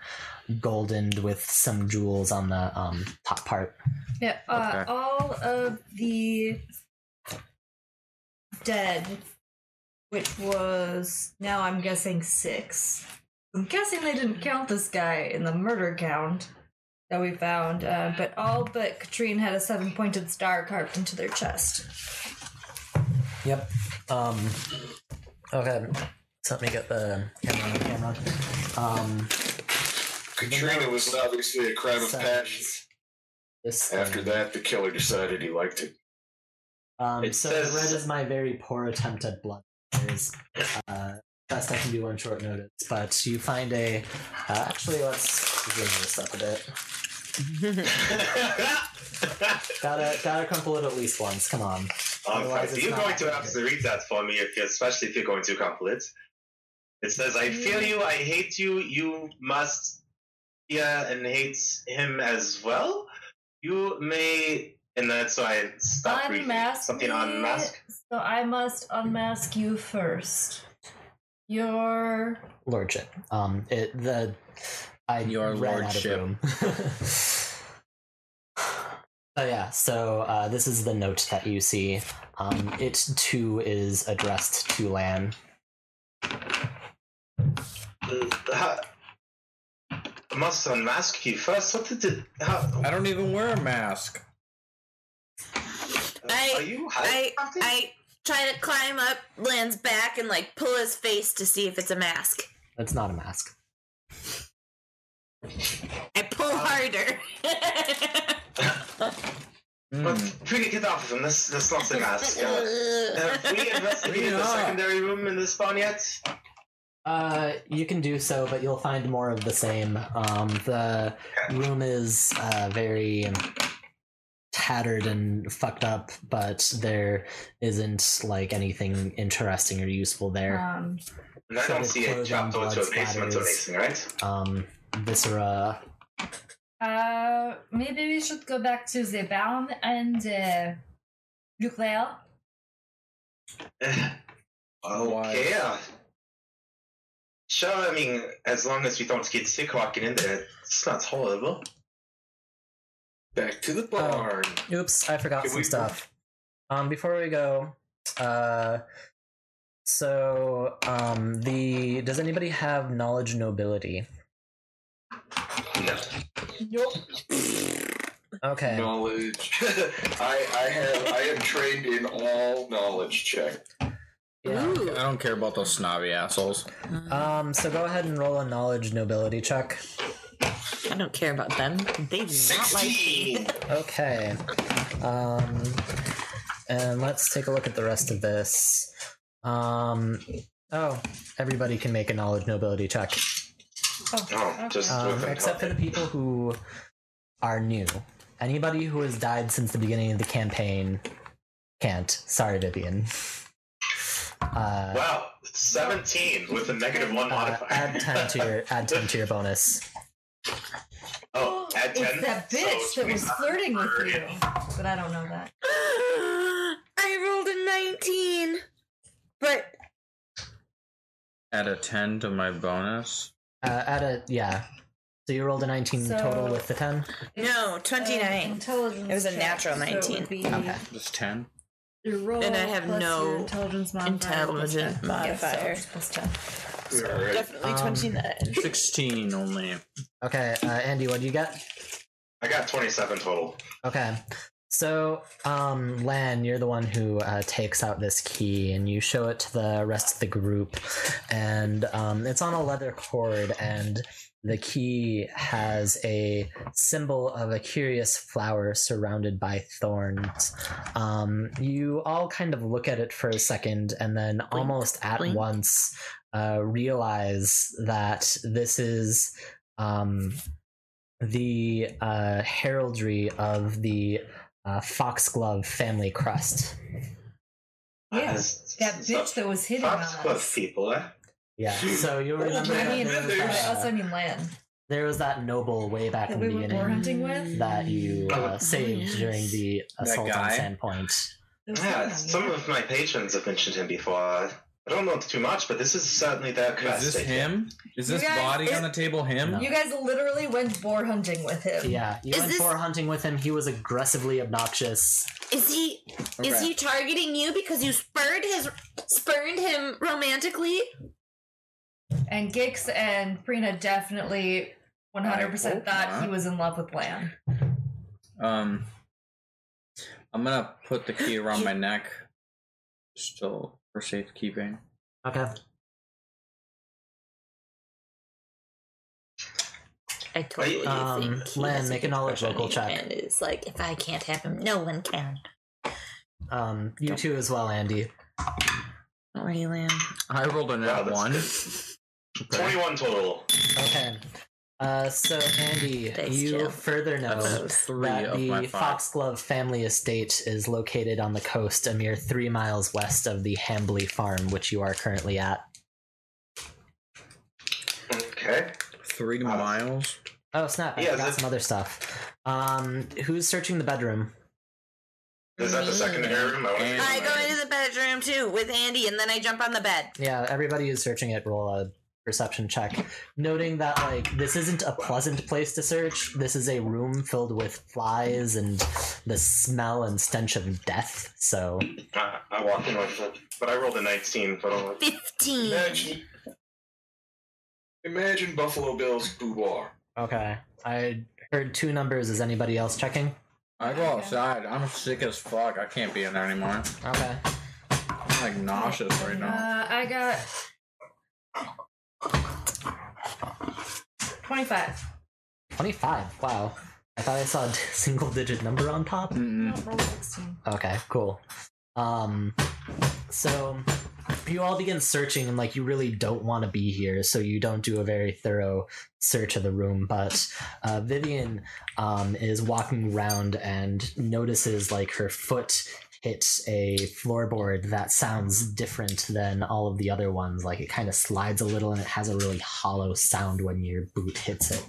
A: goldened with some jewels on the um, top part.
I: Yeah, uh,
A: Okay.
I: all of the dead, which was now I'm guessing six. I'm guessing they didn't count this guy in the murder count that we found, uh, but all but Katrine had a seven pointed star carved into their chest.
A: Yep. Um, okay. So let me get the camera on the camera. Um,
E: Katrina was obviously a crime of passion. After that, the killer decided he liked it.
A: um,
E: It
A: so
E: says-
A: red is my very poor attempt at blood. There's, uh, best I can do on short notice, but you find a. Uh, actually, let's bring this up a bit. gotta gotta crumple it at least once. Come on.
D: Um,
A: Otherwise
D: Christ,
A: it's
D: you're
A: not-
D: going to have to read that for me, if, especially if you're going to crumple it. It says,
H: Mm.
D: "I feel you. I hate you. You must fear and hate him as well. You may." And that's why I stopped reading.
I: Unmask
D: Something
I: me,
D: unmask.
I: So I must unmask you first. Your
A: lordship. Um, it the I your
F: lordship.
A: oh yeah. So uh, this is the note that you see. Um, it too is addressed to Lan.
D: Uh, How- I must unmask you first. What did it? How,
F: I don't even wear a mask.
C: I,
D: Are you
C: I, I try to climb up Lan's back and like pull his face to see if it's a mask.
A: That's not a mask.
C: I pull harder.
D: But Katrina, get off of him. That's that's not the mask. Uh, have we investigated the
A: Yeah.
D: secondary room in this barn yet?
A: Uh, you can do so, but you'll find more of the same. Um, the room is uh, very tattered and fucked up, but there isn't like anything interesting or useful there.
I: um,
D: And I don't
A: Shattered
D: see a
A: clothing,
D: chopped door to
A: blood
D: a basement or
A: splatters.
D: anything, right?
A: um, viscera.
G: Uh, maybe we should go back to the barn and uh, look there.
D: Okay. uh, Sure, I mean, as long as we don't get sick walking in there, it's not horrible.
E: Back to the barn.
A: Oops, I forgot
E: Can
A: some
E: we-
A: stuff. Um, before we go, uh, so um, the does anybody have knowledge nobility?
E: Nope.
A: Okay.
E: Knowledge. I I have I am trained in all knowledge check.
F: I don't care about those snobby assholes.
C: Uh-huh.
A: Um, so go ahead and roll a knowledge nobility check.
C: I don't care about them. They do not like me.
A: Okay. Um, and let's take a look at the rest of this. Um, Oh, everybody can make a knowledge nobility check.
I: Oh,
D: Oh, just
A: Um,
D: with
A: except for the people who are new. Anybody who has died since the beginning of the campaign can't. Sorry, Vivian. Uh,
D: Wow, 17 with a negative one modifier.
A: add ten to your add ten to your bonus.
D: Oh, add 10.
I: It's that bitch
D: So
I: that was flirting with you. But I don't know that.
C: I rolled a 19. But
F: Add a 10 to my bonus.
A: Uh, add a yeah. So you rolled a nineteen
C: So-
A: total with the ten.
C: no, 29. it was a natural 19.
A: Okay.
F: Just 10.
I: Your roll
C: And I have
I: plus
C: no
I: your intelligence modifier. plus
C: intelligence
I: ten.
C: modifier.
I: Yeah, so plus ten.
C: Definitely
A: Um,
C: 29.
F: 16 only.
A: Okay, uh, Andy, what do you get?
D: I got 27 total.
A: Okay. So, um, Lan, you're the one who uh, takes out this key and you show it to the rest of the group. And um, it's on a leather cord, and the key has a symbol of a curious flower surrounded by thorns. Um, you all kind of look at it for a second and then almost at once uh, realize that this is. Um, the uh, heraldry of the uh, foxglove family crest.
I: Yeah,
D: Yes.
I: that bitch that was hitting on us.
D: Foxglove people, eh?
A: Yeah. So you'll
I: I
A: remember that
I: mean,
A: there, was
I: I also
A: that,
I: mean land.
A: there was that noble way back in
I: That
A: the
I: we were boar
A: beginning
I: hunting with.
A: that you uh, saved
I: yes.
A: during the
F: That
A: assault on
F: guy?
A: Sandpoint.
D: Yeah, some of my patrons have mentioned him before. I don't know too much, but this is certainly their crest.
F: Is this
D: I think.
F: him? Is
I: You
F: this
I: guys-
F: body
I: is-
F: on the table him?
I: You guys literally went boar hunting with him.
A: Yeah, you
C: Is
A: went
C: this-
A: boar hunting with him. He was aggressively obnoxious.
C: Is he is
A: Okay.
C: he targeting you because you spurred his spurned him romantically?
I: And Gix and Prina definitely 100%
F: I hope
I: thought
F: not.
I: he was in love with Lan.
F: Um, I'm gonna put the key around my neck, still for safekeeping.
A: Okay.
C: I totally
A: Um,
C: think he
A: Lan,
C: has a
A: make a
C: good
A: knowledge
C: crush on
A: local
C: you,
A: check.
C: And it's like if I can't have him, no one can.
A: Um, you too as well, Andy.
C: Don't worry, Lan.
F: I rolled a
D: Wow,
F: net
D: that's
F: one.
D: good. 21 total.
A: Okay. Uh, so Andy, you further know
F: That's three
A: that
F: of
A: the
F: my five.
A: Foxglove family estate is located on the coast, a mere three miles west of the Hambley farm, which you are currently at.
D: Okay.
F: Three miles.
A: Oh snap! I
D: Uh, Yeah,
A: forgot
D: that's-
A: some other stuff. Um, who's searching the bedroom?
D: Is that the secondary room? I want
C: I go into the bedroom too with Andy, and then I jump on the bed.
A: Yeah, everybody who's searching it, roll a perception check, noting that like this isn't a pleasant place to search. This is a room filled with flies and the smell and stench of death. So
D: I, I walk in, like, but I rolled a 19, but I'm like,
C: Fifteen.
E: Imagine, imagine Buffalo Bill's boudoir.
A: okay, I heard two numbers. Is anybody else checking?
F: I go outside. I'm sick as fuck. I can't be in there anymore.
A: Okay.
F: I'm like nauseous right now.
I: Uh, I got 25.
A: 25. Wow. I thought I saw a single digit number on top.
G: Mm-hmm.
I: Oh, roll 16.
A: Okay, cool. Um, so you all begin searching, and like you really don't want to be here, so you don't do a very thorough search of the room. But uh, Vivian um, is walking around and notices like her foot hits a floorboard that sounds different than all of the other ones. Like it kind of slides a little, and it has a really hollow sound when your boot hits it.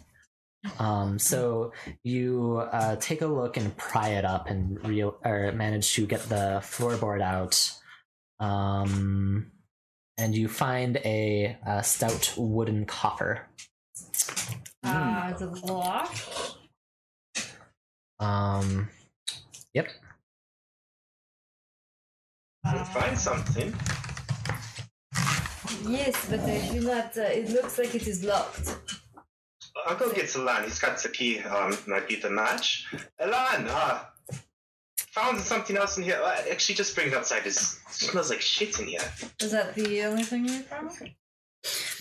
A: Um, so you uh, take a look and pry it up and real or manage to get the floorboard out. Um, and you find a, uh stout wooden coffer. hmm.
I: Uh, it's a lock.
A: Um, yep.
D: "We'll find something.
I: Yes, but I do not. Uh, it looks like it is locked.
D: I'll go get Solan. He's got the key. Um, might be the match. Elan, uh, found something else in here. Uh, actually, just bring it outside. It smells like shit in here.
I: Is that the only thing you found?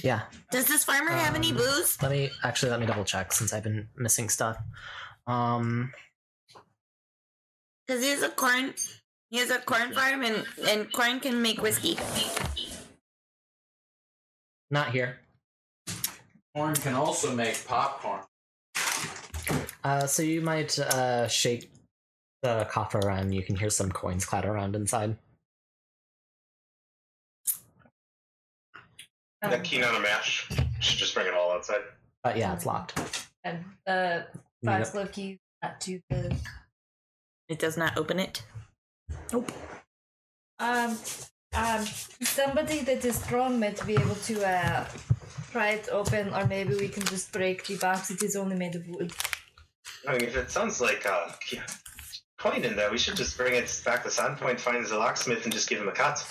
A: Yeah.
C: Does this farmer have any
A: Um,
C: booze?
A: Let me actually let me double check since I've been missing stuff. Um,
C: Because he has a corn, he has a corn farm, and and corn can make whiskey.
A: Not here.
P: Corn can also make popcorn.
A: Uh, so you might uh, shake the coffer around. You can hear some coins clatter around inside.
D: That keen on a mash. Should just bring it all outside.
A: But yeah, it's locked.
G: And the five slow keys not to the.
C: It does not open it.
G: Um,
I: Um, somebody that is strong might be able to uh, pry it open, or maybe we can just break the box. It is only made of wood.
D: I mean, if it sounds like a coin in there, we should just bring it back to Sandpoint, find the locksmith, and just give him a cut.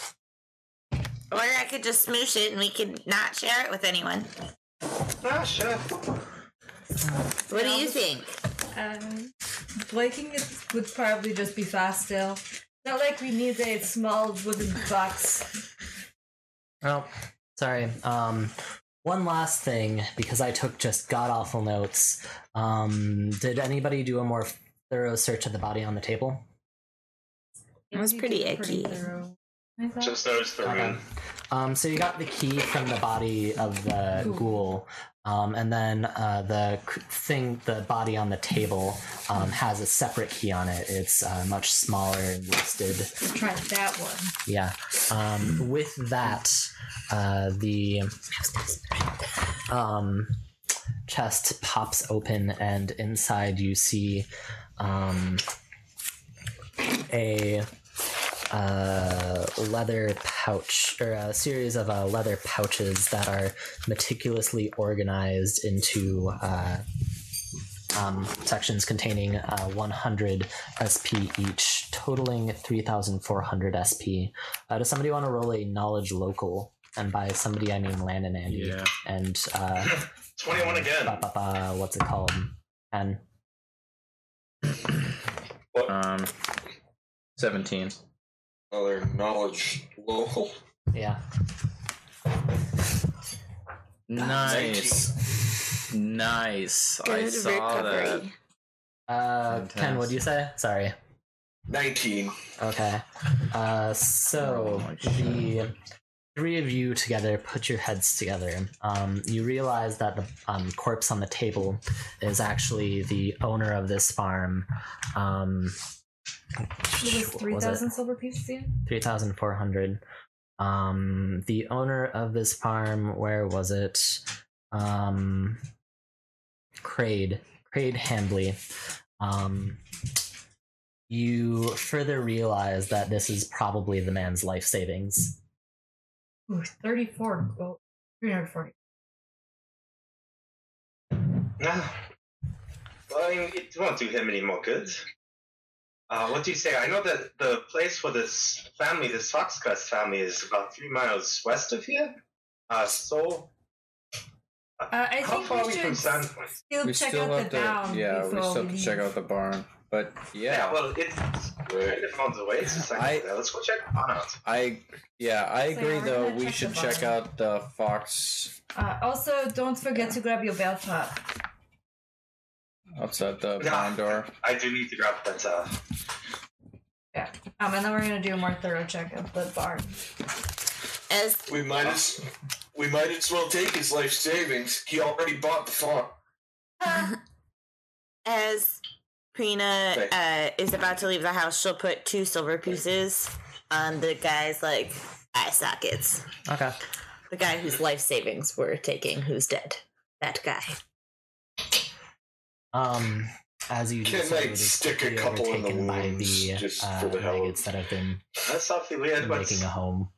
C: Or I could just smoosh it and we could not share it with anyone.
D: Ah, sure.
C: What do you think?
I: Um, breaking it would probably just be fast still. Not like we need a small wooden box.
A: Oh, sorry. Um, one last thing because I took just god awful notes. Um, did anybody do a more thorough search of the body on the table?
C: It was pretty icky.
D: Just notice the
A: Okay.
D: rune.
A: Um, so you got the key from the body of the ghoul, um, and then uh, the c- thing, the body on the table, um, has a separate key on it. It's uh, much smaller and listed.
I: Try that one.
A: Yeah. Um, with that, uh, the um, chest pops open, and inside you see um, a uh, leather pouch or a series of uh, leather pouches that are meticulously organized into uh, um, sections containing uh, 100 SP each, totaling 3,400 SP. Uh, does somebody want to roll a knowledge local? And by somebody, I mean Lan and Andy.
P: Yeah.
A: And uh,
D: 21 again.
A: ba, ba, ba, what's it called? And
F: Um, seventeen.
D: Oh,
E: Other knowledge local.
A: yeah.
F: Nice. Nice. I
A: Good
F: saw
A: recovery. Uh, Ken, what do you say? Sorry.
E: 19.
A: Okay. Uh, so the three of you together put your heads together. Um, you realize that the um, corpse on the table is actually the owner of this farm. Um,
I: It was
A: What was it?
I: 3,000 silver pieces in?
A: 3,400. Um, the owner of this farm, where was it? Um, Crade. Crade Hambly. Um, you further realize that this is probably the man's life savings.
I: Ooh, 34 gold. 340.
D: Nah. Ah. Well, I mean, it won't do him any more good. Uh, what do you say? I know that the place for this family, this Foxcrest family, is about three miles west of here. Uh, so,
I: Uh, I
D: how
I: think
D: far are
I: we
D: we from
I: should
D: Sandpoint?
I: still check out the down.
F: yeah, we
I: before
F: still have to
I: leave.
F: check out the barn. But yeah,
D: Yeah, well, it's kind of on the way. It's just like, let's go check it out.
F: I yeah, I
I: So
F: agree
I: we're
F: though.
I: gonna
F: We
I: check
F: should
I: the
F: check
I: barn.
F: out the fox
I: Uh, also, don't forget to grab your bell trap.
F: outside the
D: Nah.
F: barn door.
D: I do need to grab that. Uh,
I: Yeah. Um, and then we're gonna do a more thorough check of the barn.
C: As
E: We might as we might as well take his life savings. He already bought the farm.
C: As Prina uh, is about to leave the house, she'll put two silver pieces on the guy's like eye sockets.
A: Okay.
C: The guy whose life savings we're taking, who's dead. That guy.
A: Um, as you do
E: Can
A: so,
E: I
A: it is
E: stick a
A: quickly
E: couple in the
A: overtaken by
E: wounds
A: the,
E: just
A: uh,
E: for the hell
A: maggots that have been
D: that's awfully weird, but
A: making a home.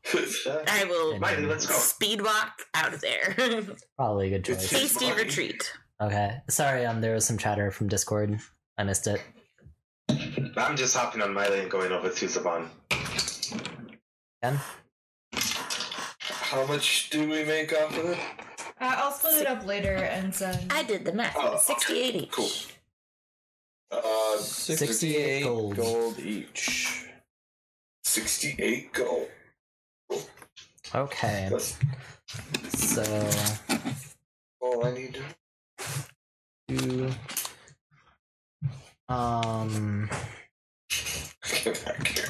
C: I will
A: Miley, let's go.
C: speed walk out of there.
A: Probably a good choice.
C: Hasty retreat.
A: Okay. Sorry, um, there was some chatter from Discord. I missed it.
D: I'm just hopping on my lane going over to Zaban.
A: Ken?
E: How much do we make off of it?
I: Uh, I'll split it up later and send.
C: I did the math.
E: Oh,
C: 68 each.
E: Cool. Uh,
A: 68 gold.
E: each. 68 gold.
A: Okay. So
E: All I need to
A: do um
E: get back here.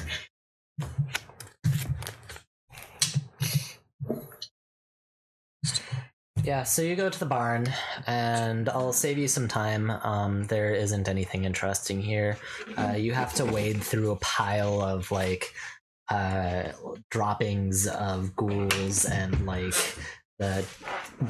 A: Yeah, so you go to the barn, and I'll save you some time. Um, there isn't anything interesting here. Uh, you have to wade through a pile of like uh, droppings of ghouls and like the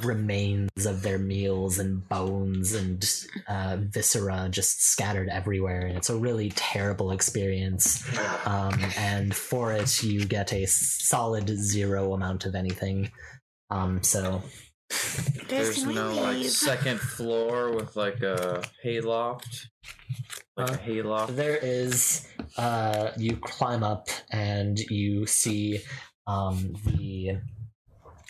A: remains of their meals and bones and uh, viscera just scattered everywhere, and it's a really terrible experience. Um, and for it, you get a solid zero amount of anything. Um, so
F: There's no like second floor with like a hayloft. Like a hayloft.
A: Uh, There is. Uh, you climb up and you see um, the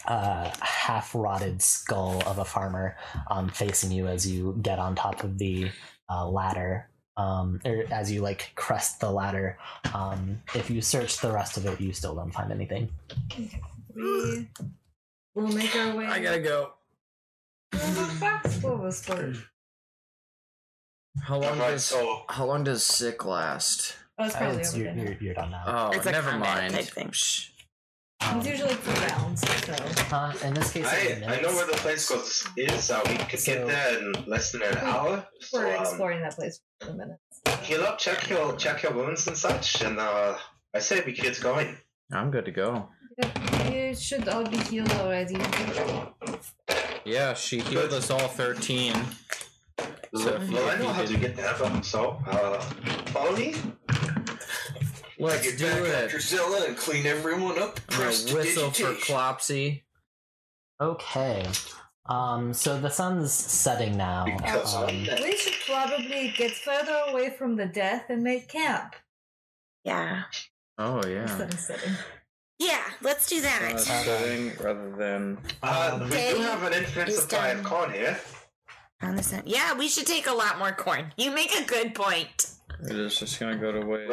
A: uh, half rotted skull of a farmer um, facing you as you get on top of the uh, ladder. Um, or as you like crest the ladder, um, if you search the rest of it, you still don't find anything.
I: We will make our way.
F: I gotta go.
I: Well, the fox will was first.
F: How long does how long does sick last?
I: Oh, it's probably Uh, it's- over you're- by now.
A: you're, done
F: Oh,
A: now. It's a
F: never
A: combat
F: mind.
A: type
F: Shh.
I: It's usually four rounds, so.
A: Uh, in this case,
D: I, I know where the place goes is. Uh, we could get there in less than an hour.
I: We're
D: So, um,
I: exploring that place for a minute.
D: heal up, check your check your wounds and such, and uh, I say we get going.
F: I'm good to go.
I: You should all be healed already.
F: Yeah, she healed us all thirteen. So if you,
D: Well, I
F: if
D: know
F: you
D: how to
F: didn't-
D: get there, but- so uh, follow me.
F: Let's do it.
E: Drizella and clean everyone up.
F: I'm gonna whistle for
E: Prestidigitation.
F: Clopsy.
A: Okay. Um, so the sun's setting now. Um,
I: We should probably get further away from the death and make camp.
C: Yeah.
F: Oh yeah.
I: Sun is setting.
C: Yeah, let's do that.
F: Setting rather than.
D: Uh, we do
C: Day
D: have an infinite
C: is
D: supply
C: done.
D: of corn here.
C: Yeah, we should take a lot more corn. You make a good point.
F: It is just gonna go to waste.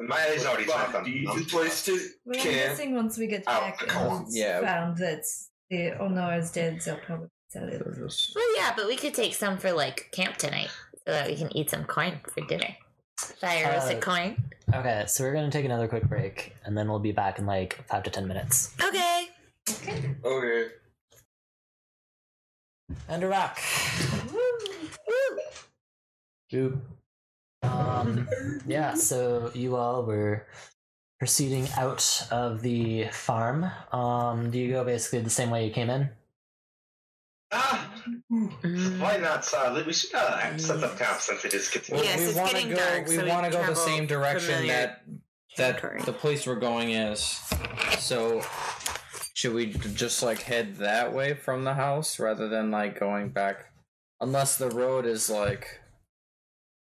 D: my eyes already
E: Fuck, do you even place to
I: We're
E: camp?
I: missing once we get
D: Oh,
I: back and it's
F: Yeah.
I: found that the owner is dead, they'll probably sell it.
C: Well, yeah, but we could take some for like camp tonight so that we can eat some corn for dinner. Fire roasted
A: Uh,
C: corn.
A: Okay, so we're gonna take another quick break, and then we'll be back in like five to ten minutes.
C: Okay.
E: Okay.
A: And a rock. Boop. Um, yeah, so you all were proceeding out of the farm. Um, do you go basically the same way you came in?
D: Ah, why not? Uh, we should uh, set up camp since it is continuing.
F: we wanna go, We want to go the same direction that that the place we're going is. So, should we d- just like head that way from the house rather than like going back? Unless the road is like.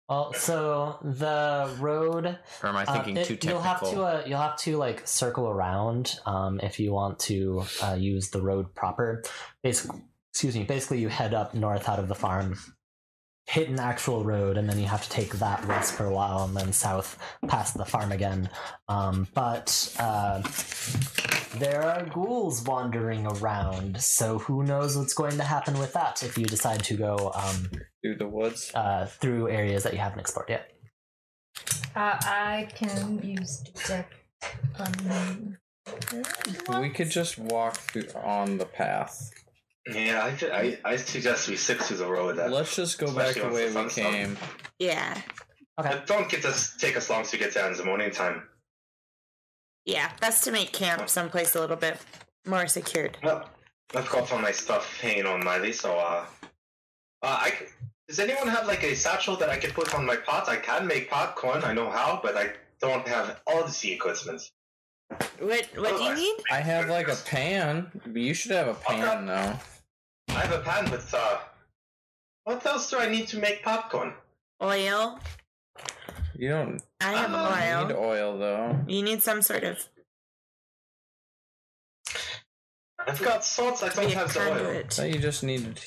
A: Well, so the road.
F: Or am I
A: uh,
F: thinking
A: it-
F: too
A: You'll have to
F: technical?
A: uh, you'll have to like circle around um, if you want to uh, use the road proper. Basically, excuse me. Basically, you head up north out of the farm, hit an actual road, and then you have to take that west for a while, and then south past the farm again. Um, but uh, there are ghouls wandering around, so who knows what's going to happen with that if you decide to go um,
F: through the woods,
A: uh, through areas that you haven't explored yet.
G: Uh, I can use detect unknown.
F: We could just walk through on the path.
D: Yeah, I, ju- I, I suggest we stick to the road. Uh,
F: Let's just go back the way we came.
C: Yeah.
D: But don't get us take us long to get there in the morning time.
C: Yeah, best to make camp someplace a little bit more secured.
D: Well, I've got all my stuff hanging on Miley, so uh, uh I c- does anyone have like a satchel that I could put on my pot? I can make popcorn, I know how, but I don't have all the equipment.
C: What What do you need?
F: I have like a pan. You should have a pan now.
D: I have a pan with uh. What else do I need to make popcorn?
C: Oil.
F: You don't.
C: I have
F: you
C: oil.
F: need oil though.
C: You need some sort of.
D: I've got salts. I don't have the oil.
F: So you just need.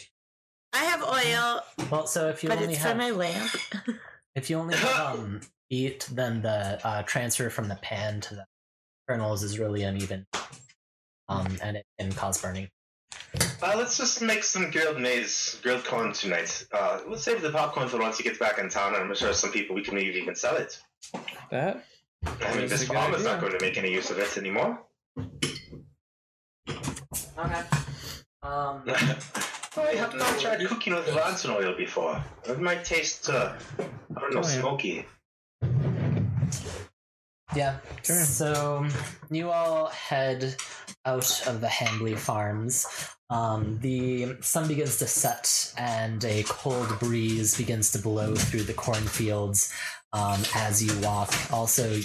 C: I have oil,
A: Well, so if you
C: but
A: only
C: it's
A: have
C: for my lamp.
A: If you only have, um, eat, then the uh, transfer from the pan to the kernels is really uneven, um, and it can cause burning.
D: Uh, let's just make some grilled maize, grilled corn tonight. Uh, we'll save the popcorn for once he gets back in town, and I'm sure some people we can maybe even sell it.
F: That?
D: I mean,
F: That's
D: this
F: a good
D: farmer's not
F: idea.
D: going to make any use of it anymore.
A: Okay. Um,
D: I have not tried cooking with Ransom oil before. It might taste, uh, I don't know,
F: Oh,
D: smoky.
A: Yeah. So you all head out of the Handley Farms. Um, the sun begins to set, and a cold breeze begins to blow through the cornfields um, as you walk. Also,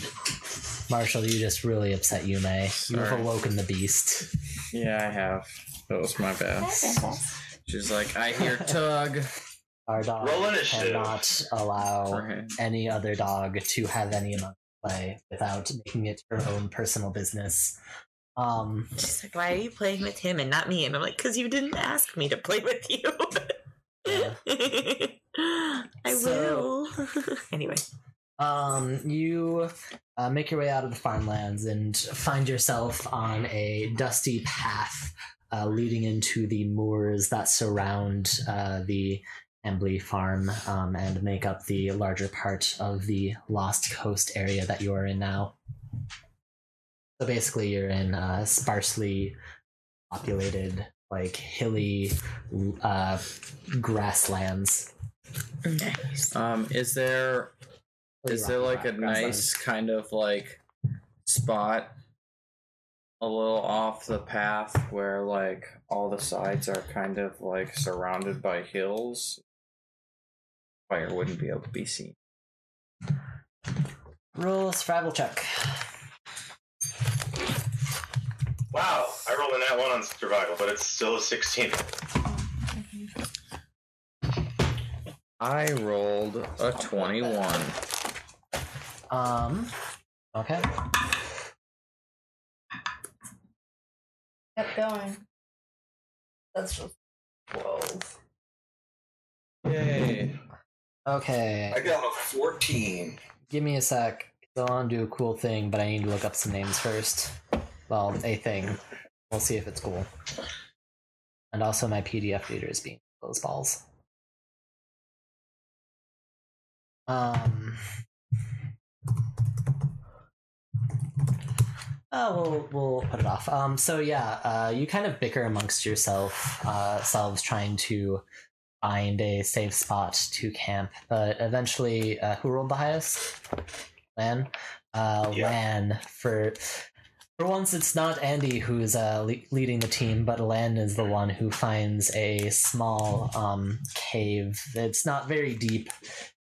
A: Marshall, you just really upset Yume. You have
F: Sorry.
A: awoken the beast.
F: Yeah, I have. That was my bad. She's like, I hear tug.
A: Our dog
F: Roll initiative.
A: cannot allow any other dog to have any amount of play without making it her own personal business. Um,
C: She's like, why are you playing with him and not me? And I'm like, because you didn't ask me to play with you. I will. anyway.
A: Um, you uh, make your way out of the farmlands and find yourself on a dusty path uh, leading into the moors that surround uh, the Embley farm um, and make up the larger part of the Lost Coast area that you are in now. So basically, you're in a sparsely populated, like hilly uh, grasslands.
F: Um, is there is there like a nice kind of like spot a little off the path where like all the sides are kind of like surrounded by hills? Fire wouldn't be able to be seen.
A: Roll a survival check.
D: Wow, I rolled a nat one on survival, but it's still a 16.
F: I rolled a twenty-one.
A: Um, okay.
G: Kept going. That's just whoa.
F: Yay.
A: Okay.
E: I got a 14.
A: Give me a sec. I want to do a cool thing, but I need to look up some names first. Well, a thing. We'll see if it's cool. And also, my PDF reader is being those balls. Um. Oh, we'll we'll put it off. Um. So yeah, uh, you kind of bicker amongst yourself, uh, selves trying to find a safe spot to camp, but eventually, uh, who rolled the highest? Lan. Uh, Lan for for once, it's not Andy who's uh, le- leading the team, but Lan is the one who finds a small um, cave. It's not very deep.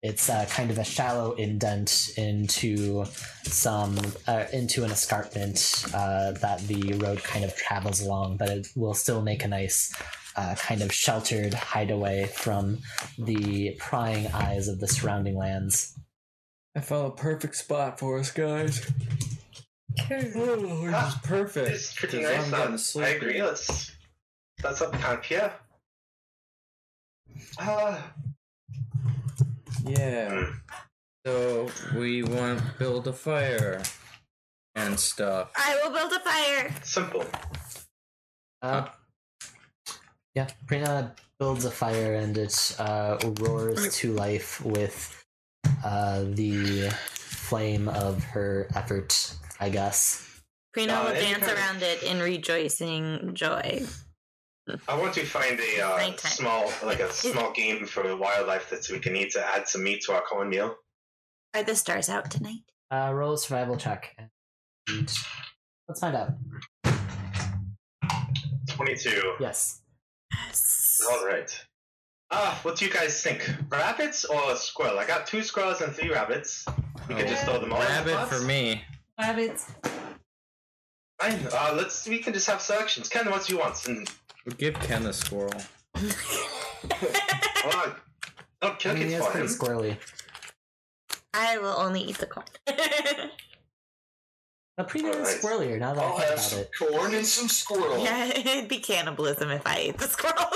A: It's uh, kind of a shallow indent into some uh, into an escarpment uh, that the road kind of travels along, but it will still make a nice uh, kind of sheltered hideaway from the prying eyes of the surrounding lands.
O: I found a perfect spot for us, guys. Oh, we're just perfect.
D: It's pretty
O: 'cause
D: nice.
O: I'm getting
D: uh, I
O: sleepy.
D: agree. Let's, let's up camp here. Uh, Mm.
F: Yeah. So we want to build a fire and stuff.
B: I will build a fire.
D: Simple.
A: Uh, yeah, Prina builds a fire and it uh, roars to life with uh, the flame of her effort, I guess.
C: Prina
D: Uh,
C: will
D: any
C: dance
D: kind of-
C: around it in rejoicing joy.
D: I want to find a uh, small, like a small game for wildlife that we can eat to add some meat to our cornmeal.
C: Are the stars out tonight?
A: Uh, roll a survival check. And let's find out.
D: 22.
A: Yes.
D: All right. Ah, what do you guys think? Rabbits or squirrel? I got two squirrels and three rabbits. We could just throw them all. in the
F: Oh. Rabbit
D: box.
F: for me.
I: Rabbits.
D: Fine. Uh, let's. We can just have selections. Ken, what do you want? And
F: We'll give Ken the squirrel.
D: oh, oh, Ken
A: I mean, it's
D: gets for
A: pretty
D: him.
A: squirrely.
C: I will only eat the corn.
A: But Prina is squirrelier now that I think about it.
E: Corn and some squirrel.
C: Yeah, it'd be cannibalism if I ate the squirrel.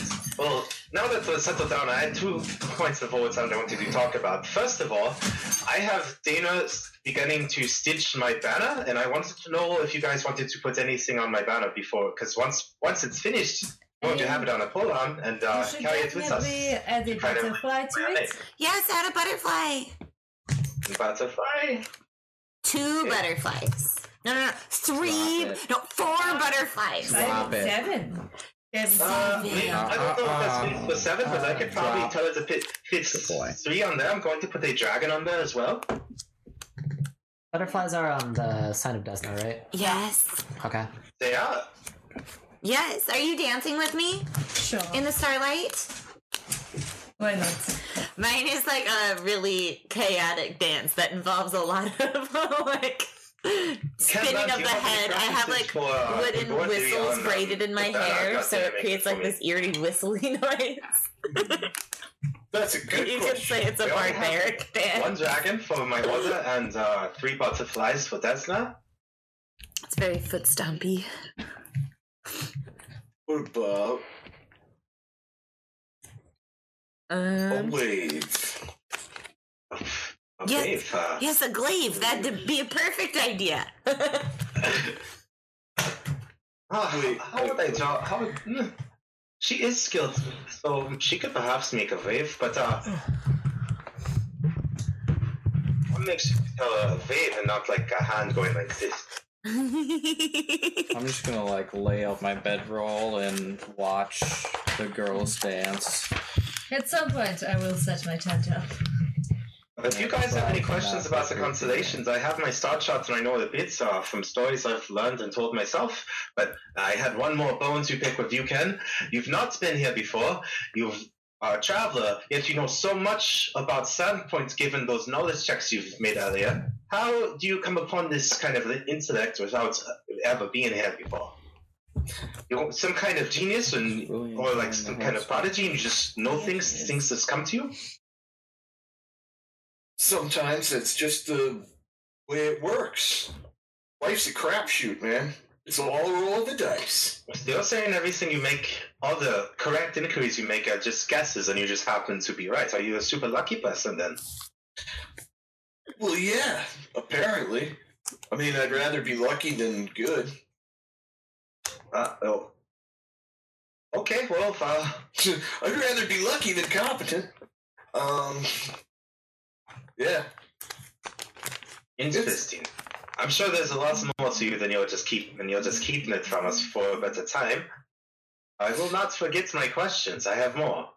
D: Well, now that we're settled down, I had two points of overtime that I wanted to talk about. First of all, I have Dana s- beginning to stitch my banner, and I wanted to know if you guys wanted to put anything on my banner before, because once once it's finished, we're going to have it on a pull on and uh,
I: you should
D: carry it with us.
I: definitely add a
D: Kind of-
I: butterfly to it.
B: Yes, add a butterfly.
D: Butterfly.
B: Two butterflies.
C: No, no, no. Three,
F: Drop it.
C: no, four butterflies.
F: Drop it.
I: Seven.
D: Uh, we- I don't know if
F: Uh,
D: that's fits for seven, but I could probably
F: drop.
D: tell it to fit fits three on there. I'm going to put a dragon on there as well.
A: Butterflies are on the sign of Desna, right?
C: Yes.
A: Okay.
D: They are.
C: Yes. Are you dancing with me?
I: Sure.
C: In the starlight?
I: Why not?
C: Mine is like a really chaotic dance that involves a lot of like spinning
G: Kat,
C: of
G: do you
C: the
G: have any
C: head. I have like
G: for, uh,
C: wooden
G: embroidery
C: whistles
G: on, um,
C: braided in my
G: that, uh,
C: hair, so
G: goddamn
C: it creates like this eerie whistly noise.
K: That's a good
C: You
D: question.
C: could say it's a
D: We only have
C: barbaric dance.
D: One dragon for my order and uh, three butterflies for Desna.
C: It's very foot stompy.
K: What about a
C: Um,
K: wave?
D: A
C: yes,
D: wave, uh,
C: yes, a glaive. That'd be a perfect idea.
D: Ah, how would I draw? How would, hmm. She is skilled, so she could perhaps make a wave, but uh, what makes you tell a wave and not like a hand going like this?
F: I'm just gonna like lay out my bedroll and watch the girls dance.
I: At some point, I will set my tent up.
D: If you guys have any questions about the constellations, I have my star charts and I know what the bits are from stories I've learned and told myself. But I had one more bone to pick with you, Ken. You've not been here before. You've are a traveler, yet you know so much about Sandpoint given those knowledge checks you've made earlier. How do you come upon this kind of intellect without ever being here before? You know, some kind of genius and, or like some kind of prodigy and you just know things, things just come to you?
K: Sometimes it's just the way it works. Life's a crapshoot, man. It's all a roll of the dice.
D: Still saying everything you make, all the correct inquiries you make are just guesses, and you just happen to be right. Are you a super lucky person then?
K: Well, yeah, apparently. I mean, I'd rather be lucky than good.
D: Uh oh. Okay, well, uh,
K: I'd rather be lucky than competent. Um, yeah.
D: Interesting. I'm sure there's a lot more to you than you're just keep than you're just keeping it from us for a better time. I will not forget my questions. I have more.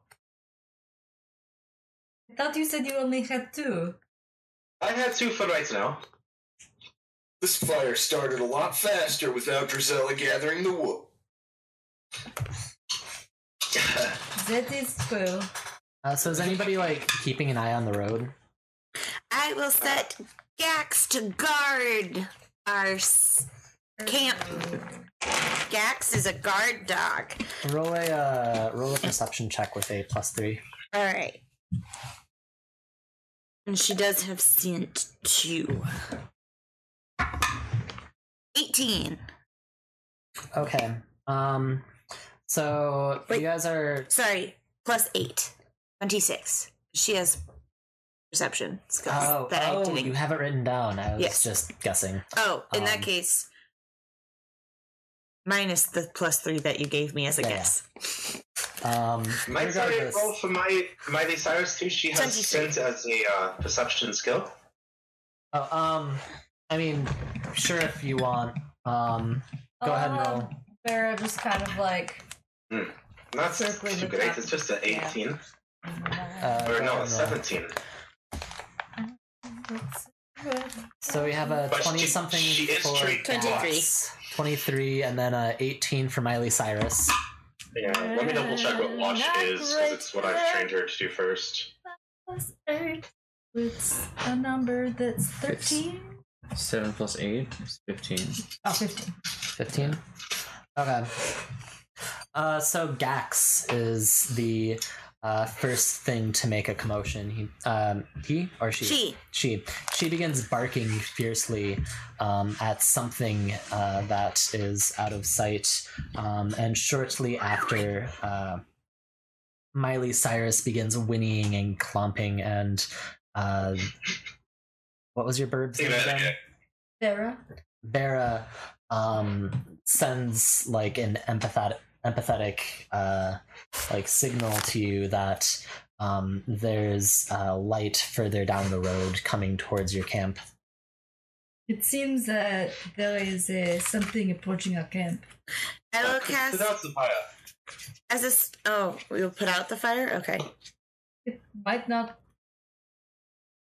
I: I thought you said you only had two.
D: I had two for right now.
K: This fire started a lot faster without Drizella gathering the wood.
I: That is true.
A: Uh, so is anybody like keeping an eye on the road?
C: I will set Gax to guard our s- camp. Gax is a guard dog.
A: Roll a uh, roll a perception check with a plus three.
C: All right. And she does have scent too. 18.
A: Okay. Um. So you guys are
C: Sorry, plus 8. 26. She has perception skills
A: oh
C: that I
A: oh
C: didn't.
A: you have it written down. I was
C: Yes.
A: just guessing.
C: oh, in that
A: um,
C: case, minus the plus 3 that you gave me as a
A: Yeah, yeah.
C: guess.
A: Um,
D: Might I
A: regardless,
D: roll for my Miley Cyrus too? She has scent as a uh, perception skill.
A: oh, um, I mean, sure if you want. Um, go ahead and roll.
I: Vera just kind of like
D: Hmm. Not
I: Circling the
D: too great.
I: top.
D: It's just an
I: Yeah.
D: 18.
A: Uh, go
D: Or
A: ahead
D: no,
A: and
D: a
A: roll.
D: 17.
A: So we have a
D: But she-
A: twenty something
D: she is
A: for
D: treated
A: Dax, twenty-three, and then a eighteen for Miley Cyrus.
H: Yeah, let me double check what watch is, because it's what I've trained her to do first.
I: plus eight. It's a number that's thirteen.
F: Seven plus eight is fifteen.
I: Oh, fifteen.
A: 15 okay uh, so gax is the uh, first thing to make a commotion he um, he or she
C: She.
A: she she begins barking fiercely um, at something uh, that is out of sight um, and shortly after uh, miley cyrus begins whinnying and clomping and uh, what was your bird's name again?
I: Vera.
A: Vera um, sends like an empathetic, empathetic uh, like signal to you that um, there's uh, light further down the road coming towards your camp.
I: It seems that there is uh, something approaching our camp.
B: I will cast
D: the fire.
B: as a s- oh, we'll put out the fire. Okay.
I: Might not.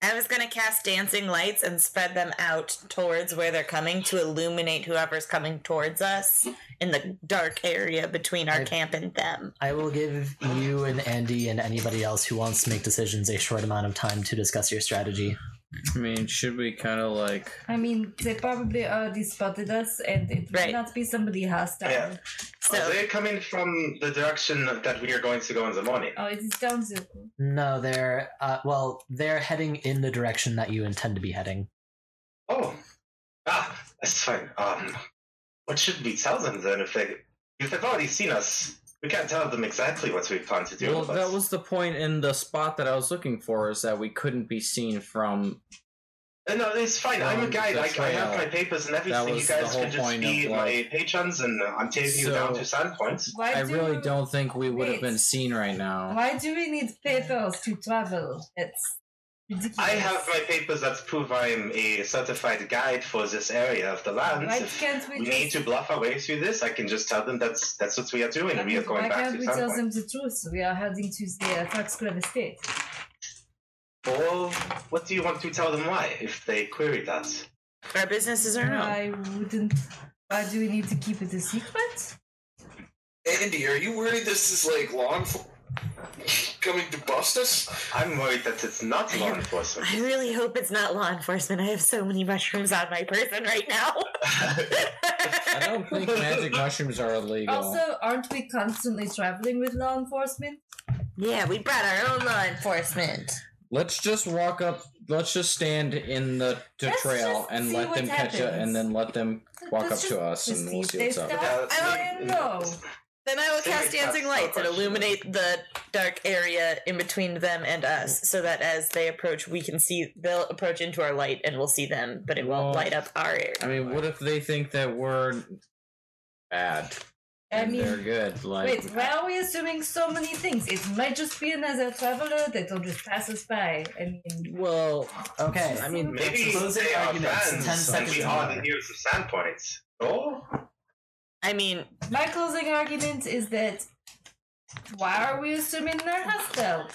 C: I was gonna cast dancing lights and spread them out towards where they're coming to illuminate whoever's coming towards us in the dark area between our camp and them.
A: I will give you and Andy and anybody else who wants to make decisions a short amount of time to discuss your strategy.
F: I mean, should we kind of like
I: I mean, they probably already spotted us, and it might not be somebody hostile.
D: Yeah. Are they coming from the direction that we are going to go in the morning?
I: Oh, it is down circle.
A: No, they're uh, well, they're heading in the direction that you intend to be heading.
D: Oh, ah, that's fine. Um, what should we tell them then if they if they've already seen us? We can't tell them exactly what we plan to do.
F: Well,
D: but
F: that was the point in the spot that I was looking for is that we couldn't be seen from.
D: Uh, no, it's fine. I'm a
F: from
D: guide.
F: the
D: I, I have
F: trail.
D: my papers and
F: uh, That
D: everything. You
F: was the
D: guys
F: whole
D: can just
F: point of,
D: be my
F: like-
D: patrons, and uh, I'm taking you down
F: So-
D: to Sandpoint.
I: Why
F: I
I: do-
F: really don't think we would have
I: Wait.
F: been seen right now.
I: Why do we need papers to travel? It's ridiculous.
D: I have my papers that prove I'm a certified guide for this area of the land.
I: Why
D: If
I: can't we
D: we need
I: just-
D: to bluff our way through this. I can just tell them that's that's what we are doing, and we are going
I: Why
D: back
I: can't
D: to
I: we tell
D: Sandpoint.
I: them the truth? We are heading to the uh, Foxglove Estate.
D: Or what do you want to tell them why if they query that?
C: Our businesses are not.
I: I wouldn't. Why do we need to keep it a secret?
E: Andy, are you worried this is like law enforcement coming to bust us?
D: I'm worried that it's not law enforcement.
C: I really hope it's not law enforcement. I have so many mushrooms on my person right now.
F: I don't think magic mushrooms are illegal.
I: Also, aren't we constantly traveling with law enforcement?
C: Yeah, we brought our own law enforcement.
F: let's just walk up. Let's just stand in the, the
C: Let's
F: trail
C: just
F: and
C: see
F: let
C: what
F: them catch it,
C: happens.
F: and then let them walk up to us, and we'll see what's up.
C: I will, Then I will cast dancing lights and illuminate the dark area in between them and us, so that as they approach, we can see. They'll approach into our light, and we'll see them, but it won't
F: Well,
C: light up our area.
F: I mean, what if they think that we're bad?
I: I
F: and
I: mean-
F: they're good. Like,
I: Wait, why are we assuming so many things? It might just be another traveler that'll just pass us by. I mean,
F: well,
A: Okay,
D: I mean, maybe they are friends, and we are the heroes of Sandpoint. Oh, No,
C: I mean,
I: my closing argument is that why are we assuming they're hostile?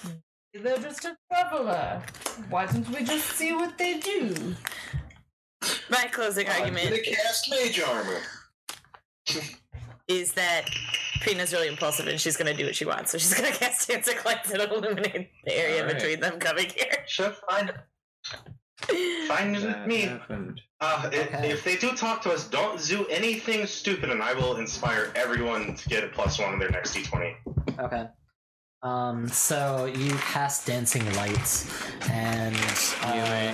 I: They're just a traveler. Why don't we just see what they do?
C: My closing argument.
E: gonna cast mage armor.
C: Is that Prina's really impulsive and she's gonna do what she wants, so she's gonna cast dancing lights and illuminate the area
D: All right.
C: between them coming here.
D: Sure, fine. Fine with
F: That
D: me.
F: happened.
D: Uh, i If they do talk to us, don't do anything stupid, and I will inspire everyone to get a plus one in their next E d20.
A: Okay. Um, so you cast dancing lights, and uh,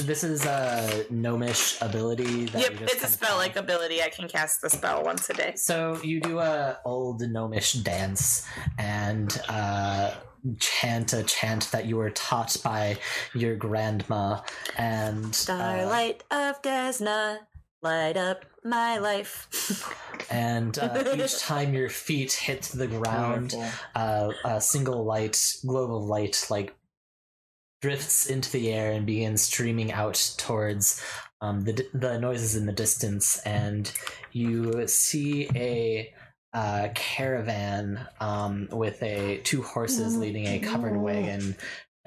A: this is a gnomish ability that
C: Yep,
A: you just
C: it's a spell like ability. I can cast the spell once a day.
A: So you do a old gnomish dance and uh, chant a chant that you were taught by your grandma, and uh,
C: Starlight of Desna, light up my life.
A: and uh, each time your feet hit the ground, uh, a single light globe of light like drifts into the air and begins streaming out towards um, the the noises in the distance, and you see a uh, caravan um, with a two horses leading a covered wagon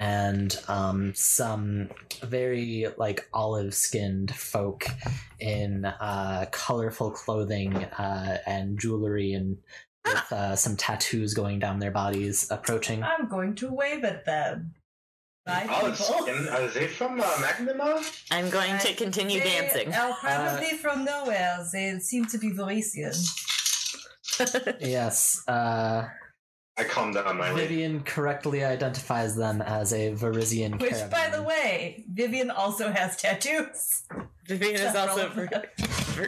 A: and um, some very like olive skinned folk in uh, colorful clothing uh, and jewelry and with uh, some tattoos going down their bodies approaching.
I: I'm going to wave at them. Bye,
D: Olive
I: people.
D: skin, are they from uh, Magnema?
C: I'm going to continue
I: They
C: dancing. Uh,
I: are probably from nowhere. They seem to be Vorisian.
A: yes. Uh,
D: I calmed down my lady.
A: Vivian correctly identifies them as a Verizian
I: Which,
A: caravan.
I: by the way, Vivian also has tattoos.
C: Vivian
I: is also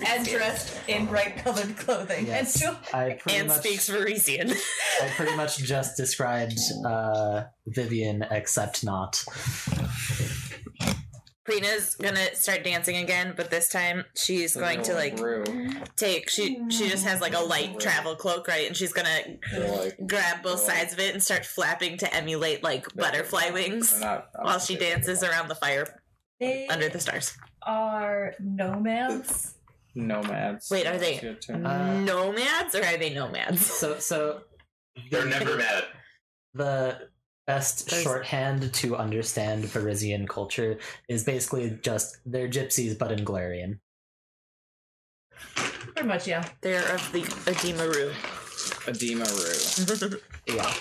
I: and dressed in bright colored clothing.
A: Yes.
I: And so
A: I pretty much,
C: Varisian.
A: I pretty much just described uh, Vivian, except not.
C: Prina's gonna start dancing again, but this time she's going to like take she she just has like a light travel cloak, right? And she's gonna grab both sides of it and start flapping to emulate like butterfly wings
F: not- I'm
C: while she dances around the fire.
I: They
C: under the stars.
I: are nomads.
F: Nomads.
C: Wait, are they nomads or are they nomads?
A: So, so
D: They're never mad.
A: the best
C: There's-
A: shorthand to understand Parisian culture is basically just they're gypsies but in Galarian.
I: Pretty much, yeah.
C: They're of the Edema Rue.
F: Edema Rue.
A: yeah.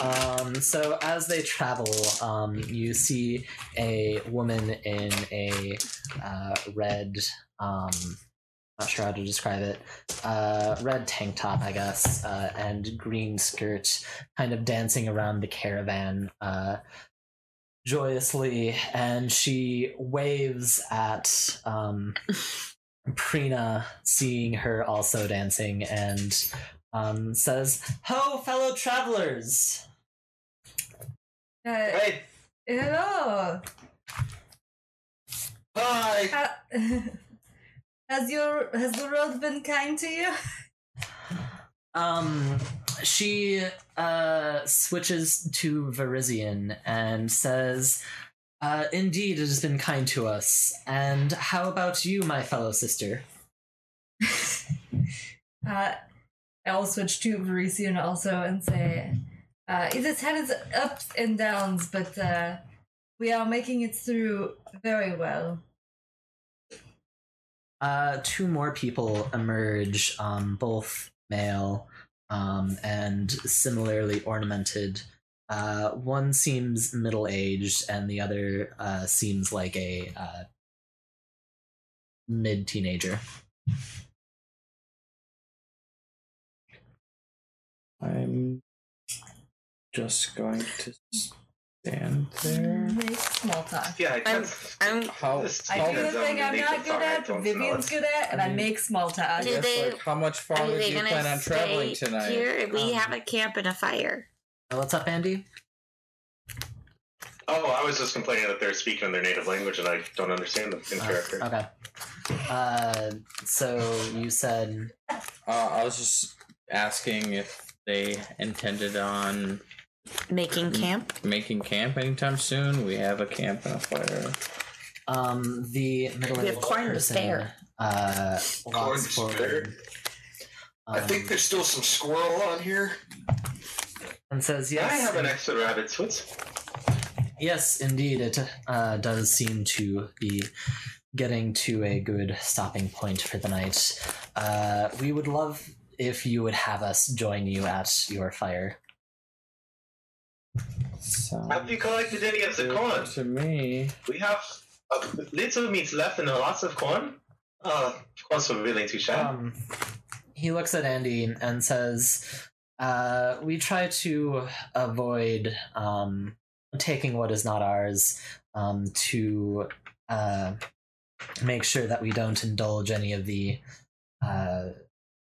A: Um, so as they travel, um, you see a woman in a uh, red. Um, not sure how to describe it. Uh, red tank top, I guess, uh, and green skirt, kind of dancing around the caravan uh, joyously, and she waves at um, Prina, seeing her also dancing, and um, says, "Ho, fellow travelers!"
I: Uh, Hello.
E: Hi.
I: has your has the road been kind to you?
A: Um, she uh, switches to Verizian and says, uh, "Indeed, it has been kind to us. And how about you, my fellow sister?"
I: Uh, I will switch to Verisian also and say, uh, it has had its ups and downs, but uh, we are making it through very well.
A: Uh, two more people emerge, um, both male um, and similarly ornamented. Uh, one seems middle aged, and the other uh, seems like a uh, mid teenager.
F: I'm just going to stand there.
I: Make small talk.
D: Yeah, I
I: I'm, I'm,
F: How,
I: I do the thing I'm not good at, but Vivian's good at, and uh, I make small
F: I
I: talk.
F: guess, like, how much farther do you
B: gonna
F: plan on traveling
B: stay
F: tonight? Um,
B: Here,
I: Um,
B: we have a camp and a fire.
A: What's up, Andy?
D: Oh, I was just complaining that they're speaking their native language and I don't understand them in character.
A: Okay. Uh, so you said
F: Uh, I was just asking if they intended on
C: making camp.
F: Making camp anytime soon. We have a camp and a fire.
A: um, the middle
F: We have
A: aged
F: corn to
A: person
F: spare.
A: uh,
E: Corn
A: walks
E: to
A: forward
E: I think there's still some squirrel on here.
A: and says,
E: Can I
A: "Yes,
E: have an
A: in-
E: extra
D: rabbit foot?
A: Yes, indeed, it uh, does seem to be getting to a good stopping point for the night. Uh, we would love if you would have us join you at your fire.
D: Have you collected any of the corn?
F: To me,
D: we have uh, little meat left and lots of corn. Uh, of course, we're really too shy.
A: Um, he looks at Andy and says, uh, "We try to avoid um, taking what is not ours um, to uh, make sure that we don't indulge any of the uh,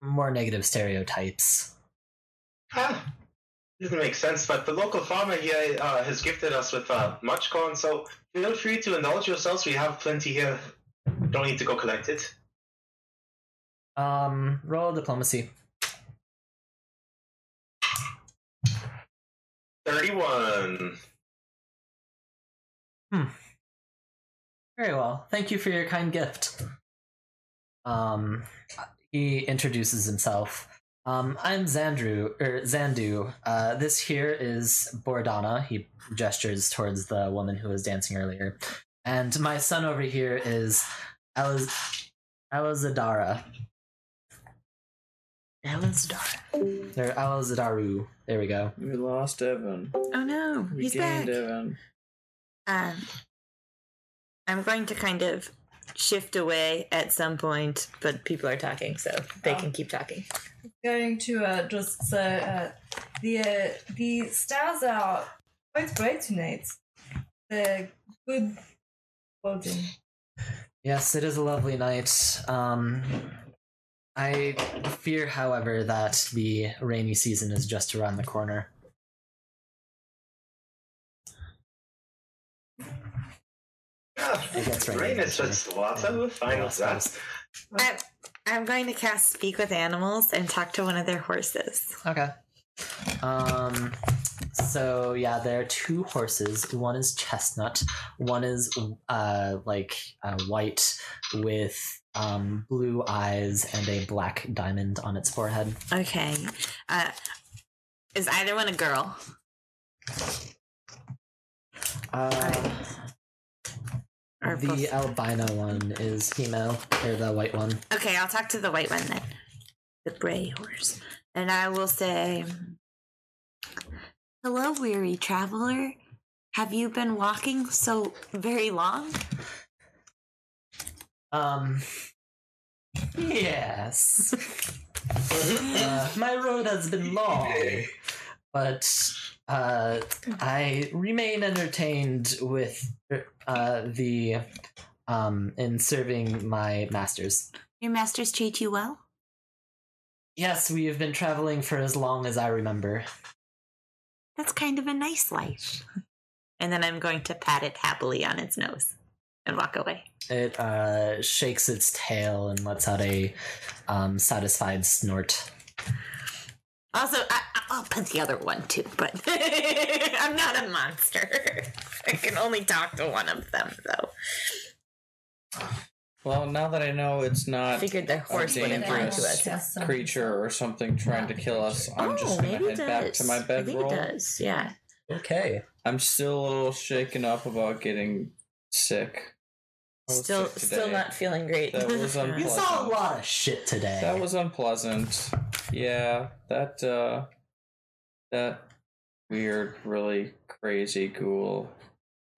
A: more negative stereotypes."
D: Ah, doesn't make sense, but the local farmer here uh, has gifted us with uh, much corn, so feel free to indulge yourselves. We have plenty here. Don't need to go collect it.
A: Um, roll diplomacy.
D: 31.
A: Hmm. Very well. Thank you for your kind gift. Um, he introduces himself. Um, I'm Zandru or Zandu. Uh, this here is Bordana. He gestures towards the woman who was dancing earlier, and my son over here is Eliz- Elizadara
C: Elizadar.
A: or Elizadaru. There we go.
F: We lost Evan.
C: Oh no,
F: We
C: he's back.
F: gained Evan.
C: Um, I'm going to kind of shift away at some point, but people are talking, so
F: Oh.
C: they can keep talking.
I: Going to uh, just uh, uh, the uh, the stars are quite bright tonight. The good voting.
A: Yes, it is a lovely night. Um, I fear, however, that the rainy season is just around the corner. It gets rainy.
D: Rain is just water. We're fine with that.
F: Oh.
C: I'm, I'm going to cast Speak with Animals and talk to one of their horses.
A: Okay. Um, So yeah, there are two horses. One is chestnut. One is uh like uh, white with um blue eyes and a black diamond on its forehead.
B: Okay. Uh, is either one a girl?
A: Uh, the albino one is female, or the white one.
B: Okay, I'll talk to the white one then. The gray horse. And I will say, Hello, weary traveler. Have you been walking so very long?
A: Um. Yes. Uh, my road has been long, but uh, I remain entertained with uh, the um in serving my masters.
B: Your masters treat you well?
A: Yes, we have been traveling for as long as I remember.
B: That's kind of a nice life.
C: And then I'm going to pat it happily on its nose and walk away.
A: It uh, shakes its tail and lets out a um, satisfied snort.
B: Also, I, I'll put the other one too, but I'm not a monster. I can only talk to one of them, though.
F: Well, now that I know it's not
C: Figured the horse
F: a
C: wouldn't lie to
F: dangerous
C: us. Oh,
F: creature or something trying to kill us, I'm just gonna
C: maybe
F: head
C: it
F: back to
C: does.
F: my
C: I think it
F: bedroll.
C: does, yeah.
A: Okay.
F: I'm still a little shaken up about getting sick. I was
C: Still,
F: sick
C: still
F: today.
C: not feeling great.
F: That was unpleasant.
A: You saw a lot of shit today.
F: That was unpleasant. Yeah, that uh that weird, really crazy ghoul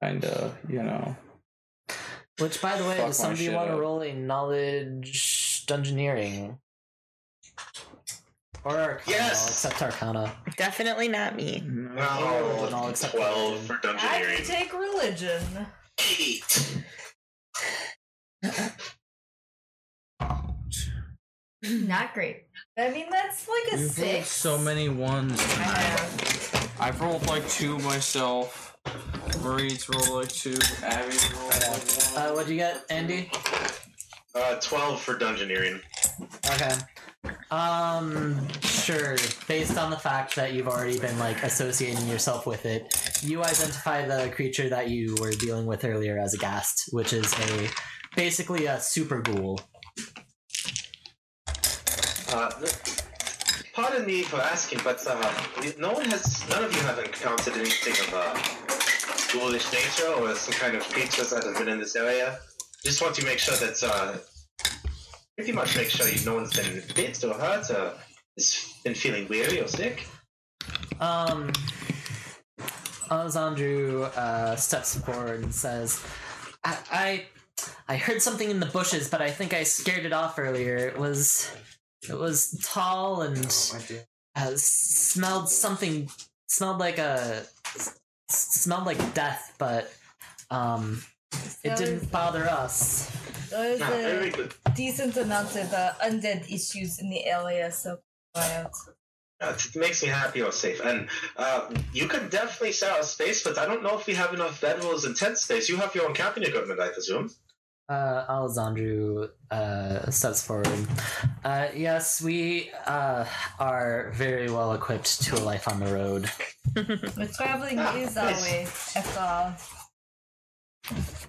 F: kinda, you know.
A: Which, by the way,
F: Fuck
A: does
F: my
A: somebody
F: shit
A: want to
F: up.
A: roll a knowledge dungeoneering? Or Arcana, I'll accept Arcana.
C: Definitely not me.
A: No, I'll accept 12 for
I: I can take religion. Not great. I mean, that's like a
F: You've rolled
I: six.
F: so many ones. I've rolled like two myself. Marie's rolled like two. Abby's rolled like one.
A: Uh, what'd you get, Andy?
D: Uh, 12 for Dungeoneering.
A: Okay. Um, sure. Based on the fact that you've already been like associating yourself with it, you identify the creature that you were dealing with earlier as a ghast, which is a basically a super ghoul.
D: Uh, pardon me for asking, but uh, no one has, none of you have encountered anything of a ghoulish nature or some kind of creatures that have been in this area. Just want to make sure that, uh, pretty much make sure you, no one's been bit or hurt or has been feeling weary or sick.
A: Um, Alessandro uh, steps forward and says, I, "I, I heard something in the bushes, but I think I scared it off earlier. It was, it was tall and uh, s- smelled something. Smelled like a, s- smelled like death, but um, it didn't bother us.
I: There's
A: Nah, very
I: a decent amount of uh, undead issues in the area, so wild.
D: Uh, it makes me happy or safe. And uh, you can definitely set out space, but I don't know if we have enough bedrolls and tent space. You have your own camping equipment, I presume.
A: Uh, Alessandro uh, steps forward. Uh, yes, we uh, are very well equipped to a life on the road.
I: But traveling
D: Ah,
I: is our
D: nice.
I: way, uh, after all.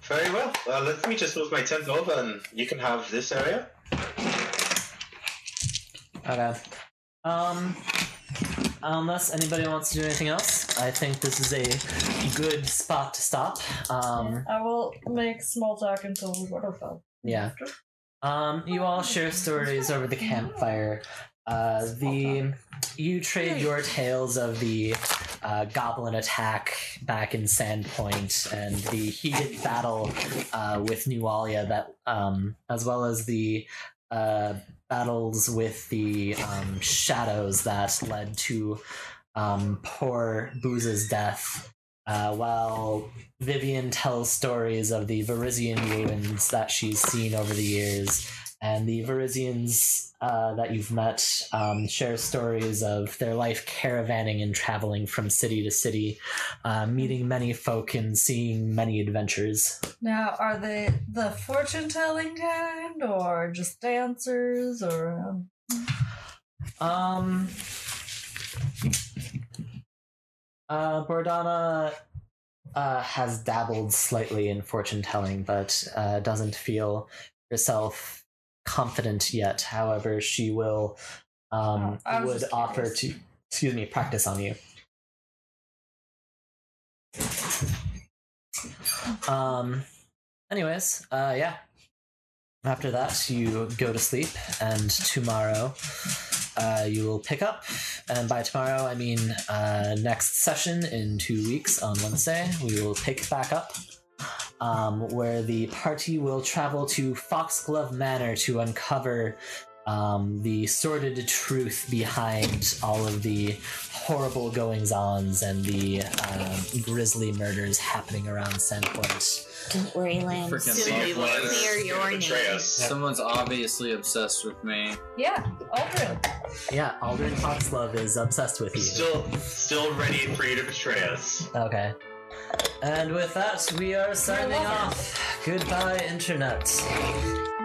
D: Very well. Uh, let me just move my tent over, and you can have this area.
A: Okay. Um, unless anybody wants to do anything else, I think this is a good spot to stop. Um,
I: I will make small talk until the waterfall.
A: yeah. Um, you all share stories over the campfire. Uh, the you trade your tales of the uh, goblin attack back in Sandpoint and the heated battle uh, with Nualia, that um, as well as the uh, battles with the um, shadows that led to um, poor Booza's death. Uh, while Vivian tells stories of the Verizian ruins that she's seen over the years, and the Verizians uh, that you've met um, share stories of their life caravanning and traveling from city to city, uh, meeting many folk and seeing many adventures.
I: Now, are they the fortune telling kind, or just dancers, or. Um,
A: Um, Uh, Bordana uh, has dabbled slightly in fortune telling, but uh, doesn't feel herself confident yet. However, she will um,
I: Oh, I was
A: would
I: just
A: offer
I: curious.
A: to excuse me practice on you. Um. Anyways, uh, yeah. After that, you go to sleep, and tomorrow uh, you will pick up. And by tomorrow, I mean uh, next session in two weeks on Wednesday, we will pick back up um, where the party will travel to Foxglove Manor to uncover um, the sordid truth behind all of the horrible goings ons and the uh, grisly murders happening around Sandpoint.
B: Don't worry, Lance.
F: Freaking
B: Soon we will
F: Someone's-
B: clear your name.
F: Someone's obviously obsessed with me.
I: Yeah, Aldrin.
A: Yeah, Aldrin Foxlove is obsessed with you.
H: Still, still ready for you to betray us.
A: Okay. And with that, we are signing
H: lover.
A: off. Goodbye, Internet.